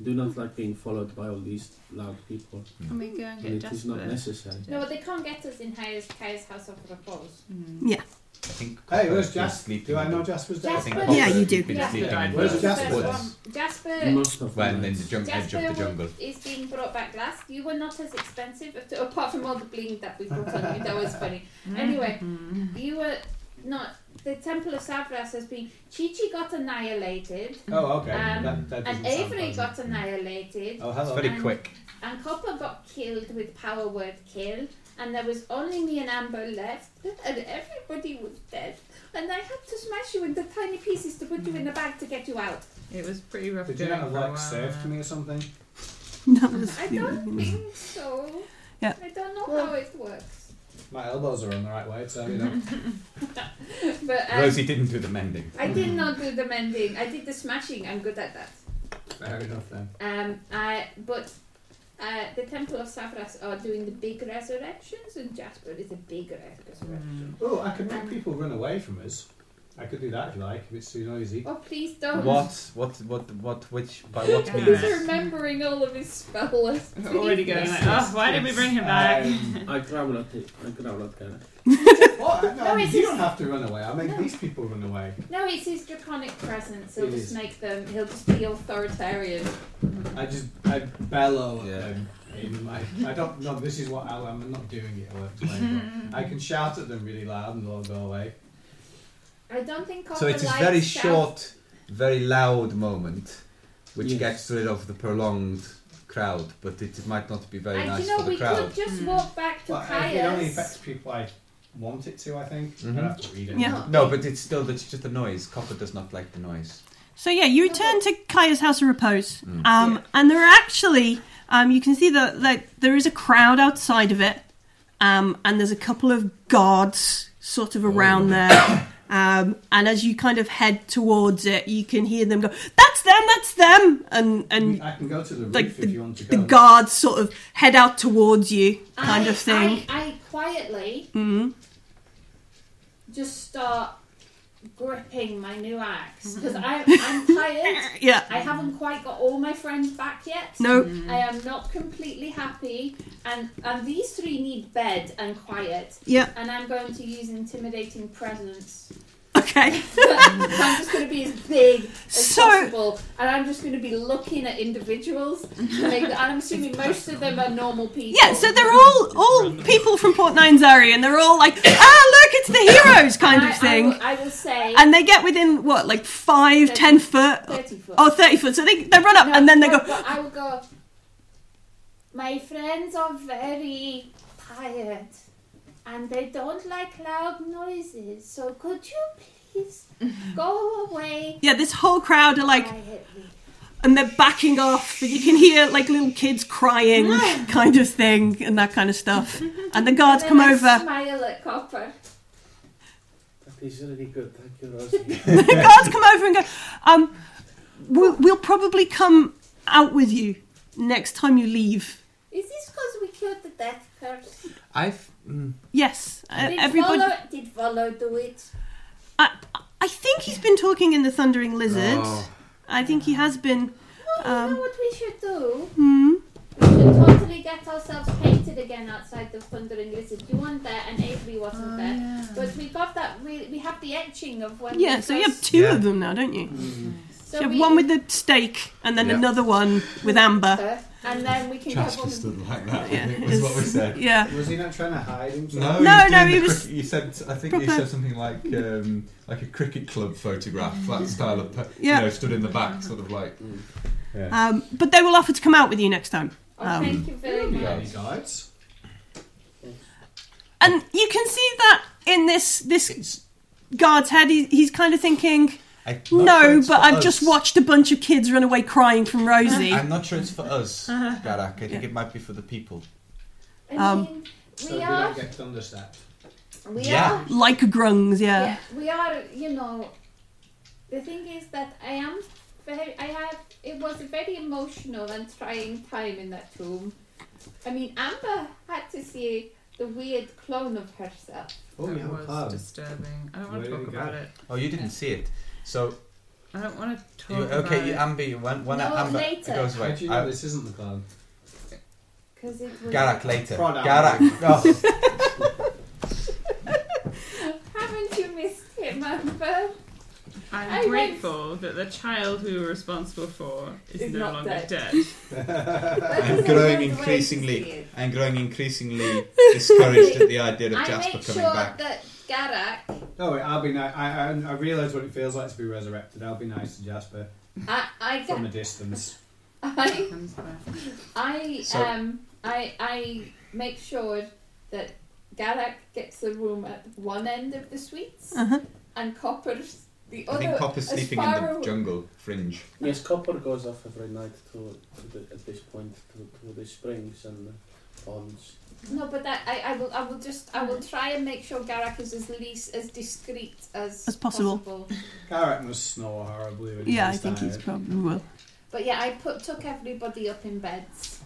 G: I do not like being followed by all these loud people,
D: Can we go and
G: and
D: get
G: it is not
D: Jasper?
G: necessary.
C: No, but they can't get us in Highest, highest House of Repose.
F: I think.
E: Hey,
F: Copper's
E: where's
F: been
E: Jas?
F: sleeping
E: Do I
F: in
E: know
F: the-
E: Jasper's
F: I
E: dead?
F: think
C: Jasper?
F: Copper's
A: Yeah, you do.
F: Been
C: Yeah.
F: sleeping in
E: Where's
F: the
E: Jasper?
F: woods.
C: Jasper.
G: Most of
F: Well,
G: the
F: in
G: nights.
F: the jung- edge
C: Jasper
F: of the jungle.
C: is being brought back last. You were not as expensive, to, apart from all the bling that we put on you. That was funny. Anyway,
H: Mm-hmm.
C: you were not. The Temple of Savras has been. Chichi got annihilated,
E: Oh, okay.
C: Um,
E: that, that
C: and
E: doesn't sound
C: Avery
E: pleasant.
C: got annihilated,
E: Oh,
F: It's
E: hello.
F: very quick.
C: and Copper got killed with power word kill, and there was only me and Amber left, and everybody was dead. And I had to smash you into tiny pieces to put you in a bag to get you out.
D: It was pretty rough.
E: Did you
D: going
E: not have
D: for a
E: like
D: while.
E: served me or something?
A: That was
C: I don't think so.
A: Yeah.
C: I don't know how it works.
E: My elbows are on the right way, so you know.
C: But um,
F: Rosie didn't do the mending.
C: I did not do the mending. I did the smashing. I'm good at that.
E: Fair enough then.
C: Um, I but uh, the Temple of Savras are doing the big resurrections, and Jasper is a big res- resurrection.
E: Oh, I could make people run away from us. I could do that if you like, if it's too noisy.
C: Oh, please don't.
F: Mm. What? What? What? What? Which? By what
H: Yeah.
F: means?
C: He's remembering all of his spell lists.
H: We're already going like, oh, why did we bring him back?
E: Um,
G: I growl at it. I growl at Gareth.
E: what? No,
C: No, it's
E: you
C: just-
E: don't have to run away. I'll make these people run away.
C: No, it's his draconic presence. He'll
E: It
C: just
E: is.
C: make them. He'll just be authoritarian.
E: I just, I bellow at
F: Yeah.
E: them. In my, I don't know, this is what I, I'm not doing it. I'll explain, but I can shout at them really loud and they'll go away.
C: I don't think.
F: So
C: Copper
F: it is
C: likes
F: very
C: shout-
F: short, very loud moment, which
G: Yes.
F: gets rid of the prolonged crowd, but it might not be very
C: and
F: nice
C: you know,
F: for the
C: we
F: crowd.
C: could
A: Hmm.
C: just walk back to
E: Well,
C: Kaya's.
E: uh, it only affects people I want it to, I think.
F: Mm-hmm.
E: I don't have to read it.
A: Yeah.
F: No, but it's still it's just a noise. Copper does not like the noise.
A: So yeah, you return to Kaya's house of repose, um, and there are actually um, you can see that like there is a crowd outside of it, um, and there's a couple of guards sort of around there. Um, and as you kind of head towards it, you can hear them go, "That's them, that's them," and and
E: I can go to the roof
A: like
E: if
A: the,
E: you want to
A: the
E: go.
A: guards sort of head out towards you, kind
C: I-
A: of thing.
C: I, I quietly
A: Mhm.
C: just start gripping my new
A: Mm-hmm.
C: axe because I'm tired.
A: Yeah.
C: I haven't quite got all my friends back yet.
A: No.
C: I am not completely happy, and and these three need bed and quiet.
A: Yeah.
C: And I'm going to use intimidating presence.
A: Okay.
C: I'm just going to be as big as
A: So-
C: possible, and I'm just going to be looking at individuals. To make, and I'm assuming most of them are normal people.
A: Yeah, so they're all all people from Port Nine's area, and they're all like, "Ah, look, it's the heroes," kind
C: I-
A: of thing.
C: I will, I will say.
A: and they get within what like five,
C: Thirty-
A: ten foot,
C: 30 foot.
A: oh, 30 foot. So they, they run up
C: No,
A: and then they
C: no,
A: go,
C: but I will go. My friends are very tired, and they don't like loud noises. So could you please go away?
A: yeah, this whole crowd are like,
C: quietly?"
A: and they're backing off. And you can hear like little kids crying, kind of thing, and that kind of stuff. And the guards
C: Then
A: come
C: I
A: over.
C: Smile at Copper.
G: That is really good. Thank you, Rosie.
A: the guards come over and go, um, we'll, we'll probably come out with you next time you leave.
C: Is this because we killed the death curse?
F: I've. Mm,
A: Yes, uh,
C: Did
A: everybody.
C: Volo, did Volo do it?
A: I, I think he's been talking in the Thundering Lizard.
F: Oh.
A: I think he has been.
C: Oh, you
A: Um,
C: know what we should do?
A: Hmm.
C: We should totally get ourselves painted again outside the Thundering Lizard. You weren't there, and Avery wasn't there. But we got that. Really, we have the etching of when.
A: Yeah,
C: we
A: so
C: got-
A: you have two
F: Yeah.
A: of them now, don't you? So
C: so
A: you have
C: we-
A: one with the steak and then
F: Yeah.
A: another one with amber.
C: and then we can have
K: Jasper
C: one.
K: stood like that.
A: Yeah,
K: I think was what we
A: it's-
K: said.
A: Yeah.
E: Was he not trying to hide
F: no,
E: himself?
A: No,
F: he's
A: no,
F: doing
A: he
F: the
A: was
F: cricket- You said. I think you
A: proper-
F: said something like um, like a cricket club photograph, that style of. pe-
A: Yeah.
F: You know, stood in the back, sort of like.
E: Yeah.
A: Um, but they will offer to come out with you next time.
C: Oh,
A: Um,
C: thank you very
E: You got
C: much.
E: any guides?
A: And you can see that in this this guard's head. He, he's kind of thinking,
F: I'm not sure
A: no,
F: it's
A: but
F: for
A: I've
F: us.
A: just watched a bunch of kids run away crying from Rosie.
F: I'm not sure it's for us,
A: Uh-huh.
F: Garak. I think it might be for the people.
C: I
A: Um,
C: mean, we
E: So we
C: are.
E: don't get thunderstep.
C: We
F: Yeah.
C: are.
A: like grungs, yeah.
C: Yeah, we are. You know, the thing is that I am very. I have. It was a very emotional and trying time in that room. I mean, Amber had to see the weird clone of herself.
E: Oh,
H: That
E: you have a
H: was
E: pub.
H: disturbing. I don't want
E: Where
H: to
E: did
H: talk
E: it go?
H: about it.
F: Oh, you didn't see it. So,
H: I don't want to talk
F: you,
H: about
F: okay, you,
H: it.
F: Amber, you went, one
C: No,
F: Amber
C: later.
F: it goes
E: How
F: away.
E: do you
F: I-
E: know this isn't the club?
C: Because it was.
F: Garak later.
E: Prod
F: Garak. Oh,
C: Haven't you missed him, Amber?
H: I'm
C: I went-
H: grateful that the child we were responsible for is
C: Is
H: no
C: not
H: longer
C: dead.
H: dead.
C: Because
F: I'm
C: I
F: growing
C: went away to see
F: increasingly.
C: it.
F: I'm growing increasingly discouraged at the idea of
C: I
F: Jasper
C: make
F: coming
C: sure
F: back.
C: that Garak.
E: No, Oh, wait, I'll be nice. I, I, I realise what it feels like to be resurrected. I'll be nice to Jasper
C: I, I,
E: from a distance.
C: I,
H: I'm sorry.
C: I
F: So-
C: um I I make sure that Garak gets a room at one end of the suites and Copper's the
F: I
C: other.
F: think Copper's
C: as
F: sleeping in
C: far
F: the
C: away-
F: jungle fringe.
G: yes, copper goes off every night to, to the, at this point to, to the springs and the ponds.
C: No, but that I, I will I will just I will try and make sure Garak is as least as discreet as
A: As possible.
E: Garak must snore horribly. When
A: yeah, I
E: he's
A: think
E: tired.
A: he's probably will.
C: But yeah, I put took everybody up in beds.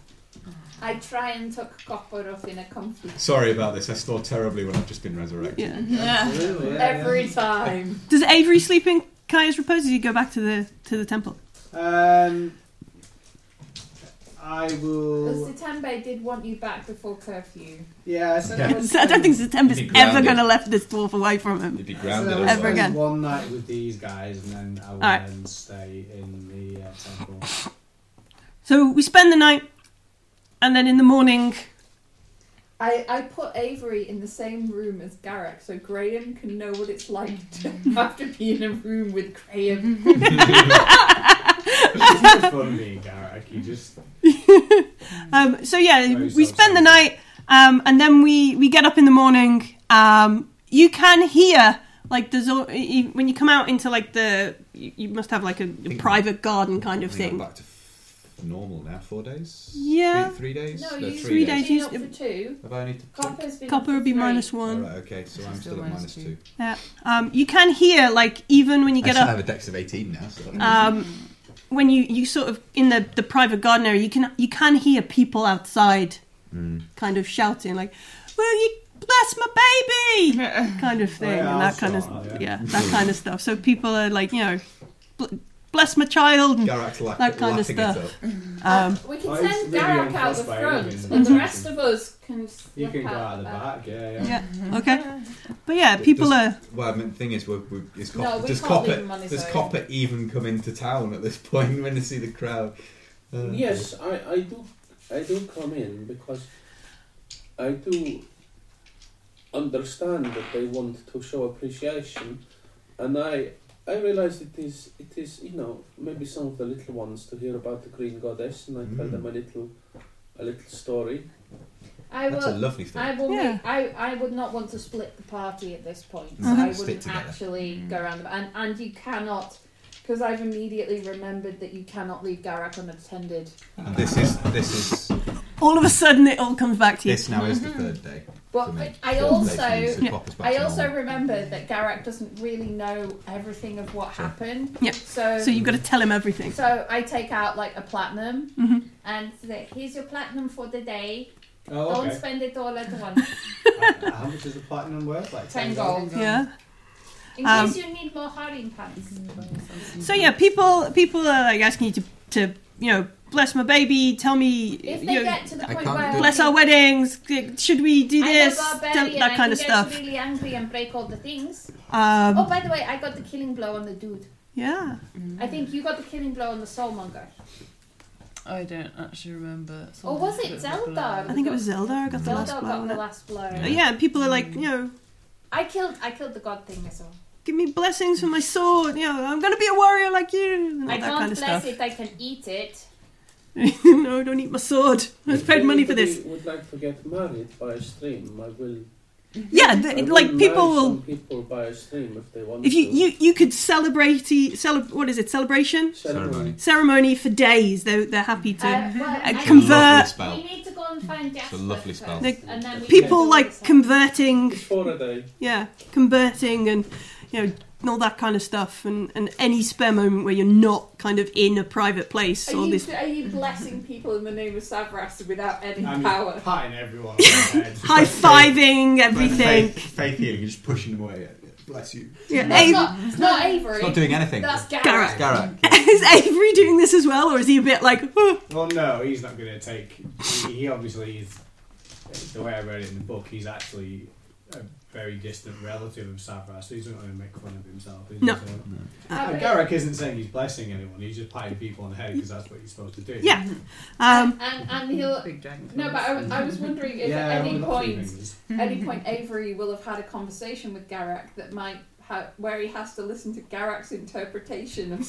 A: Mm.
C: I try and tuck Copper up in a comfy
F: Sorry about this. I snore terribly when I've just been resurrected.
A: Yeah.
E: Absolutely, yeah,
C: every time.
A: Does Avery sleep in Kaya's repose or do you go back to the to the temple?
E: yeah. Um, I
C: Because
E: will.
C: the Tembe did want you back before curfew.
E: Yeah, I said I was
A: I don't think the temple's
F: He'd be
A: ever
F: grounded.
A: going to let this dwarf away from him.
F: You'd be
E: So
F: grounded
E: I will
F: otherwise.
A: Ever
E: spend
A: again.
E: One night with these guys, and then I will
A: Alright.
E: then stay in the uh, temple.
A: So we spend the night, and then in the morning,
C: I, I put Avery in the same room as Garrick so Graham can know what it's like to have to be in a room with
A: Mm-hmm.
C: Graham.
E: it's not fun being Garak. You just
A: Um, so yeah, we spend the night, um, and then we we get up in the morning. Um, you can hear like there's al- y- y- when you come out into like the you, you must have like a, a private garden kind of
B: I think I'm
A: thing.
B: back to f- normal now. Four days.
A: Yeah.
B: Three, three days.
C: No,
B: three,
C: you
A: three
C: been
A: days,
C: up
A: you-
C: for two.
B: Have I only t-
C: Copper's been
A: Copper
C: up
A: would be
C: for three.
A: minus one.
B: Alright, okay, so I'm still, at minus two.
A: Yeah. Um, you can hear like even when you get
B: I still
A: up.
B: have a dex of 18 now. So
A: um, when you, you sort of in the, the private garden area, you can you can hear people outside,
F: Hmm.
B: Mm.
A: kind of shouting like, "Will you bless my baby?" kind of thing,
H: yeah,
A: and that
H: I'll
A: kind of
H: start, yeah.
A: yeah. that kind of stuff. So people are like, you know, "Bl- bless my child, and
B: Garak's la-
A: Hmm. that kind of
B: lapping it
A: stuff.
C: Uh,
A: Um,
C: we can
E: Oh, it's
C: send
E: really
C: Garak out the
E: impressed by
C: front,
E: everything.
C: and the rest of us can.
E: You
C: slip
E: can go
C: out
E: out the back, yeah, yeah.
A: yeah, okay, but yeah, people
B: does,
A: are.
B: Well, I mean, the thing is, we're, we're, is
C: No,
B: copper,
C: we
B: does
C: can't
B: copper
C: leave him on his
B: does
C: own.
B: copper even come into town at this point when they see the crowd?
F: Mm.
B: Uh,
G: Yes, I, I do I do come in because I do understand that they want to show appreciation and I I realise it is it is, you know, maybe some of the little ones to hear about the Green Goddess and I tell
B: Mm.
G: them a little a little story.
C: I
G: That's
C: will,
G: a lovely thing.
C: I will.
G: Yeah.
C: Make, I I would not want to split the party at this point.
G: No.
C: So I
G: Stick
C: wouldn't
G: together.
C: actually
A: Mm.
C: go around. The, and and you cannot, because I've immediately remembered that you cannot leave Garak unattended.
F: And this is this is
A: All of a sudden, it all comes back to you.
F: this now is the third day.
C: But
F: for me.
C: I
F: Fourth
C: also,
F: day for me, so
A: Mm-hmm. Yeah.
F: Copper's back
C: I
F: to
C: also
F: normal.
C: remember that Garak doesn't really know everything of what happened.
A: Yeah.
C: So
A: So you've got to tell him everything.
C: So I take out like a platinum
A: Mhm.
C: and say, here's your platinum for the day.
E: Oh,
C: Don't
E: okay.
C: spend it all at once.
E: Uh, How much is the platinum worth? Like
C: Ten
E: gold.
C: gold.
A: Yeah.
C: In
A: Um,
C: case you need more hiding pants.
A: So yeah, people people are like asking you to to you know bless my baby. Tell me
C: If they
A: you know,
C: get to the
B: I point can't where- do-
A: bless our weddings. Should we do
C: I'm a
A: this?
C: barbarian,
A: that
C: I
A: kind
C: can
A: of
C: get
A: stuff.
C: really angry and break all the things.
A: Um,
C: oh, by the way, I got the killing blow on the dude.
A: yeah.
C: I think you got the killing blow on the soulmonger.
H: I don't actually remember.
C: Or was it Zelda?
A: I think it was Zelda. I got the
C: Zelda
A: last blow.
C: got
A: on
C: the
A: it.
C: last blow.
A: But yeah, and people are like you know.
C: I killed. I killed the god thing as well.
A: Give me blessings for my sword. You know, I'm gonna be a warrior like you, and all
C: I
A: that
C: can't
A: kind of
C: bless
A: stuff.
C: it. I can eat it.
A: no, don't eat my sword. I've
G: If
A: paid money for
G: anybody
A: this.
G: would like to get married by a stream, I will
A: Yeah, the-
G: I will
A: like people
G: marry
A: will.
G: some people by a stream if they want
A: If you,
G: to.
A: you, you could celebrate, celeb, what is it, celebration?
G: Ceremony.
A: Ceremony for days. They're, they're happy to
C: Uh, well,
A: uh,
C: I-
A: convert.
C: We need to go and find Jasper.
B: lovely
C: first,
B: spell.
C: And then we
A: people
C: can-
A: like converting
G: for a day.
A: yeah converting and you know and all that kind of stuff and, and any spare moment where you're not kind of in a private place
C: Are
A: or
C: you,
A: this
C: are you blessing people in the name of Savras without any
E: I'm
C: power?
E: just patting everyone on the head.
A: high fiving everything
F: Faith, faith healing, you're just pushing them away. Bless you.
A: yeah,
C: That's
A: Av-
C: not, it's not Avery.
F: It's not doing anything.
C: That's Garrett.
A: Garak.
F: Garak.
A: is Avery doing this as well or is he a bit like "Huh,
E: Well, no, he's not going to take. He, he obviously is. The way I read it in the book, he's actually a very distant relative of Savras, so he's not going to make fun of himself. Is
A: No.
E: He? So,
C: Uh,
E: and Garak isn't saying he's blessing anyone. He's just patting people on the head because that's what he's supposed to do.
A: yeah um
C: And, and he'll.
H: Big dragon.
C: No, but I, was- I was wondering if
E: Yeah,
C: at any
E: with lots of
C: point,
E: fingers.
C: any point, Avery will have had a conversation with Garak that might. ha where he has to listen to Garak's interpretation of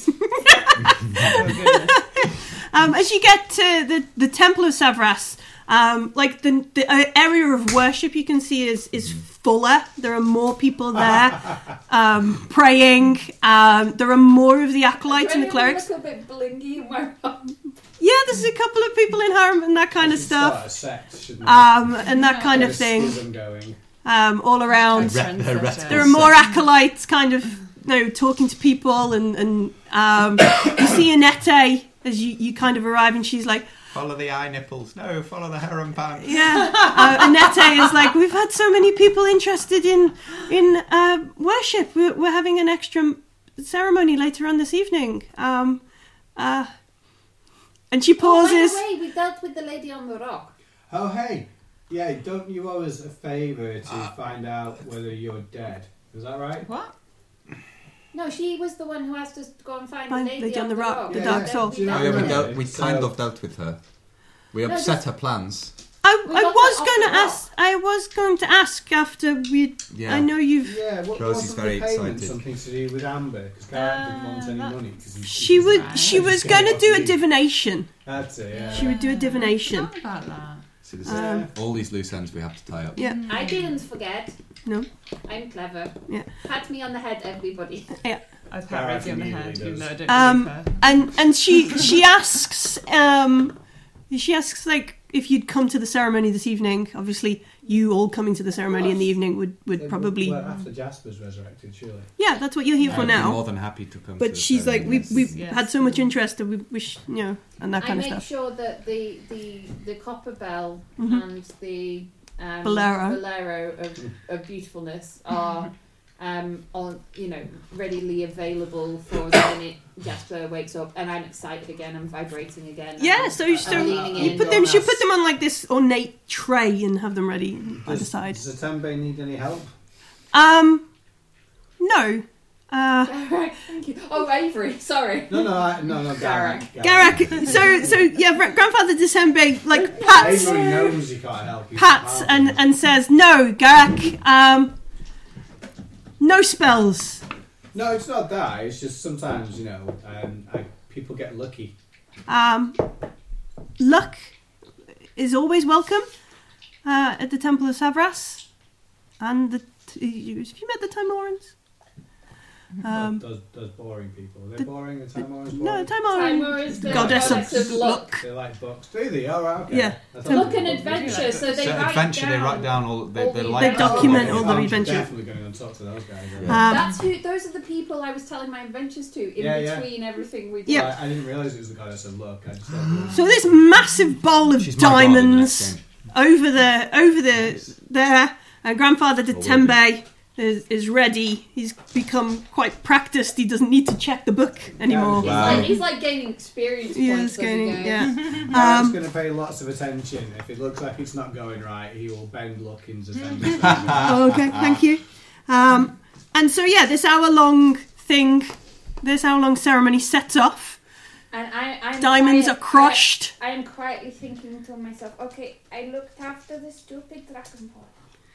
A: Um, as you get to the, the Temple of Savras, um, like the, the uh, area of worship you can see is, is fuller. There are more people there um, praying. Um, there are more of the acolytes and the clerics.
C: a little bit blingy and wear
A: Yeah, there's a couple of people in harem and that kind of
E: Should start
A: stuff.
E: a sect, shouldn't we?
A: Um, and that kind
E: Get
A: of
E: a
A: thing
E: schism going.
A: um, all
H: Oh,
A: around.
F: Rep- her reticle
A: There are more
F: set.
A: acolytes kind of you know, talking to people and, and um, you see Anette as you, you kind of arrive and she's like,
F: Follow the eye nipples. No, follow the harem pants.
A: Yeah, uh, Anette is like, we've had so many people interested in in uh, worship. We're, we're having an extra m- ceremony later on this evening. Um, uh, and she pauses.
C: Oh, by the way, we dealt with the lady on the rock.
E: Oh, hey. Yeah, don't you owe us a favour to
A: Ah.
E: find out whether you're dead? Is that right?
H: What?
C: No, she was the one who asked us to go and find
A: Find
C: the lady,
A: Lady on the Rock,
C: rock.
A: the
E: dark soul.
C: We
E: Yeah,
B: Oh,
C: dealt
B: yeah,
C: with
B: we,
C: it.
B: dealt, we
E: So-
B: kind of dealt with her. We
C: No,
B: upset
C: just-
B: her plans.
A: I,
C: We
A: I
C: got
A: was
C: that off
A: going
C: the
A: to ask. I was going to ask after we.
E: Yeah.
A: I know you've.
E: Yeah, what,
J: Rosie's
E: wasn't
J: very
E: the payment
J: excited.
E: something to do with Amber? Because Gareth didn't want any money. 'cause he-
A: Uh, She
E: he
A: would. She
E: I
A: was
E: just gave
A: going to
E: up
A: do a
E: you.
A: divination.
E: That's it, yeah.
A: She would do a divination.
D: about that.
B: See, this
A: Um,
B: is all these loose ends we have to tie up.
A: Yeah.
C: I didn't forget.
A: No.
C: I'm clever.
A: Yeah.
C: Pat me on the head, everybody.
A: Yeah.
H: I've
C: had
H: had
C: Reggie
H: on the
C: immediately
H: head, even
C: does.
H: though I don't believe
A: Um,
H: her.
A: and and she she asks um, she asks like if you'd come to the ceremony this evening. Obviously, you all coming to the ceremony in the evening would
E: They
A: would probably.
E: Well, after Jasper's resurrected, surely.
A: Yeah, that's what you're here for
B: I'd be
A: now.
B: more than happy to come to
A: But
B: the
A: she's like,
B: ceremony,
A: we
B: yes.
A: we've
B: Yes.
A: had so much interest that we wish you know, and that
C: I
A: kind of
C: make
A: stuff.
C: sure that the the the copper bell
A: Mhm.
C: and the um,
A: Bolero.
C: bolero of, of beautifulness are um, on you know readily available for the minute Jasper wakes up, and I'm excited again. I'm vibrating again.
A: Yeah,
C: I'm-
A: so
C: I'm
A: so
C: leaning
A: you
C: in
A: put them. She
C: almost.
A: put them on like this ornate tray and have them ready by the
E: Does-
A: side.
E: Does Zatembe need any help?
A: Um, no. Uh,
C: Alright, thank you. Oh, Avery, sorry.
E: No, no, I, no, no, Garak.
A: Garak. So so yeah, Gra- grandfather December like pats
E: Avery knows he can't help. He's
A: pats
E: powerful.
A: and and says, "No, Garak. Um, no spells.
E: No, it's not that. It's just sometimes, you know, um, I, people get lucky.
A: Um, luck is always welcome uh, at the Temple of Savras, and the t- have you met the Time Lorens? Um,
E: those, those boring people. Are they boring? The Time Warriors boring?
A: No, Time Lorens is the Oh, goddess of luck.
E: They like books. Do they? All right. Okay.
A: Yeah.
E: I thought
A: Time-
E: they
A: Luck and
E: were-
C: adventure, so they
F: So
C: write
F: adventure,
C: down
F: they write down all. They,
C: all
F: they,
C: the
F: like
A: They document all the
E: I'm
A: adventure.
E: definitely going to go and talk to those guys. aren't I?
A: Um,
C: That's who. Those are the people I was telling my adventures to in
E: Yeah, yeah.
C: between everything we did.
A: Yeah.
E: I, I didn't realise it was the goddess of luck. I just thought
A: So this massive bowl of
E: She's my god in the
A: diamonds over the over the there, and grandfather de Tembe is, is ready. He's become quite practiced. He doesn't need to check the book anymore.
C: He's, like, he's like gaining experience
A: Yeah,
C: points.
A: he's
C: as he
A: gaining-
C: goes.
A: yeah.
E: Garak's
A: Um,
E: going to pay lots of attention. If it looks like it's not going right, he will bend luck into
A: oh, okay, thank you. Um, and so yeah, this hour-long thing, this hour-long ceremony sets off.
C: And I, I'm
A: Diamonds
C: quiet-
A: are crushed.
C: I, am quietly thinking to myself, okay, I looked after the stupid dragon ball,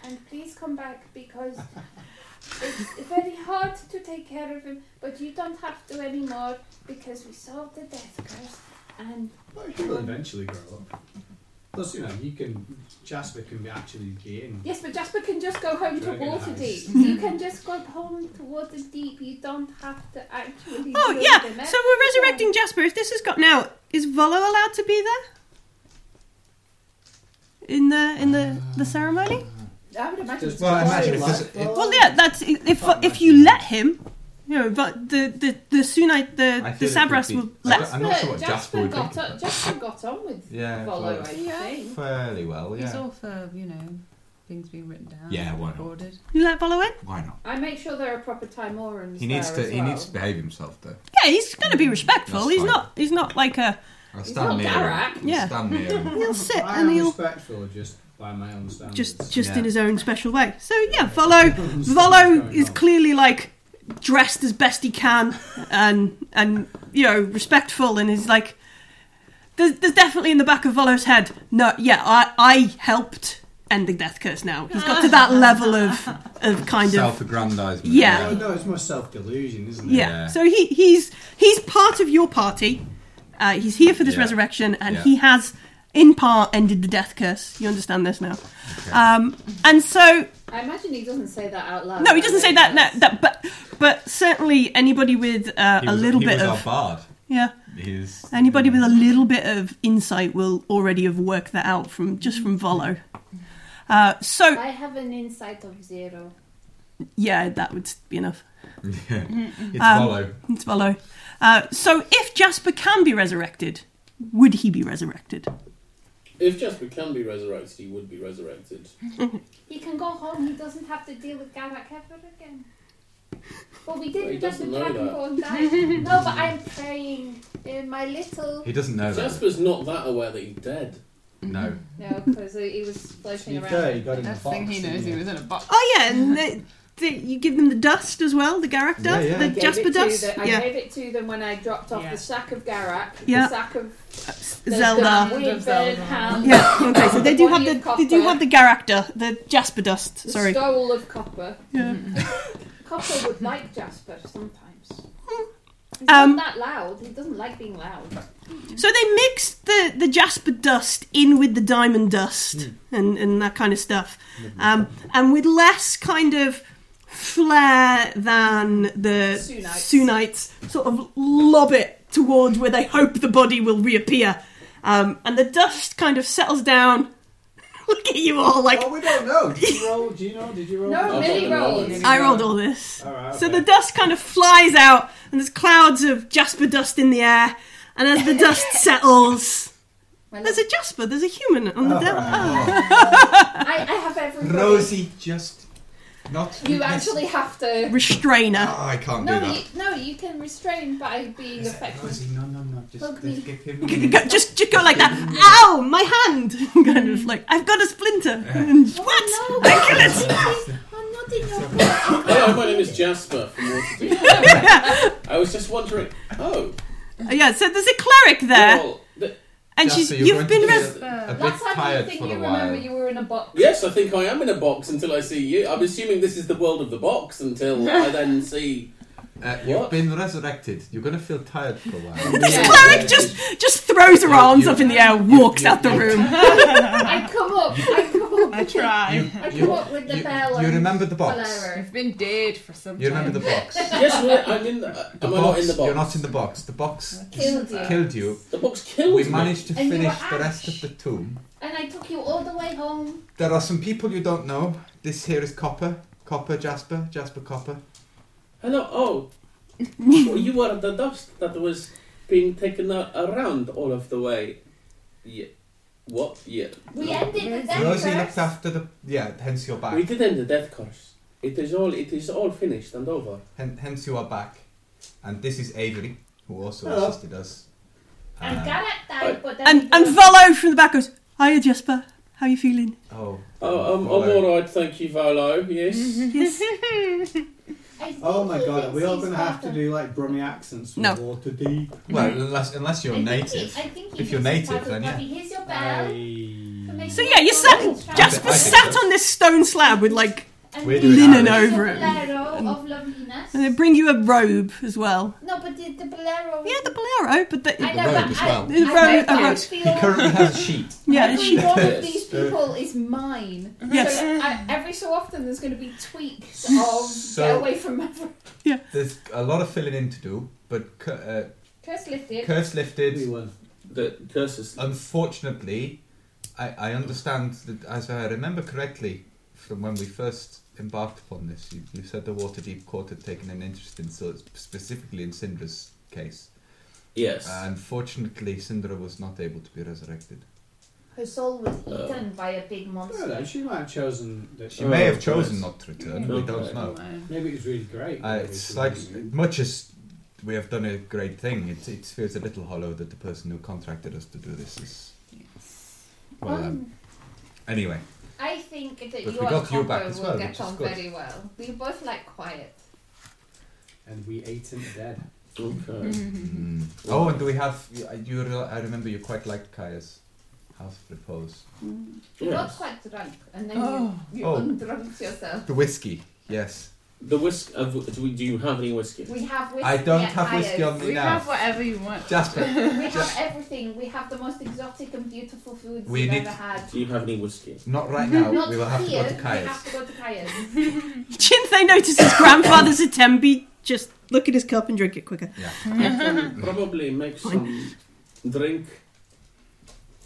C: and please come back because it's very hard to take care of him. But you don't have to anymore because we solved the death curse. And
E: He'll eventually grow up. Plus, you know, you can. Jasper can be actually be in.
C: yes, but Jasper can just go home to
E: Dragon
C: Waterdeep.
E: Heist.
C: You can just go home to Waterdeep. You don't have to actually.
A: Oh
C: do
A: yeah,
C: the
A: so we're resurrecting Jasper. If this has gotten out, is Volo allowed to be there? In the in the the ceremony?
C: I would imagine.
E: Just- well, imagine if
A: Well,
E: this- if-
A: yeah, that's if if you let him, you know. But the the the Sunite
F: I
A: the the
F: feel it would
A: Sabras
F: be-
A: will
F: I
A: let.
F: don't- I'm not sure what Jasper would
C: got
F: think.
C: on, Jasper got on with
F: Yeah,
C: Volo, I
F: well,
C: think.
F: fairly well.
D: It's
F: Yeah.
D: all for, you know, things being written down.
F: Yeah, why not?
D: Recorded.
A: You let Volo in?
F: Why not?
C: I make sure there are proper Timorans.
F: He needs
C: there
F: to.
C: As
F: He
C: well.
F: needs to behave himself though.
A: Yeah, he's going to be respectful.
F: That's
A: He's
F: fine.
A: not. He's not like a.
F: I'll
C: He's
F: stand
C: not
F: near
C: Garak.
F: him.
A: Yeah.
F: Stand near him.
A: He'll sit
E: I
A: and
E: am
A: he'll
E: respectful just by my own standards.
A: just just
F: Yeah.
A: in his own special way. So yeah, Volo Volo is clearly like dressed as best he can and and you know respectful and is like there's, there's definitely in the back of Volo's head. No, yeah, I I helped end the death curse. Now he's got to that level of of kind of
B: Self-aggrandisement.
A: Yeah.
E: No, no, it's more self delusion, isn't it?
A: yeah. So he he's he's part of your party. Uh, he's here for this
E: Yeah.
A: resurrection, and
E: Yeah.
A: he has, in part, ended the death curse. You understand this now, um, and so
C: I imagine he doesn't say that out loud.
A: no, he doesn't say that. No, that but but certainly anybody with uh,
F: He
A: a
F: was-
A: little
F: he
A: bit
F: was
A: of
F: our bard.
A: yeah,
F: He's
A: anybody with a little bit of insight will already have worked that out from just from Volo. Uh, so
C: I have an insight of zero.
A: yeah, that would be enough.
F: Yeah. It's
A: Um,
F: Volo.
A: It's Volo. Uh, so if Jasper can be resurrected, would he be resurrected?
G: If Jasper can be resurrected, he would be resurrected.
C: He can go home. He doesn't have to deal with Garak ever again. But we
G: Well, he
C: didn't let the
G: doesn't know
C: dragon
G: that.
C: go and die. No, but I'm praying in my little.
F: He doesn't know that.
G: Jasper's not that aware that he's dead.
F: No.
C: No, because he was floating
G: To be
C: around.
G: fair, he got in a That's the thing box,
H: he knows he was in a box.
A: Oh yeah, and the, the, you give them the dust as well, the Garak dust,
C: I
A: the
C: gave
A: Jasper
C: it to
A: dust.
C: them- I
A: yeah.
C: gave it to them when I dropped off
A: Yeah.
C: the sack of Garak,
A: Yeah.
C: the sack of the- the
A: Zelda.
C: Wyvern Hound,
A: Yeah. Okay. So they do
C: the
A: have
C: body
A: the
C: of
A: they do
C: copper,
A: have the Garak dust, the Jasper dust.
C: the
A: Sorry.
C: stole of copper.
A: Yeah.
C: copper would like Jasper sometimes. He's
A: Um,
C: not that loud. He doesn't like being loud.
A: So they mixed the, the jasper dust in with the diamond dust and, and that kind of stuff. Um, and with less kind of flair than the Sunites. sort of lob it towards where they hope the body will reappear. Um, and the dust kind of settles down. Look at you all like.
E: Oh, we don't know. Did you roll? Do you know? Did you roll?
C: No, Millie rolled.
A: I rolled all this.
E: Alright,
A: So the dust kind of flies out, and there's clouds of jasper dust in the air. And as the dust settles, there's a jasper, there's a human on
F: Oh.
A: the Ah. dust.
C: I, I have everything.
F: Rosie, just not.
C: You actually have to.
A: Restrainer.
F: Oh, I can't
C: no,
F: do that.
C: you, no, you can restrain by being effective.
F: Rosie, no, no, no. Just,
C: Hug
F: just give him.
A: Go- just, just go like that. Ow, my hand! kind of like I've got a splinter. And
C: Oh,
A: what? I kill it.
G: Hello, my name is Jasper from Waterdeep. I was just wondering. Oh,
A: yeah. So there's a cleric there,
G: well, th-
A: and she's you've been res-
C: Last time you think you remember you were in a box.
G: yes, I think I am in a box until I see you. I'm assuming this is the world of the box until I then see.
F: Uh, you've been resurrected. You're going to feel tired for a while.
A: this cleric just just throws her arms up in the air, walks out the room.
C: I come up. I come up. I
D: try.
C: I come
F: you-
C: up with the
F: you-
C: bell.
F: you
C: and
F: remember the box?
C: Valero.
D: I've been dead for some
F: You
D: time.
F: remember the box.
G: Yes, well, I'm in. The, uh,
F: The
G: am I
F: box,
G: not in the box?
F: You're not in the box. The box
C: Killed you.
F: killed you.
G: The box killed
F: We
G: me.
F: managed to
C: And you
F: finish
C: were
F: the
C: ash.
F: rest of the tomb.
C: And I took you all the way home.
F: There are some people you don't know. This here is Copper. Copper Jasper. Jasper Copper.
G: Hello. Oh, well, you were the dust that was being taken a- around all of the way. Yeah. What? Yeah.
C: We ended the death
F: Rosie looked
C: curse.
F: after the. Yeah, hence you're
G: We
F: back.
G: did end the death curse. It is all. It is all finished and over.
F: Hen- hence you are back. And this is Avery, who also
G: Hello.
F: assisted us.
C: And
F: Uh,
C: Garrett died, but then
A: And and Volo from the back goes, "Hiya, Jesper. How you feeling?"
F: oh.
G: Oh, um, I'm
F: Follow.
G: all right, thank you, Volo. Yes.
A: Yes.
E: Oh my god, are we all going to have to do like Brummy accents for
A: No.
E: Waterdeep?
F: Well, unless, unless you're native. If you're native, then yeah.
C: Here's your bell.
E: I-
C: for making
A: So yeah, you sat. Jasper
F: I think
A: sat
F: so.
A: on this stone slab with like,
C: And
F: We're
C: the
F: doing
A: linen
C: Valero
A: over it.
C: Bolero of loveliness.
A: and they bring you a robe as well.
C: No, but the, the bolero.
A: Yeah, the bolero, but
C: I
A: the,
C: know,
F: robe
C: but
F: as
C: I-
F: well.
A: The
C: I
A: robe-
C: know, but
A: a
C: I
A: robe.
F: He
C: feel
F: currently has a sheet.
A: yeah,
C: Every
A: she,
C: one of
F: Yes.
C: these people is mine.
A: Yes.
C: So I, every so often, there's going to be tweaks of get
F: So-
C: away from my fr-
F: There's a lot of filling in to do, but cu- uh,
C: curse lifted.
F: curse lifted.
G: Everyone. The curses.
F: Unfortunately, I, I understand that, as I remember correctly from when we first embarked upon this, you, you said the Waterdeep Court had taken an interest in, so it's specifically in Syndra's case.
G: Yes.
F: Uh, unfortunately, Syndra was not able to be resurrected.
C: Her soul was
F: Uh,
C: eaten by a big monster.
E: don't know, she might have chosen. That
F: She may have
G: Oh,
F: chosen
G: yes.
F: not to return, we don't
G: Okay.
F: know.
E: Maybe it was really great.
F: Uh,
E: Maybe
F: it's
E: she
F: like,
E: was-
F: much as we have done a great thing, it, it feels a little hollow that the person who contracted us to do this is. Well, um,
C: Um,
F: Anyway,
C: I think that
F: but
C: you
F: we
C: and
F: got you back
C: Copper
F: as
C: will
F: well, which
C: get
F: is
C: on
F: good.
C: very well. We both like quiet.
E: And we ate him dead.
G: Okay.
F: mm. oh, and do we have? You, you re- I remember you quite liked Kaya's house of repose.
C: You
G: Yes.
C: got quite drunk, and then
D: Oh.
C: you, you
F: Oh.
C: undrunked yourself.
F: The whiskey, yes.
G: The whisk. Uh, do, we, do you have any whiskey?
C: We have whiskey.
F: I don't
C: at
F: have whiskey
C: Ayers.
F: on me
D: We
F: now.
D: have whatever you want.
F: Jasper,
C: We have everything. We have the most exotic and beautiful foods
F: We
C: we've
F: need-
C: ever had.
G: Do you have any whiskey?
F: not right now.
C: Not
F: we will have to
C: here.
F: go to
C: We
F: Kaya's.
C: have to go to Kaya's.
A: Chinthe notices his grandfather's a tembi. Just look at his cup and drink it quicker.
G: I can probably make some drink.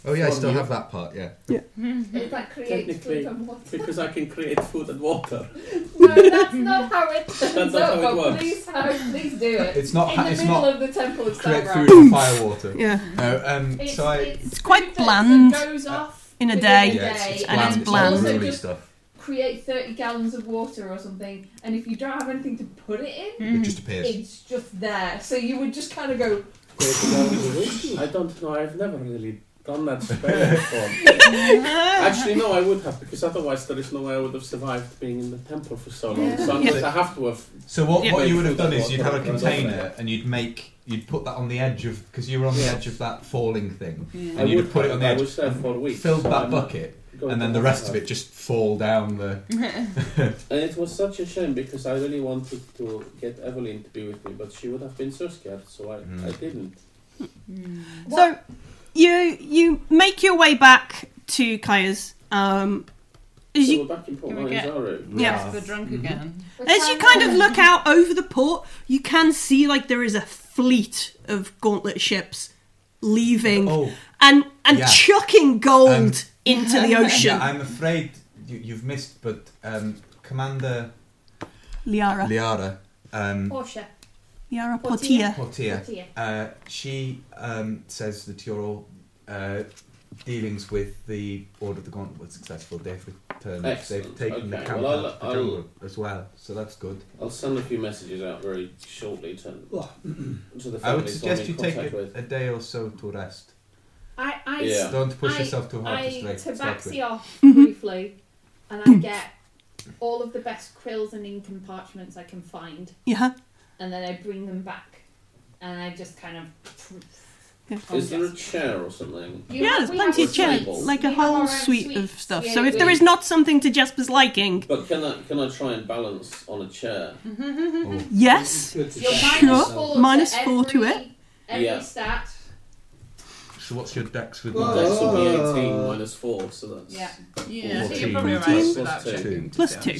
F: Oh yeah, I
G: Well,
F: still
G: you-
F: have that part. Yeah.
H: Mm-hmm.
C: It's like create
G: Technically,
C: food and water.
G: Because I can create food and water.
C: No, that's not how it turns
G: That's not
C: out.
G: how it
C: but
G: works.
C: Please, have, please do it.
F: It's not.
C: In the
F: It's
C: middle
F: not
C: of the temple of
F: create
C: Sabra.
F: food and fire water.
A: Yeah.
F: No. Um.
C: It's,
F: so I.
C: it's,
A: It's quite
C: food that-
A: bland
C: That goes off
A: in a
C: within
A: day.
F: yeah, it's, it's
C: and then
F: bland. It's like
C: also
F: ruly
C: just
F: stuff.
C: create 30 gallons of water or something, and if you don't have anything to put it in,
F: It just appears.
C: it's just there. So you would just kind of go,
G: I don't know. I've never really Done that spell form. Actually, no, I would have because otherwise there is no way I would have survived being in the temple for so long. So I'm like, I have to have.
F: So what,
G: made
F: what you would have
G: through
F: done
G: that
F: is you'd
G: water
F: have a
G: and gone over
F: container
G: it.
F: and you'd make you'd put that on the edge of because you were on the edge of that falling thing,
G: Yeah. I
F: and you'd
G: would
F: put it
G: have,
F: on the
G: I
F: edge,
G: was there for
F: and
G: weeks,
F: filled
G: so
F: that
G: I'm
F: bucket,
G: going
F: and then the
G: to
F: rest of
G: that.
F: it just fall down the.
G: And it was such a shame because I really wanted to get Evelyn to be with me, but she would have been so scared, so I,
F: Mm.
G: I didn't.
A: So you you make your way back to Kaya's. Um, as
G: So
A: you,
G: we're back in Port
A: Here we
G: Mines,
A: go.
G: are we?
A: Yeah.
F: Mm-hmm.
H: Yes, the drunk again.
A: as you kind of look out over the port, you can see like there is a fleet of gauntlet ships leaving and and
F: Oh, Yeah.
A: chucking gold into the ocean.
F: Yeah, I'm afraid you, you've missed, but um, Commander
A: Liara.
F: Liara. Um,
C: Portia.
A: Liara
C: Portia.
A: Portia.
F: Portia. Uh, she um, says that your uh, dealings with the Order of the Gauntlet were successful. They've returned.
G: Excellent.
F: They've taken
G: Okay,
F: the camp
G: well,
F: out of the
G: I'll- I'll-
F: jungle as well, so that's good.
G: I'll send a few messages out very shortly to, to the families
F: I would
G: I'm
F: suggest
G: in
F: you take
G: contact
F: a,
G: with.
F: a day or so to rest.
C: I, I
F: Yeah. Don't push
C: I,
F: yourself too hard
C: I
F: to strike- strike with.
C: tabaxi off briefly, and I get all of the best quills and ink and parchments I can find,
A: Yeah.
C: and then I bring them back, and I just kind of.
F: Oh,
G: Is there a chair or something?
C: You
A: Yeah,
C: have-
A: there's
C: we
A: plenty
C: have
A: of
C: our
A: chairs,
C: sweets.
A: like
C: We
A: a
C: have our
A: whole
C: own
A: suite of
C: sweets.
A: stuff.
C: Yeah,
A: so if
C: we-
A: there is not something to Jasper's liking,
G: But can I can I try and balance on a chair?
A: yes,
G: It's good to
C: You're
G: check
C: minus
G: yourself.
C: four,
A: Minus
C: to
A: four to
C: every-
A: it.
C: Every
G: Yeah. Oh,
C: stat.
F: So what's your dex with
G: Well,
F: the
G: that's will be 18 minus 4, so that's.
C: Yeah.
H: Yeah, so
G: 14.
H: you're probably right
G: Plus
H: without
G: two.
H: checking.
A: Plus two.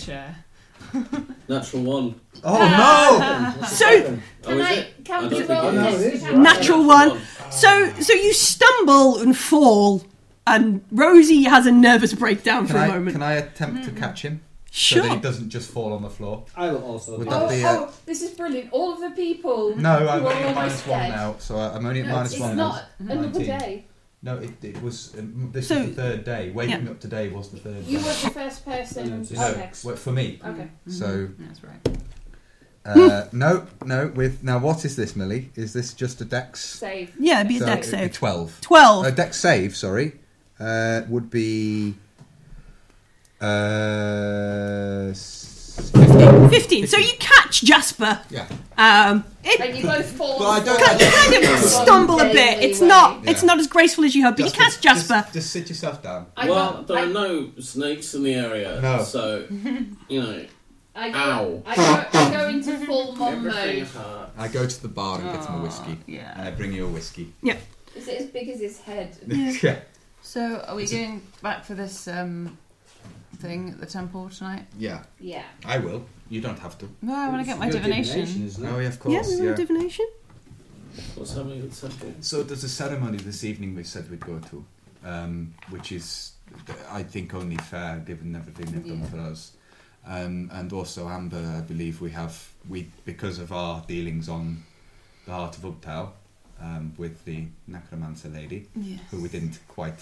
G: Natural 1.
F: Oh
G: no!
A: So-
G: Oh, is it? I don't think it is.
A: natural one. So so you stumble and fall, and Rosie has a nervous breakdown
F: Can
A: for a
F: I,
A: moment.
F: can I attempt
C: Mm.
F: to catch him? So that
A: Sure.
F: he doesn't just fall on the floor.
E: I will also.
F: Would
C: Oh,
F: that be a,
C: oh, this is brilliant. All of the people.
F: No, I'm
C: who are
F: only
C: almost
F: at minus one
C: dead.
F: now, so I- I'm only at
C: No,
F: minus
C: it's
F: one.
C: not
F: now.
C: another
F: 19.
C: day.
F: No, it, it was. Um, this
A: So-
F: was the third day. Waking up today was the third
C: You
F: day.
C: were the first person.
F: No,
C: Okay.
F: well, for me.
C: Okay. Mm-hmm.
F: So.
H: That's right.
F: Uh, no, no. With now, what is this, Millie? Is this just a dex
C: Save.
A: Yeah, it'd be a
F: So
A: dex
F: it'd be
A: save.
F: Twelve.
A: Twelve.
F: A dex Uh, save. Sorry, uh, would be uh, s-
A: Fifteen. Fifteen. So you catch Jasper.
F: Yeah.
A: Um, it
C: And you both fall.
F: Well, I
C: on the
F: don't-
C: floor.
F: I don't-
A: kind of stumble a bit. It's not. It's not as graceful as you hope, but you catch Jasper.
F: Just, sit yourself down.
C: I
G: well,
C: don't-
G: there
C: I-
G: are no snakes in the area,
F: No.
G: so you know.
C: I go,
G: Ow.
C: I go, I go into full mom
G: Everything
C: mode.
G: hurt.
B: I go to the bar and get him a whiskey.
H: Oh, yeah.
B: And I bring you a whiskey.
A: Yeah.
C: Is it as big as his head?
F: Yeah.
H: So, are we going back for this um, thing at the temple tonight?
B: Yeah.
C: Yeah.
B: I will. You don't have to.
H: No, I want to get my divination.
B: Oh, yeah, of
A: Yeah,
B: course.
A: we
B: yeah.
A: want divination.
G: What's happening at the temple?
F: So there's a ceremony this evening we said we'd go to, um, which is, I think, only fair given everything they've done
H: Yeah.
F: for us. Um, and also Amber, I believe we have we because of our dealings on the Heart of Uptow um, with the necromancer lady,
H: Yes.
F: who we didn't quite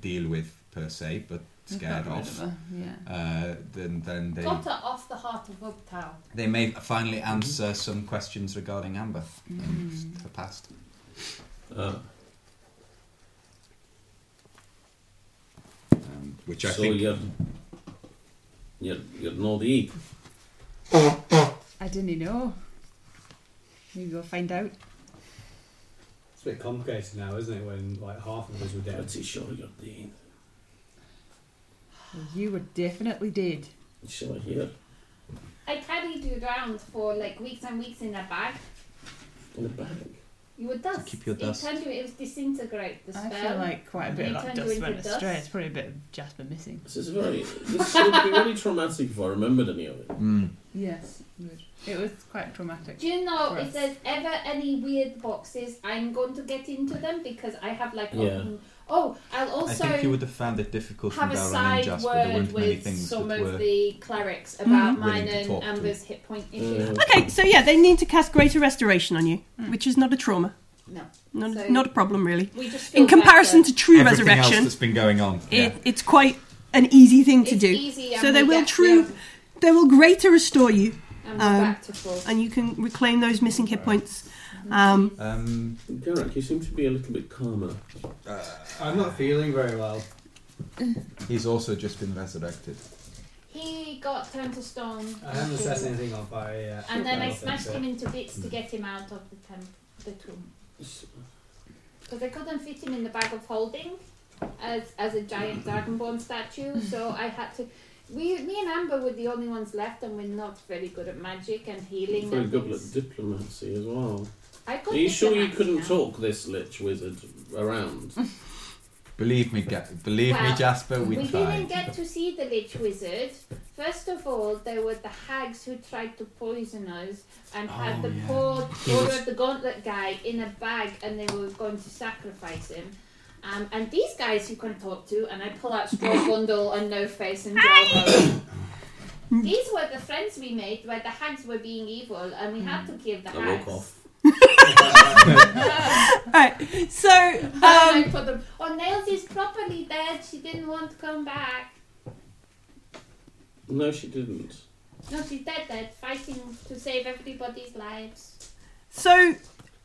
F: deal with per se, but
H: We've
F: scared
H: got rid
F: off.
H: of her, yeah.
F: Uh, then then they
C: Got her off the heart of Uptown.
F: they may finally answer some questions regarding Amber
H: Mm-hmm.
F: and her past.
G: Uh,
F: Um, which I
G: so
F: think
G: you're you're you're not eat.
H: I didn't know. Maybe we'll find out.
E: It's a bit complicated now, isn't it? When like half of us were dead.
G: Pretty sure you're dead.
H: You were definitely dead.
G: Sure here
C: I carried you around for like weeks and weeks in a bag.
G: in the bag.
C: You were dust.
F: keep your dust.
C: It turned you, it was disintegrate. The
H: I
C: spell.
H: feel like quite a bit
C: It
H: of that
C: turned
H: dust
C: you
H: went
C: into dust.
H: astray. It's probably a bit of Jasper missing.
G: This is very. This would be really traumatic if I remembered any of it.
F: Mm.
H: Yes, it would. it was quite traumatic.
C: Do you know
H: for
C: if
H: us.
C: there's ever any weird boxes, I'm going to get into them because I have like.
F: Yeah.
C: open- Oh, I'll
F: I
C: also.
F: think you would have found it difficult from
C: have a
F: Darren and
C: side
F: Jasper. There
C: word
F: weren't many
C: with
F: things
C: some
F: that
C: of
F: were.
C: the clerics
A: Hmm.
C: about
F: Mhm. willing
C: mine
F: to
C: and
F: talk to. Uh,
C: Amber's hit point issue.
A: Okay, so yeah, they need to cast greater restoration on you, which is not a trauma,
C: No.
A: not,
C: So-
A: not a problem really.
C: We just feel
A: In comparison
C: better.
A: to true
F: Everything else
A: resurrection,
F: that's been going on.
A: it, it's quite an easy thing to
C: It's e-
A: do.
C: easy and
A: so they
C: we
A: will
C: get
A: true, they will greater restore you,
C: And we're
A: um,
C: back to full.
A: and you can reclaim those missing hit points. Um,
J: Um, uh,
G: Garrick, you seem to be a little bit calmer.
E: I'm not feeling very well.
J: He's also just been resurrected.
C: He got turned to stone.
E: I haven't set anything on fire yet.
C: And then I
E: don't think
C: smashed
E: so.
C: him into bits to get him out of the temp- the tomb. Because I couldn't fit him in the bag of holding as, as a giant dragonborn statue, so I had to. We, me and Amber were the only ones left, and we're not very good at magic and healing.
G: Very
C: and
G: good
C: things.
G: at diplomacy as well.
C: I could
G: Are you
C: be
G: sure you
C: diplomatic
G: couldn't
C: now.
G: talk this lich wizard around?
J: Believe me, Ga- believe me,
C: Well,
J: Jasper. We,
C: we
J: tried.
C: didn't get to see the Lich Wizard. First of all, there were the hags who tried to poison us and had
J: Oh,
C: the poor Order of the Gauntlet guy in a bag and they were going to sacrifice him. Um, and these guys you can talk to, and I pull out Straw Bundle and No Face and Jello. These were the friends we made where the hags were being evil and we had to
J: Hmm.
C: kill the
G: I
C: hags.
G: woke off.
A: Alright, so
C: And
A: Um,
C: I put them, oh, Nails is properly dead. She didn't want to come back.
G: No, she didn't.
C: No, she's dead, dead, fighting to save everybody's lives.
A: so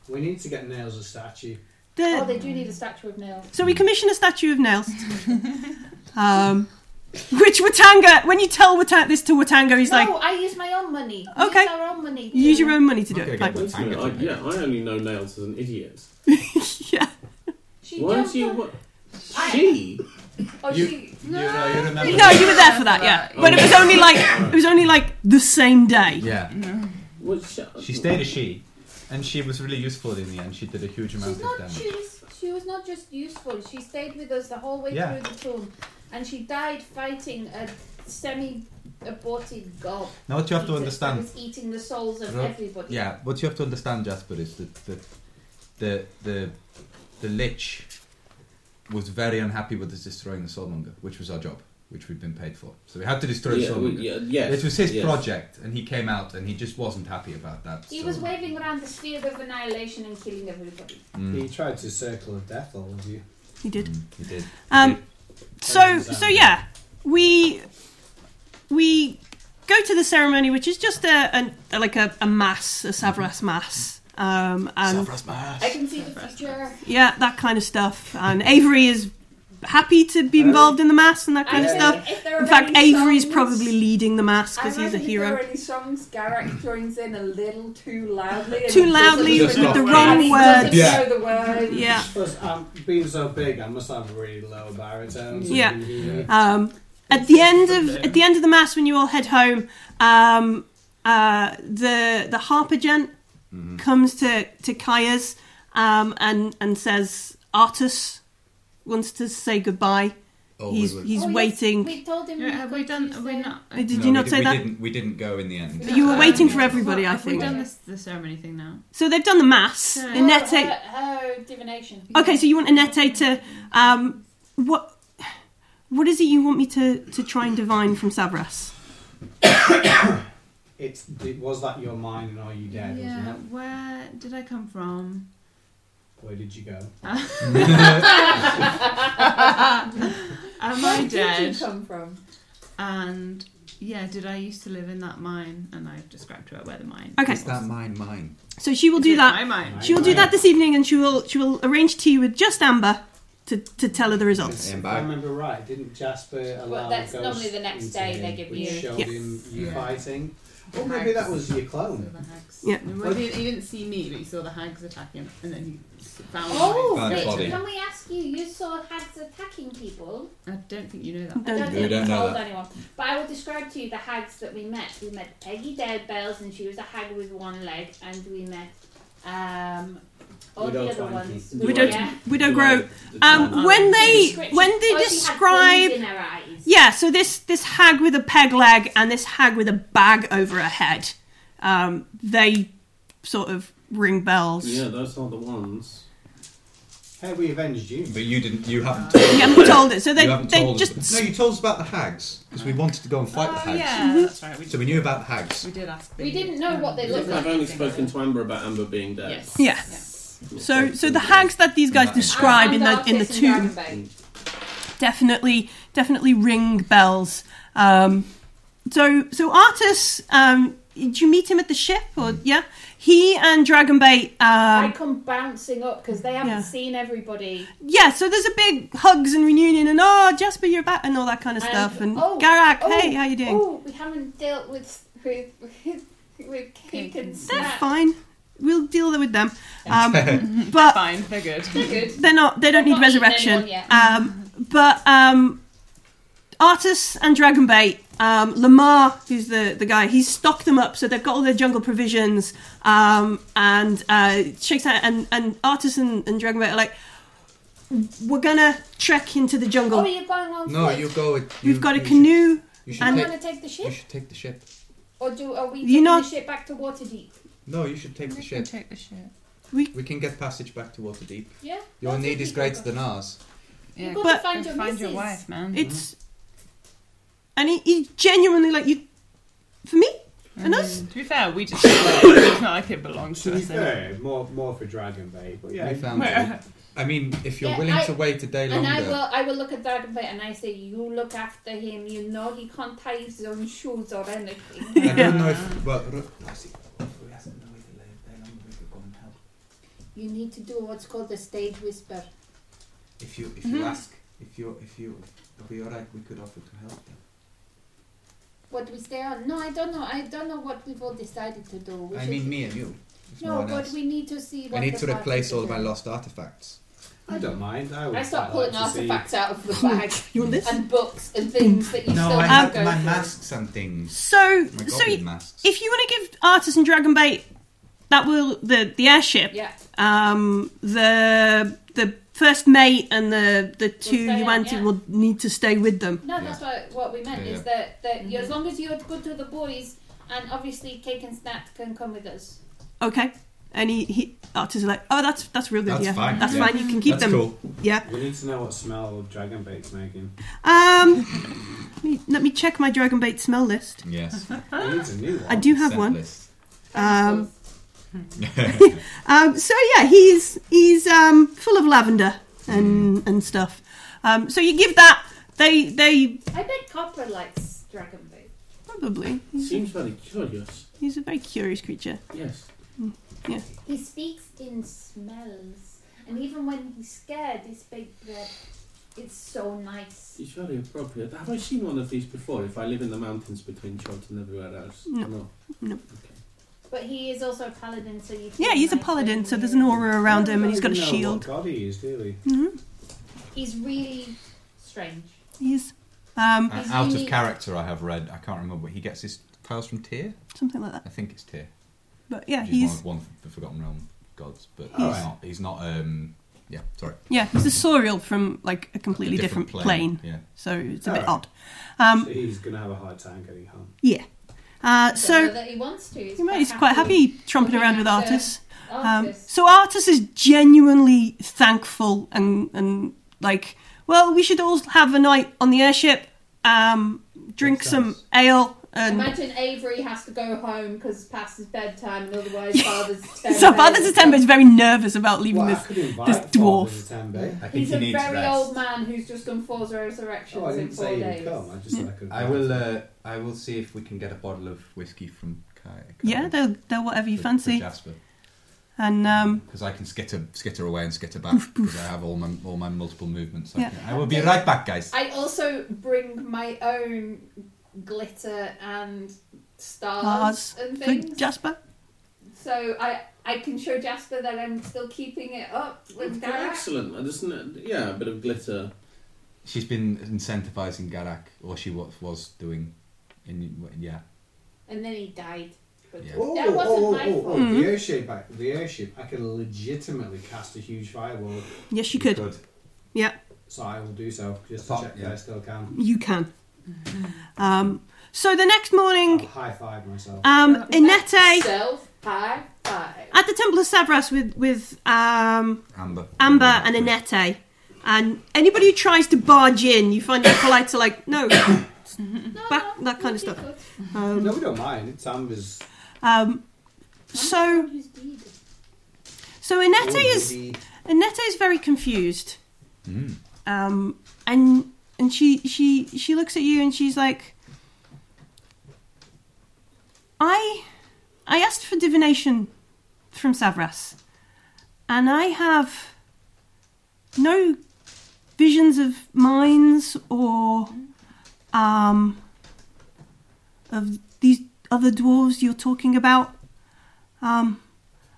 E: We need to get Nails a statue.
A: the
C: oh, they do need a statue of nails.
A: So we commission a statue of nails. um, which Watanga, when you tell Wata- this to Watanga, he's
C: no,
A: like,
C: I use my own money.
A: Okay.
C: Use our own money.
A: you use your own money to do it. Like,
G: Wait a minute, I, yeah, I only know Nails as an idiot.
C: She
G: Why
C: jumped
G: don't you?
C: on-
G: What,
C: I-
G: she?
C: Oh,
J: You-
C: she.
J: You, know, you remember?
A: no, you were there for that, yeah. But it was only like it was only like the same day.
J: Yeah.
G: What, she,
J: She stayed a she, and she was really useful in the end. She did a huge amount of
C: She's not.
J: damage.
C: She's, she was not just useful. She stayed with us the whole way
J: Yeah.
C: through the tomb, and she died fighting a semi-aborted gob.
J: Now, what you have to
C: eater
J: understand-
C: that was eating the souls of
J: Ro-
C: everybody.
J: Yeah, what you have to understand, Jasper, is that the the the, the lich was very unhappy with us destroying the soulmonger, which was our job, which we'd been paid for. So we had to destroy
G: Yeah,
J: the
G: we-
J: soulmonger.
G: yeah, yes,
J: this was his
G: yes.
J: project, and he came out and he just wasn't happy about that.
C: He
J: so-
C: was waving around the sphere of annihilation and killing everybody.
A: Hmm.
E: He tried to circle of death all of you.
A: He did.
J: mm, He did.
A: Um, so so yeah, we we go to the ceremony, which is just a, a like a, a mass, a Savras mass, um, and
C: I can see the future.
A: yeah, that kind of stuff. And Avery is happy to be involved in the mass and that kind of
C: I
A: stuff.
C: think if there are
A: In fact,
C: any
A: Avery is
C: songs-
A: probably leading the mass because
C: I
A: he's a
C: reckon If
A: hero.
C: there are any songs Garrick joins in a little too loudly. and
A: Too
C: he
A: loudly
C: doesn't
A: with
C: know
A: the wrong
C: he
A: words.
C: doesn't
B: Yeah.
C: know the words.
A: Yeah,
E: Plus, I'm being so big, I must have a really low baritone. so
A: Yeah.
E: you can hear me.
A: Um, at the end of at the end of the mass, when you all head home, um, uh, the the harper gent comes to to Kaya's um, and and says Artus wants to say goodbye.
B: Oh, we
A: he's
B: were-
A: he's
C: Oh, yes,
A: waiting.
C: We told him.
D: Yeah, have we done? Have we
C: Tuesday.
D: not?
A: Uh, Did
F: No,
A: you
F: we
A: not
F: di-
A: say
F: we
A: that?
F: Didn't, we didn't go in the end.
A: You were
D: Um,
A: waiting for everybody, I
D: have we
A: think.
D: done this, the ceremony thing now?
A: So they've done the mass.
D: Yeah.
C: Oh,
A: Anette.
C: her, her divination.
A: eh? Okay, so you want Anette to um, what? What is it you want me to, to try and divine from Savras?
E: It's, it, was that your mind and are you dead?
D: yeah.
E: Wasn't it?
D: Where did I come from? Uh,
E: Where did you go?
D: Am
C: Where
D: I
C: did
D: dead?
C: you come from?
D: And yeah, did I used to live in that mine? And I've described to her where the mine.
A: Okay,
B: Is that mine? Mine.
A: so she will
D: Is
A: do
D: it
A: that.
D: My mine.
A: She will do that this evening, and she will she will arrange tea with just Amber to, to tell her the results.
E: If I remember right, didn't Jasper allow
C: Well, that's
E: ghosts
C: normally the next
E: into
C: day
E: him,
C: they give
E: which
C: you-
E: showed
A: Yeah.
E: him you
F: Yeah.
E: fighting. Or maybe that was your clone.
A: Yeah.
D: Well, he, he didn't see me, but he saw the hags attack him, and then he s- found.
C: Oh,
F: Found
C: wait,
F: body.
C: can we ask you? You saw hags attacking people.
D: mine. I don't think you know that.
C: I don't
A: Don't
C: think
F: don't
C: we
F: know
C: told
F: that.
C: anyone. But I will describe to you the hags that we met. We met Peggy Deadbells, and she was a hag with one leg, and we met um, all
E: Widow
C: the other
E: Twanky.
C: ones.
A: Widow-
C: yeah.
A: Widow Grow. Um, when they
C: Description.
A: when they
C: Oh, she had
A: describe,
C: bones in her eyes.
A: yeah. So this this hag with a peg leg and this hag with a bag over her head, um, they sort of ring bells.
G: yeah, those are the ones.
E: Hey, we avenged you.
F: But you didn't. You haven't. Told,
A: You haven't told it, so they
F: you haven't
A: they
F: told us-
A: just
F: No, you told us about the hags because we wanted to go and fight the
D: Oh
F: hags.
D: yeah, that's right. We
F: So
D: did,
F: we knew about the hags.
D: we did ask.
C: We didn't know what they
G: I
C: looked
G: think
C: like.
G: I've only spoken to Amber about Amber being dead.
D: Yes.
A: Yeah. So, so the hags that these guys
F: Yeah.
A: describe in the in the
C: Artis and
A: tomb
C: Dragonbone.
A: definitely definitely ring bells. Um, so, so Artis um, Did you meet him at the ship?
F: Mm.
A: Or yeah, he and Dragonbait.
C: I
A: Um,
C: come bouncing up because they haven't seen everybody.
A: yeah, so there's a big hugs and reunion and oh Jasper, you're back and all that kind of stuff. And
C: oh,
A: Garak,
C: oh,
A: hey, how you doing?
C: Oh, we haven't dealt with with with, with cake and
A: They're
C: snack.
A: fine. We'll deal with them. Um, but
H: fine, they're good.
C: They're good.
A: They're not. They don't
C: They've
A: need
C: not eaten
A: resurrection.
C: anyone yet.
A: Um, but um, Artis and Dragonbait, um, Lamar, who's the the guy, he's stocked them up, so they've got all their jungle provisions. Um, and uh, shakes out, and and Artis and, and Dragonbait are like, we're gonna trek into the jungle.
C: Oh, you're going on
F: No,
C: foot?
F: you go with.
A: We've got a canoe.
F: you should
C: I'm
A: and
C: going to take the ship,
F: You should take the ship.
C: or do are we
A: You
C: taking
A: not-
C: the ship back to Waterdeep?
F: No, you should take the ship.
H: Take the ship.
A: We,
F: can get passage back to Waterdeep.
C: Yeah,
F: Your
C: that's
F: need
C: what
F: is
C: we
F: greater
C: got.
F: than ours.
H: Yeah,
C: You've got
A: But-
C: to find your
H: find your
C: missus.
H: wife, man.
A: it's and he, he genuinely like you for me and us.
H: to be fair, we just it's not like it belongs
E: To
H: to
E: be
H: us. anyway.
E: fair, more more for Dragon Bay, but yeah,
F: We found
H: Well-
F: it. I mean, if you're
C: Yeah,
F: willing
C: I-
F: to wait a day
C: And
F: longer,
C: I will, I will look at Dragonbait and I say, you look after him. You know he can't tie his own shoes or anything.
F: I don't know if. Well, Ru-
C: you need to do what's called a stage whisper.
F: if you if you
C: Mm-hmm.
F: ask, if you if you are we all right, we could offer to help them.
C: What we stay on? No, I don't know. I don't know what we've all decided to do. We
F: I
C: should-
F: mean, me and you. If
C: no,
F: one
C: but
F: else.
C: we need to see. What
F: I need
C: the
F: to
C: party
F: replace
C: to
F: all
C: do.
F: my lost artifacts.
E: I don't mind. I, would
C: I start
E: quite
C: pulling
E: like to see-
C: artifacts out of the bag
A: You want this?
C: and books and things that you
F: No,
C: still
F: I
C: have
F: have
C: to go
F: my
C: through.
F: masks and things.
A: So
F: My
A: so
F: goblin masks.
A: if you want to give artists and dragon bait that will the the airship
C: Yeah.
A: um the the first mate and the the two
C: stay
A: you
C: on,
A: wanted
C: yeah.
A: will need to stay with them
C: No, that's what what we meant
F: Yeah,
C: is that that you- as long as you're good to the boys, and obviously Cake and Snap can come with us.
A: okay and he, he artists are like oh that's that's real good
F: That's
A: yeah
F: fine,
A: that's
F: yeah.
A: fine you can keep
F: That's
A: them
F: cool.
A: yeah
E: We need to know what smell Dragon Bait's making.
A: um let me, let me check my dragon bait smell list
F: Yes.
E: We need a new one.
A: i do have
F: Set
A: one
F: list.
A: um um, so yeah, he's he's um, full of lavender and
F: Hmm.
A: and stuff. Um, so you give that they they
C: I bet Copper likes Dragon Boat.
A: probably
G: Seems very curious.
A: he's a very curious creature.
G: Yes.
C: He speaks in smells, and even when he's scared, his big breath. It's so nice.
G: It's very appropriate. Have I seen one of these before? If I live in the mountains between Chult and everywhere else?
A: No. No.
G: Okay.
C: But he is also a paladin, so you. feel
A: Yeah, he's a
C: nice when
A: paladin,
C: you
A: so
C: hear
A: there's an
C: him.
A: aura around him, and he's got a
E: We don't even know
A: shield.
E: What god he is, really?
A: Mhm,
C: He's really strange.
A: He is um,
F: Uh,
C: He's
F: out of
C: unique.
F: character, I have read. I can't remember. He gets his powers from Tyr.
A: something like that.
F: I think it's Tyr.
A: But yeah,
F: Which is
A: he's
F: one, one of the Forgotten Realm gods, but he's
E: Alright.
F: not. He's not. Um, yeah, sorry.
A: yeah he's a saurial from like a completely
F: A
A: different, plane.
F: Yeah.
A: so it's a bit
E: Alright.
A: odd. Um,
E: So he's gonna have a hard time getting home.
A: yeah, uh,
C: I don't know
A: so
C: that he wants to. He's,
A: he might- he's quite happy tromping around with
C: after-
A: artists. Um,
C: Artist.
A: so Artis is genuinely thankful and and like, well, we should all have a night on the airship, um, drink
E: Makes
A: some
E: sense.
A: ale, and
C: Imagine Avery has to go home because past his bedtime, and otherwise father's.
A: so Father September is very nervous about leaving
E: Well, I
A: this.
E: could invite
A: this
E: Father
A: dwarf.
E: Zitembe.
F: I think
C: He's
F: he
C: a
F: needs
C: very
F: rest.
C: old man who's just done four resurrections
E: Oh, I
C: in
E: didn't
C: four
E: say he would
C: days.
E: come. I just said I could.
F: I will. Uh, I will see if we can get a bottle of whiskey from Kai. Kai-
A: Yeah, they'll they'll whatever you
F: for-
A: fancy,
F: For Jasper,
A: and um,
F: because I can skitter, skitter away and skitter back because I have all my all my multiple movements. I
A: Yeah.
F: can- I will be right back, guys.
C: I also bring my own glitter and stars
A: Stars
C: and
A: for
C: things,
A: Jasper.
C: so I I can show Jasper that I'm still keeping it up with Derek.
G: Excellent. And Isn't it? Yeah, a bit of glitter.
F: She's been incentivizing Garak, or she was, was doing. In, yeah,
C: And then he died. But
F: Yeah.
E: Oh,
C: That wasn't
E: oh,
C: my
E: oh, oh,
C: fault.
A: Mm-hmm.
E: the airship! I, the airship! I can legitimately cast a huge fireball,
A: Yes, you could. Yeah,
E: so I will do so just
F: Apart-
E: to check
F: yeah.
E: that I still can.
A: you can. Um, so the next morning,
E: High five myself.
A: um, Inete
C: Self high five.
A: at the Temple of Savras with with um,
F: Amber.
A: Amber and Anette. And anybody who tries to barge in, you find it polite to like, no,
C: No,
A: back, that kind of
C: you're
A: stuff.
C: good.
A: Um,
E: no, we don't mind. It's Amber's.
A: um, so,
C: Who's deed?
A: so Anette
E: Oh,
A: is
E: maybe-
A: Anette is very confused,
F: Mm.
A: um, and and she she she looks at you and she's like, I I asked for divination from Savras, and I have no visions of mines or um, of these other dwarves you're talking about. Um,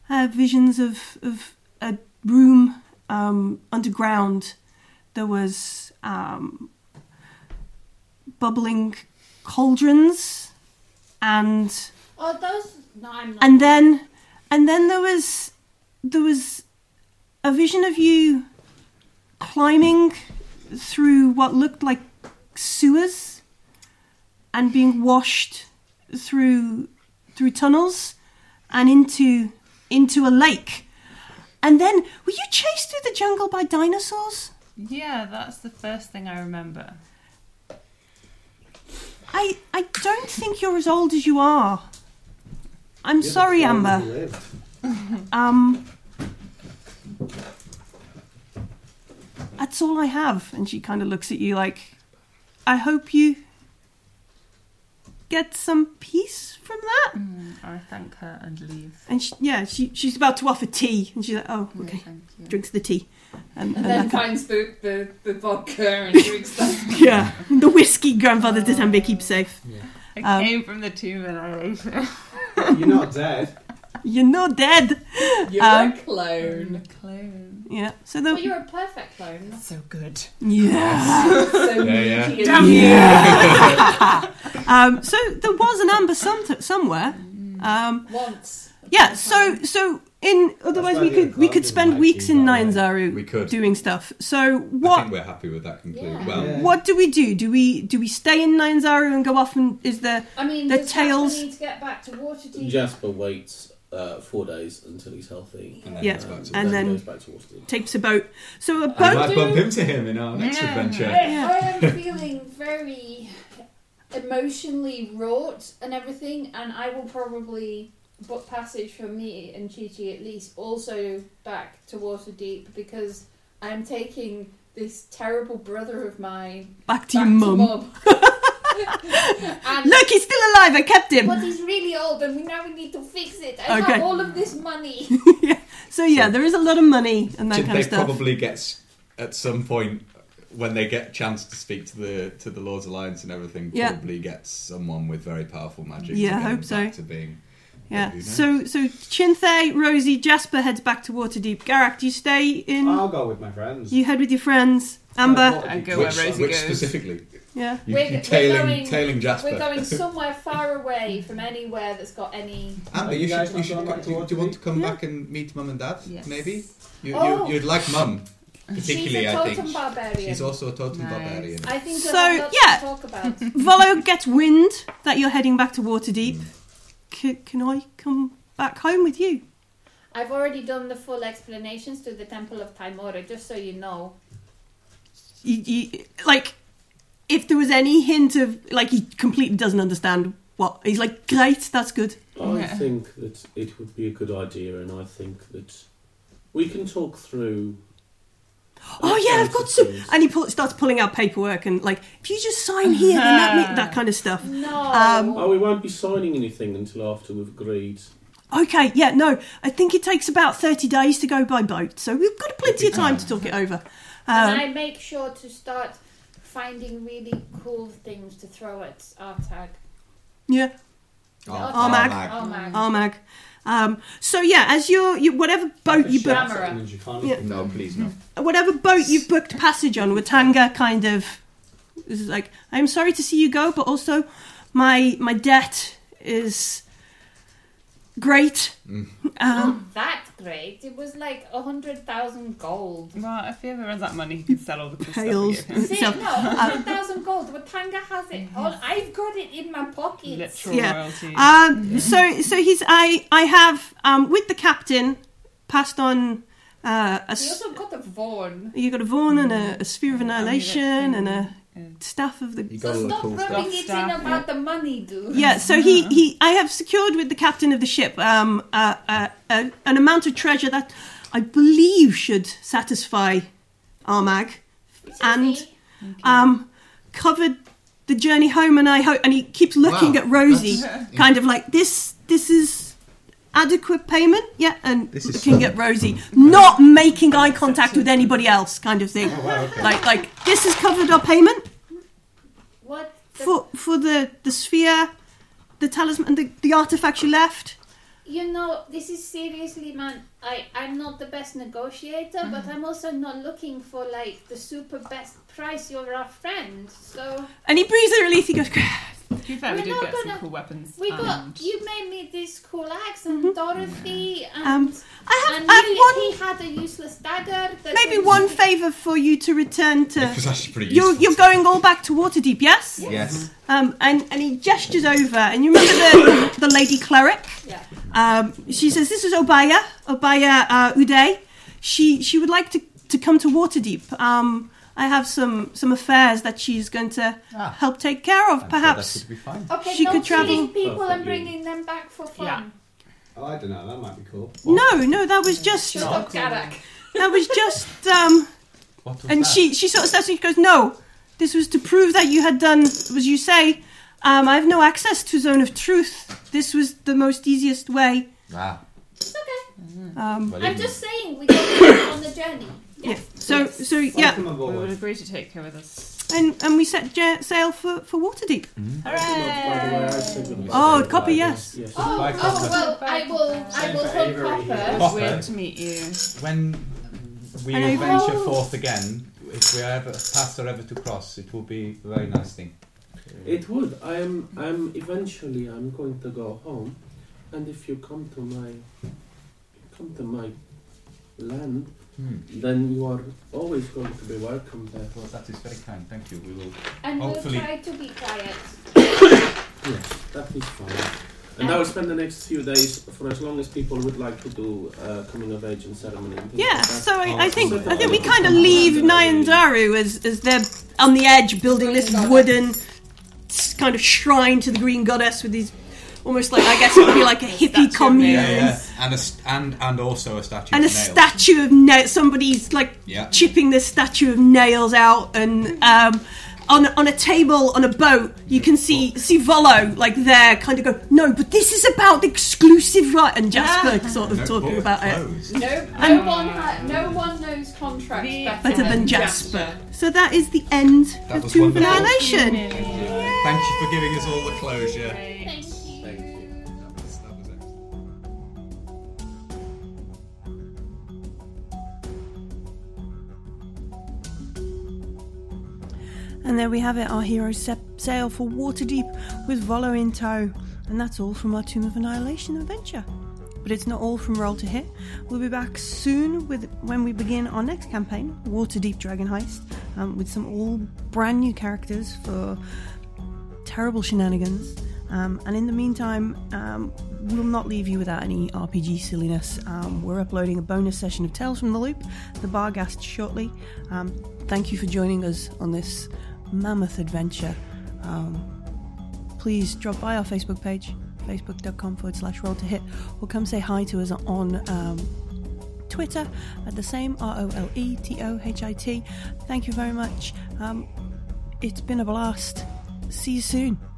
A: I have visions of, of a room um, underground. There was um, bubbling cauldrons and
C: Oh, those. No, I'm not.
A: and then and then there was there was a vision of you climbing through what looked like sewers and being washed through through tunnels and into into a lake and then were you chased through the jungle by dinosaurs
H: Yeah, that's the first thing I remember.
A: i i don't think you're as old as you are i'm
P: Yeah,
A: sorry
P: that's why
A: amber
P: we lived.
A: Um, that's all I have. And she kind of looks at you like, I hope you get some peace from that.
D: Mm,
H: I thank her and leave.
A: And she, yeah, she, she's about to offer tea. And she's like, oh, okay. Drinks the tea.
Q: And
A: And, and
Q: then
A: like a-
Q: finds the, the, the vodka and drinks that.
A: yeah, the whiskey grandfather Detembe keeps safe.
H: I
A: Um,
H: came from the tomb and I ate it.
E: You're not dead.
A: You're not dead.
Q: You're
A: Um,
Q: a clone.
H: clone.
A: Yeah, so the.
C: Well, you're a perfect clone.
H: so good.
A: Yes.
Q: So Yeah, yeah.
C: meaty and Damn you.
A: Yeah. um, so there was an amber some- somewhere. Um,
Q: Once.
A: Yeah. So so in otherwise
F: why
A: we
F: the
A: could we could
F: Atlantean
A: spend
F: might
A: weeks
F: be
A: in
F: that way.
A: Nyanzaru
F: We could.
A: doing stuff. So
F: I
A: what
F: think we're happy with that conclusion. Well,
A: what do we do? Do we do we stay in Nyanzaru and go off and is there
C: I mean,
A: the
C: does Jasper
A: tails?
C: need to get back to Waterdeep.
G: Jasper waits uh, four days until he's healthy.
A: Yeah,
G: Um,
A: and
G: goes
A: then
G: back to Waterdeep.
A: takes a boat. So a
F: I
A: boat.
F: might bump into him in our next
A: Yeah.
F: adventure.
C: I, I am feeling very emotionally wrought and everything, and I will probably book passage for me and Chi Chi at least also back to Waterdeep because I'm taking this terrible brother of mine
A: Back to your mum.
C: and
A: Look, he's still alive. I kept him.
C: But he's really old, and we now we need to fix it. I
A: Okay.
C: have all of this money.
A: So yeah, there is a lot of money and that
F: Did
A: kind
F: they
A: of stuff.
F: probably get s- at some point when they get a chance to speak to the to the Lord's Alliance and everything?
A: Yeah.
F: Probably get someone with very powerful magic.
A: Yeah,
F: to
A: I
F: get
A: hope
F: them
A: so.
F: Back to being.
A: Yeah.
F: Who knows?
A: So so Chinthe, Rosie, Jasper heads back to Waterdeep. Garak, do you stay in?
E: I'll go with my friends.
A: You head with your friends. Amber.
E: I
F: go where Which- Rosie which goes. specifically?
A: Yeah.
F: You- you tailing- tailing Jasper.
C: We're going somewhere far away from anywhere that's got any.
F: Amber, Ah, you should, you should come, do, you- do you want to come back and meet Mum and Dad?
C: Yes.
F: Maybe you,
C: Oh.
F: you you'd like Mum
C: She's
F: particularly.
C: a
F: I think
C: totem barbarian.
F: she's also a totem barbarian.
C: I think
A: So,
C: so. Yeah.
A: yeah.
C: To talk about.
A: Volo gets wind that you're heading back to Waterdeep. C- can I come back home with you?
C: I've already done the full explanations to the Temple of Taimora, just so you know.
A: You, you, like, if there was any hint of like he completely doesn't understand what he's like. Great, that's good.
G: I think that it would be a good idea, and I think that we can talk through.
A: Oh yeah, I've got some. And he pull, starts pulling out paperwork and like, if you just sign here, then that me- that kind of stuff.
C: No.
A: Um,
G: oh, we won't be signing anything until after we've agreed.
A: Okay, yeah, no, I think it takes about 30 days to go by boat, so we've got plenty of time to talk it over.
C: and
A: Um,
C: I make sure to start finding really cool things to throw at Artag.
A: yeah.
F: Oh,
C: Ar-
A: Armag.
C: Armag.
A: Armag. Oh, Um, so, yeah, as your, your whatever boat you booked. Yeah.
F: No, please no.
C: Hmm.
A: Whatever boat you booked passage on, Watanga kind of is like, I'm sorry to see you go, but also my my debt is great. Um,
C: Not that great. It was like a hundred thousand gold.
H: Well, if he ever runs out of money, he can sell all
C: Oh,
H: the good stuff we
A: Pails.
H: gave him.
C: See, no,
A: uh,
C: hundred thousand gold. Watanga has it all. I've got it in my pocket.
A: Um, so so he's I I have um, with the captain passed on uh, a
C: He
A: s-
C: also got a Vaughn.
A: you got a Vaughn and a, a sphere of annihilation and a staff of the
C: So stop rubbing it in about the money, dude.
A: yeah so he, he i have secured with the captain of the ship um, uh, uh, uh, an amount of treasure that i believe should satisfy armag and um, covered the journey home, and I hope. And he keeps looking
J: Wow,
A: at Rosie,
J: that's-
A: kind of like this. This is adequate payment, yeah. And
J: This is-
A: looking at Rosie, not making eye contact with anybody else, kind of
J: Oh,
A: thing.
C: okay.
A: Like like this has covered our payment
C: What?
A: for for the the sphere, the talisman, the the artifact you left.
C: You know, this is seriously, man. I I'm not the best negotiator,
A: Mm-hmm.
C: but I'm also not looking for like the super best price. You're our friend, so
A: And he breathes a relief. He goes.
H: To be fair, we
C: We're
H: did
C: not
H: get some
C: gonna-
H: cool weapons.
C: we
A: Um,
H: and-
C: got. You made me this cool axe and Dorothy, and,
A: Mm-hmm. Um, I have,
C: and
A: I have
C: he,
A: one
C: he had a useless dagger. That
A: Maybe
C: didn't-
A: one favour for you to return to.
B: Yeah, 'cause that's pretty
A: you're,
B: useful.
A: you're going all back to Waterdeep, yes?
C: Hmm.
B: Yes.
A: Um, and, and he gestures over, and you remember the, the, the lady cleric?
C: Yeah.
A: Um, she says, This is Obaya, Obaya uh, Uday. She, she would like to, to come to Waterdeep. Um, I have some, some affairs that she's going to help take care of, perhaps.
J: That would be fine.
C: Okay,
A: She
C: not
A: could travel-
C: killing people and
E: Perfectly.
C: bringing them back for fun.
E: Oh, I don't know. That might be cool.
A: No, no, that was just.
C: Shut up, Garak.
A: That was just. Um,
J: What was
A: and
J: that?
A: she she sort of starts and she goes, "No, this was to prove that you had done as you say. Um, I have no access to zone of truth. This was the most easiest way."
J: Ah,
C: It's okay.
A: Um,
J: Well,
C: I'm just saying we go on the journey.
A: yeah. So so yeah,
H: We would agree to take her with us.
A: and and we set ja- sail for for Waterdeep.
F: Hmm?
A: Oh, copy, yes.
C: Oh, oh well, I will. I will hold Copper.
H: It was
J: Copper.
H: weird to meet you.
J: when we
A: And I-
J: venture
C: Oh.
J: forth again, if we are ever paths are ever to cross, it will be a very nice thing.
G: It would. I'm. I'm. Eventually, I'm going to go home, and if you come to my, come to my land,
J: Hmm.
G: then you are always going to be welcome there.
J: Well, that is very kind. Thank you. We will
C: And
J: hopefully.
C: we'll try to be quiet.
G: Yeah, that is fine. And I will spend the next few days for as long as people would like to do uh, coming of age and ceremony. And things
A: Yeah.
G: like that.
A: So I, I think
G: Sit
A: I think we
G: down.
A: kind of leave Nyandaru as as they're on the edge building this wooden s- kind of shrine to the green goddess with these almost like I guess it would be like a hippie commune.
B: And, a, st- and and also a statue.
A: and a
B: of nails.
A: statue of nails. Somebody's like
B: Yeah.
A: chipping this statue of nails out, and um, on on a table on a boat, you can see see Volo like there, kind of go, no, but this is about the exclusive right, and Jasper sort of
B: No,
A: talking
B: both
A: about
B: closed.
A: it.
Q: No, no
A: And-
Q: one ha- no one knows contracts better,
A: Better than Jasper. So that is the end
B: That
A: of
B: was
A: Tomb of
B: wonderful.
A: Annihilation.
B: Thank you for giving us all the closure.
C: Thank you.
B: That was- that was excellent.
A: And there we have it, our heroes set sail for Waterdeep with Volo in tow. And that's all from our Tomb of Annihilation adventure. But it's not all from Roll to Hit. We'll be back soon with when we begin our next campaign, Waterdeep Dragon Heist, um, with some all brand new characters for terrible shenanigans. Um, and in the meantime, um, we'll not leave you without any RPG silliness. Um, we're uploading a bonus session of Tales from the Loop, the Bargast, shortly. Um, thank you for joining us on this mammoth adventure. Um, please drop by our Facebook page, facebook.com forward slash roll to hit, or come say hi to us on um, Twitter at the same R O L E T O H I T. Thank you very much. Um, it's been a blast. See you soon.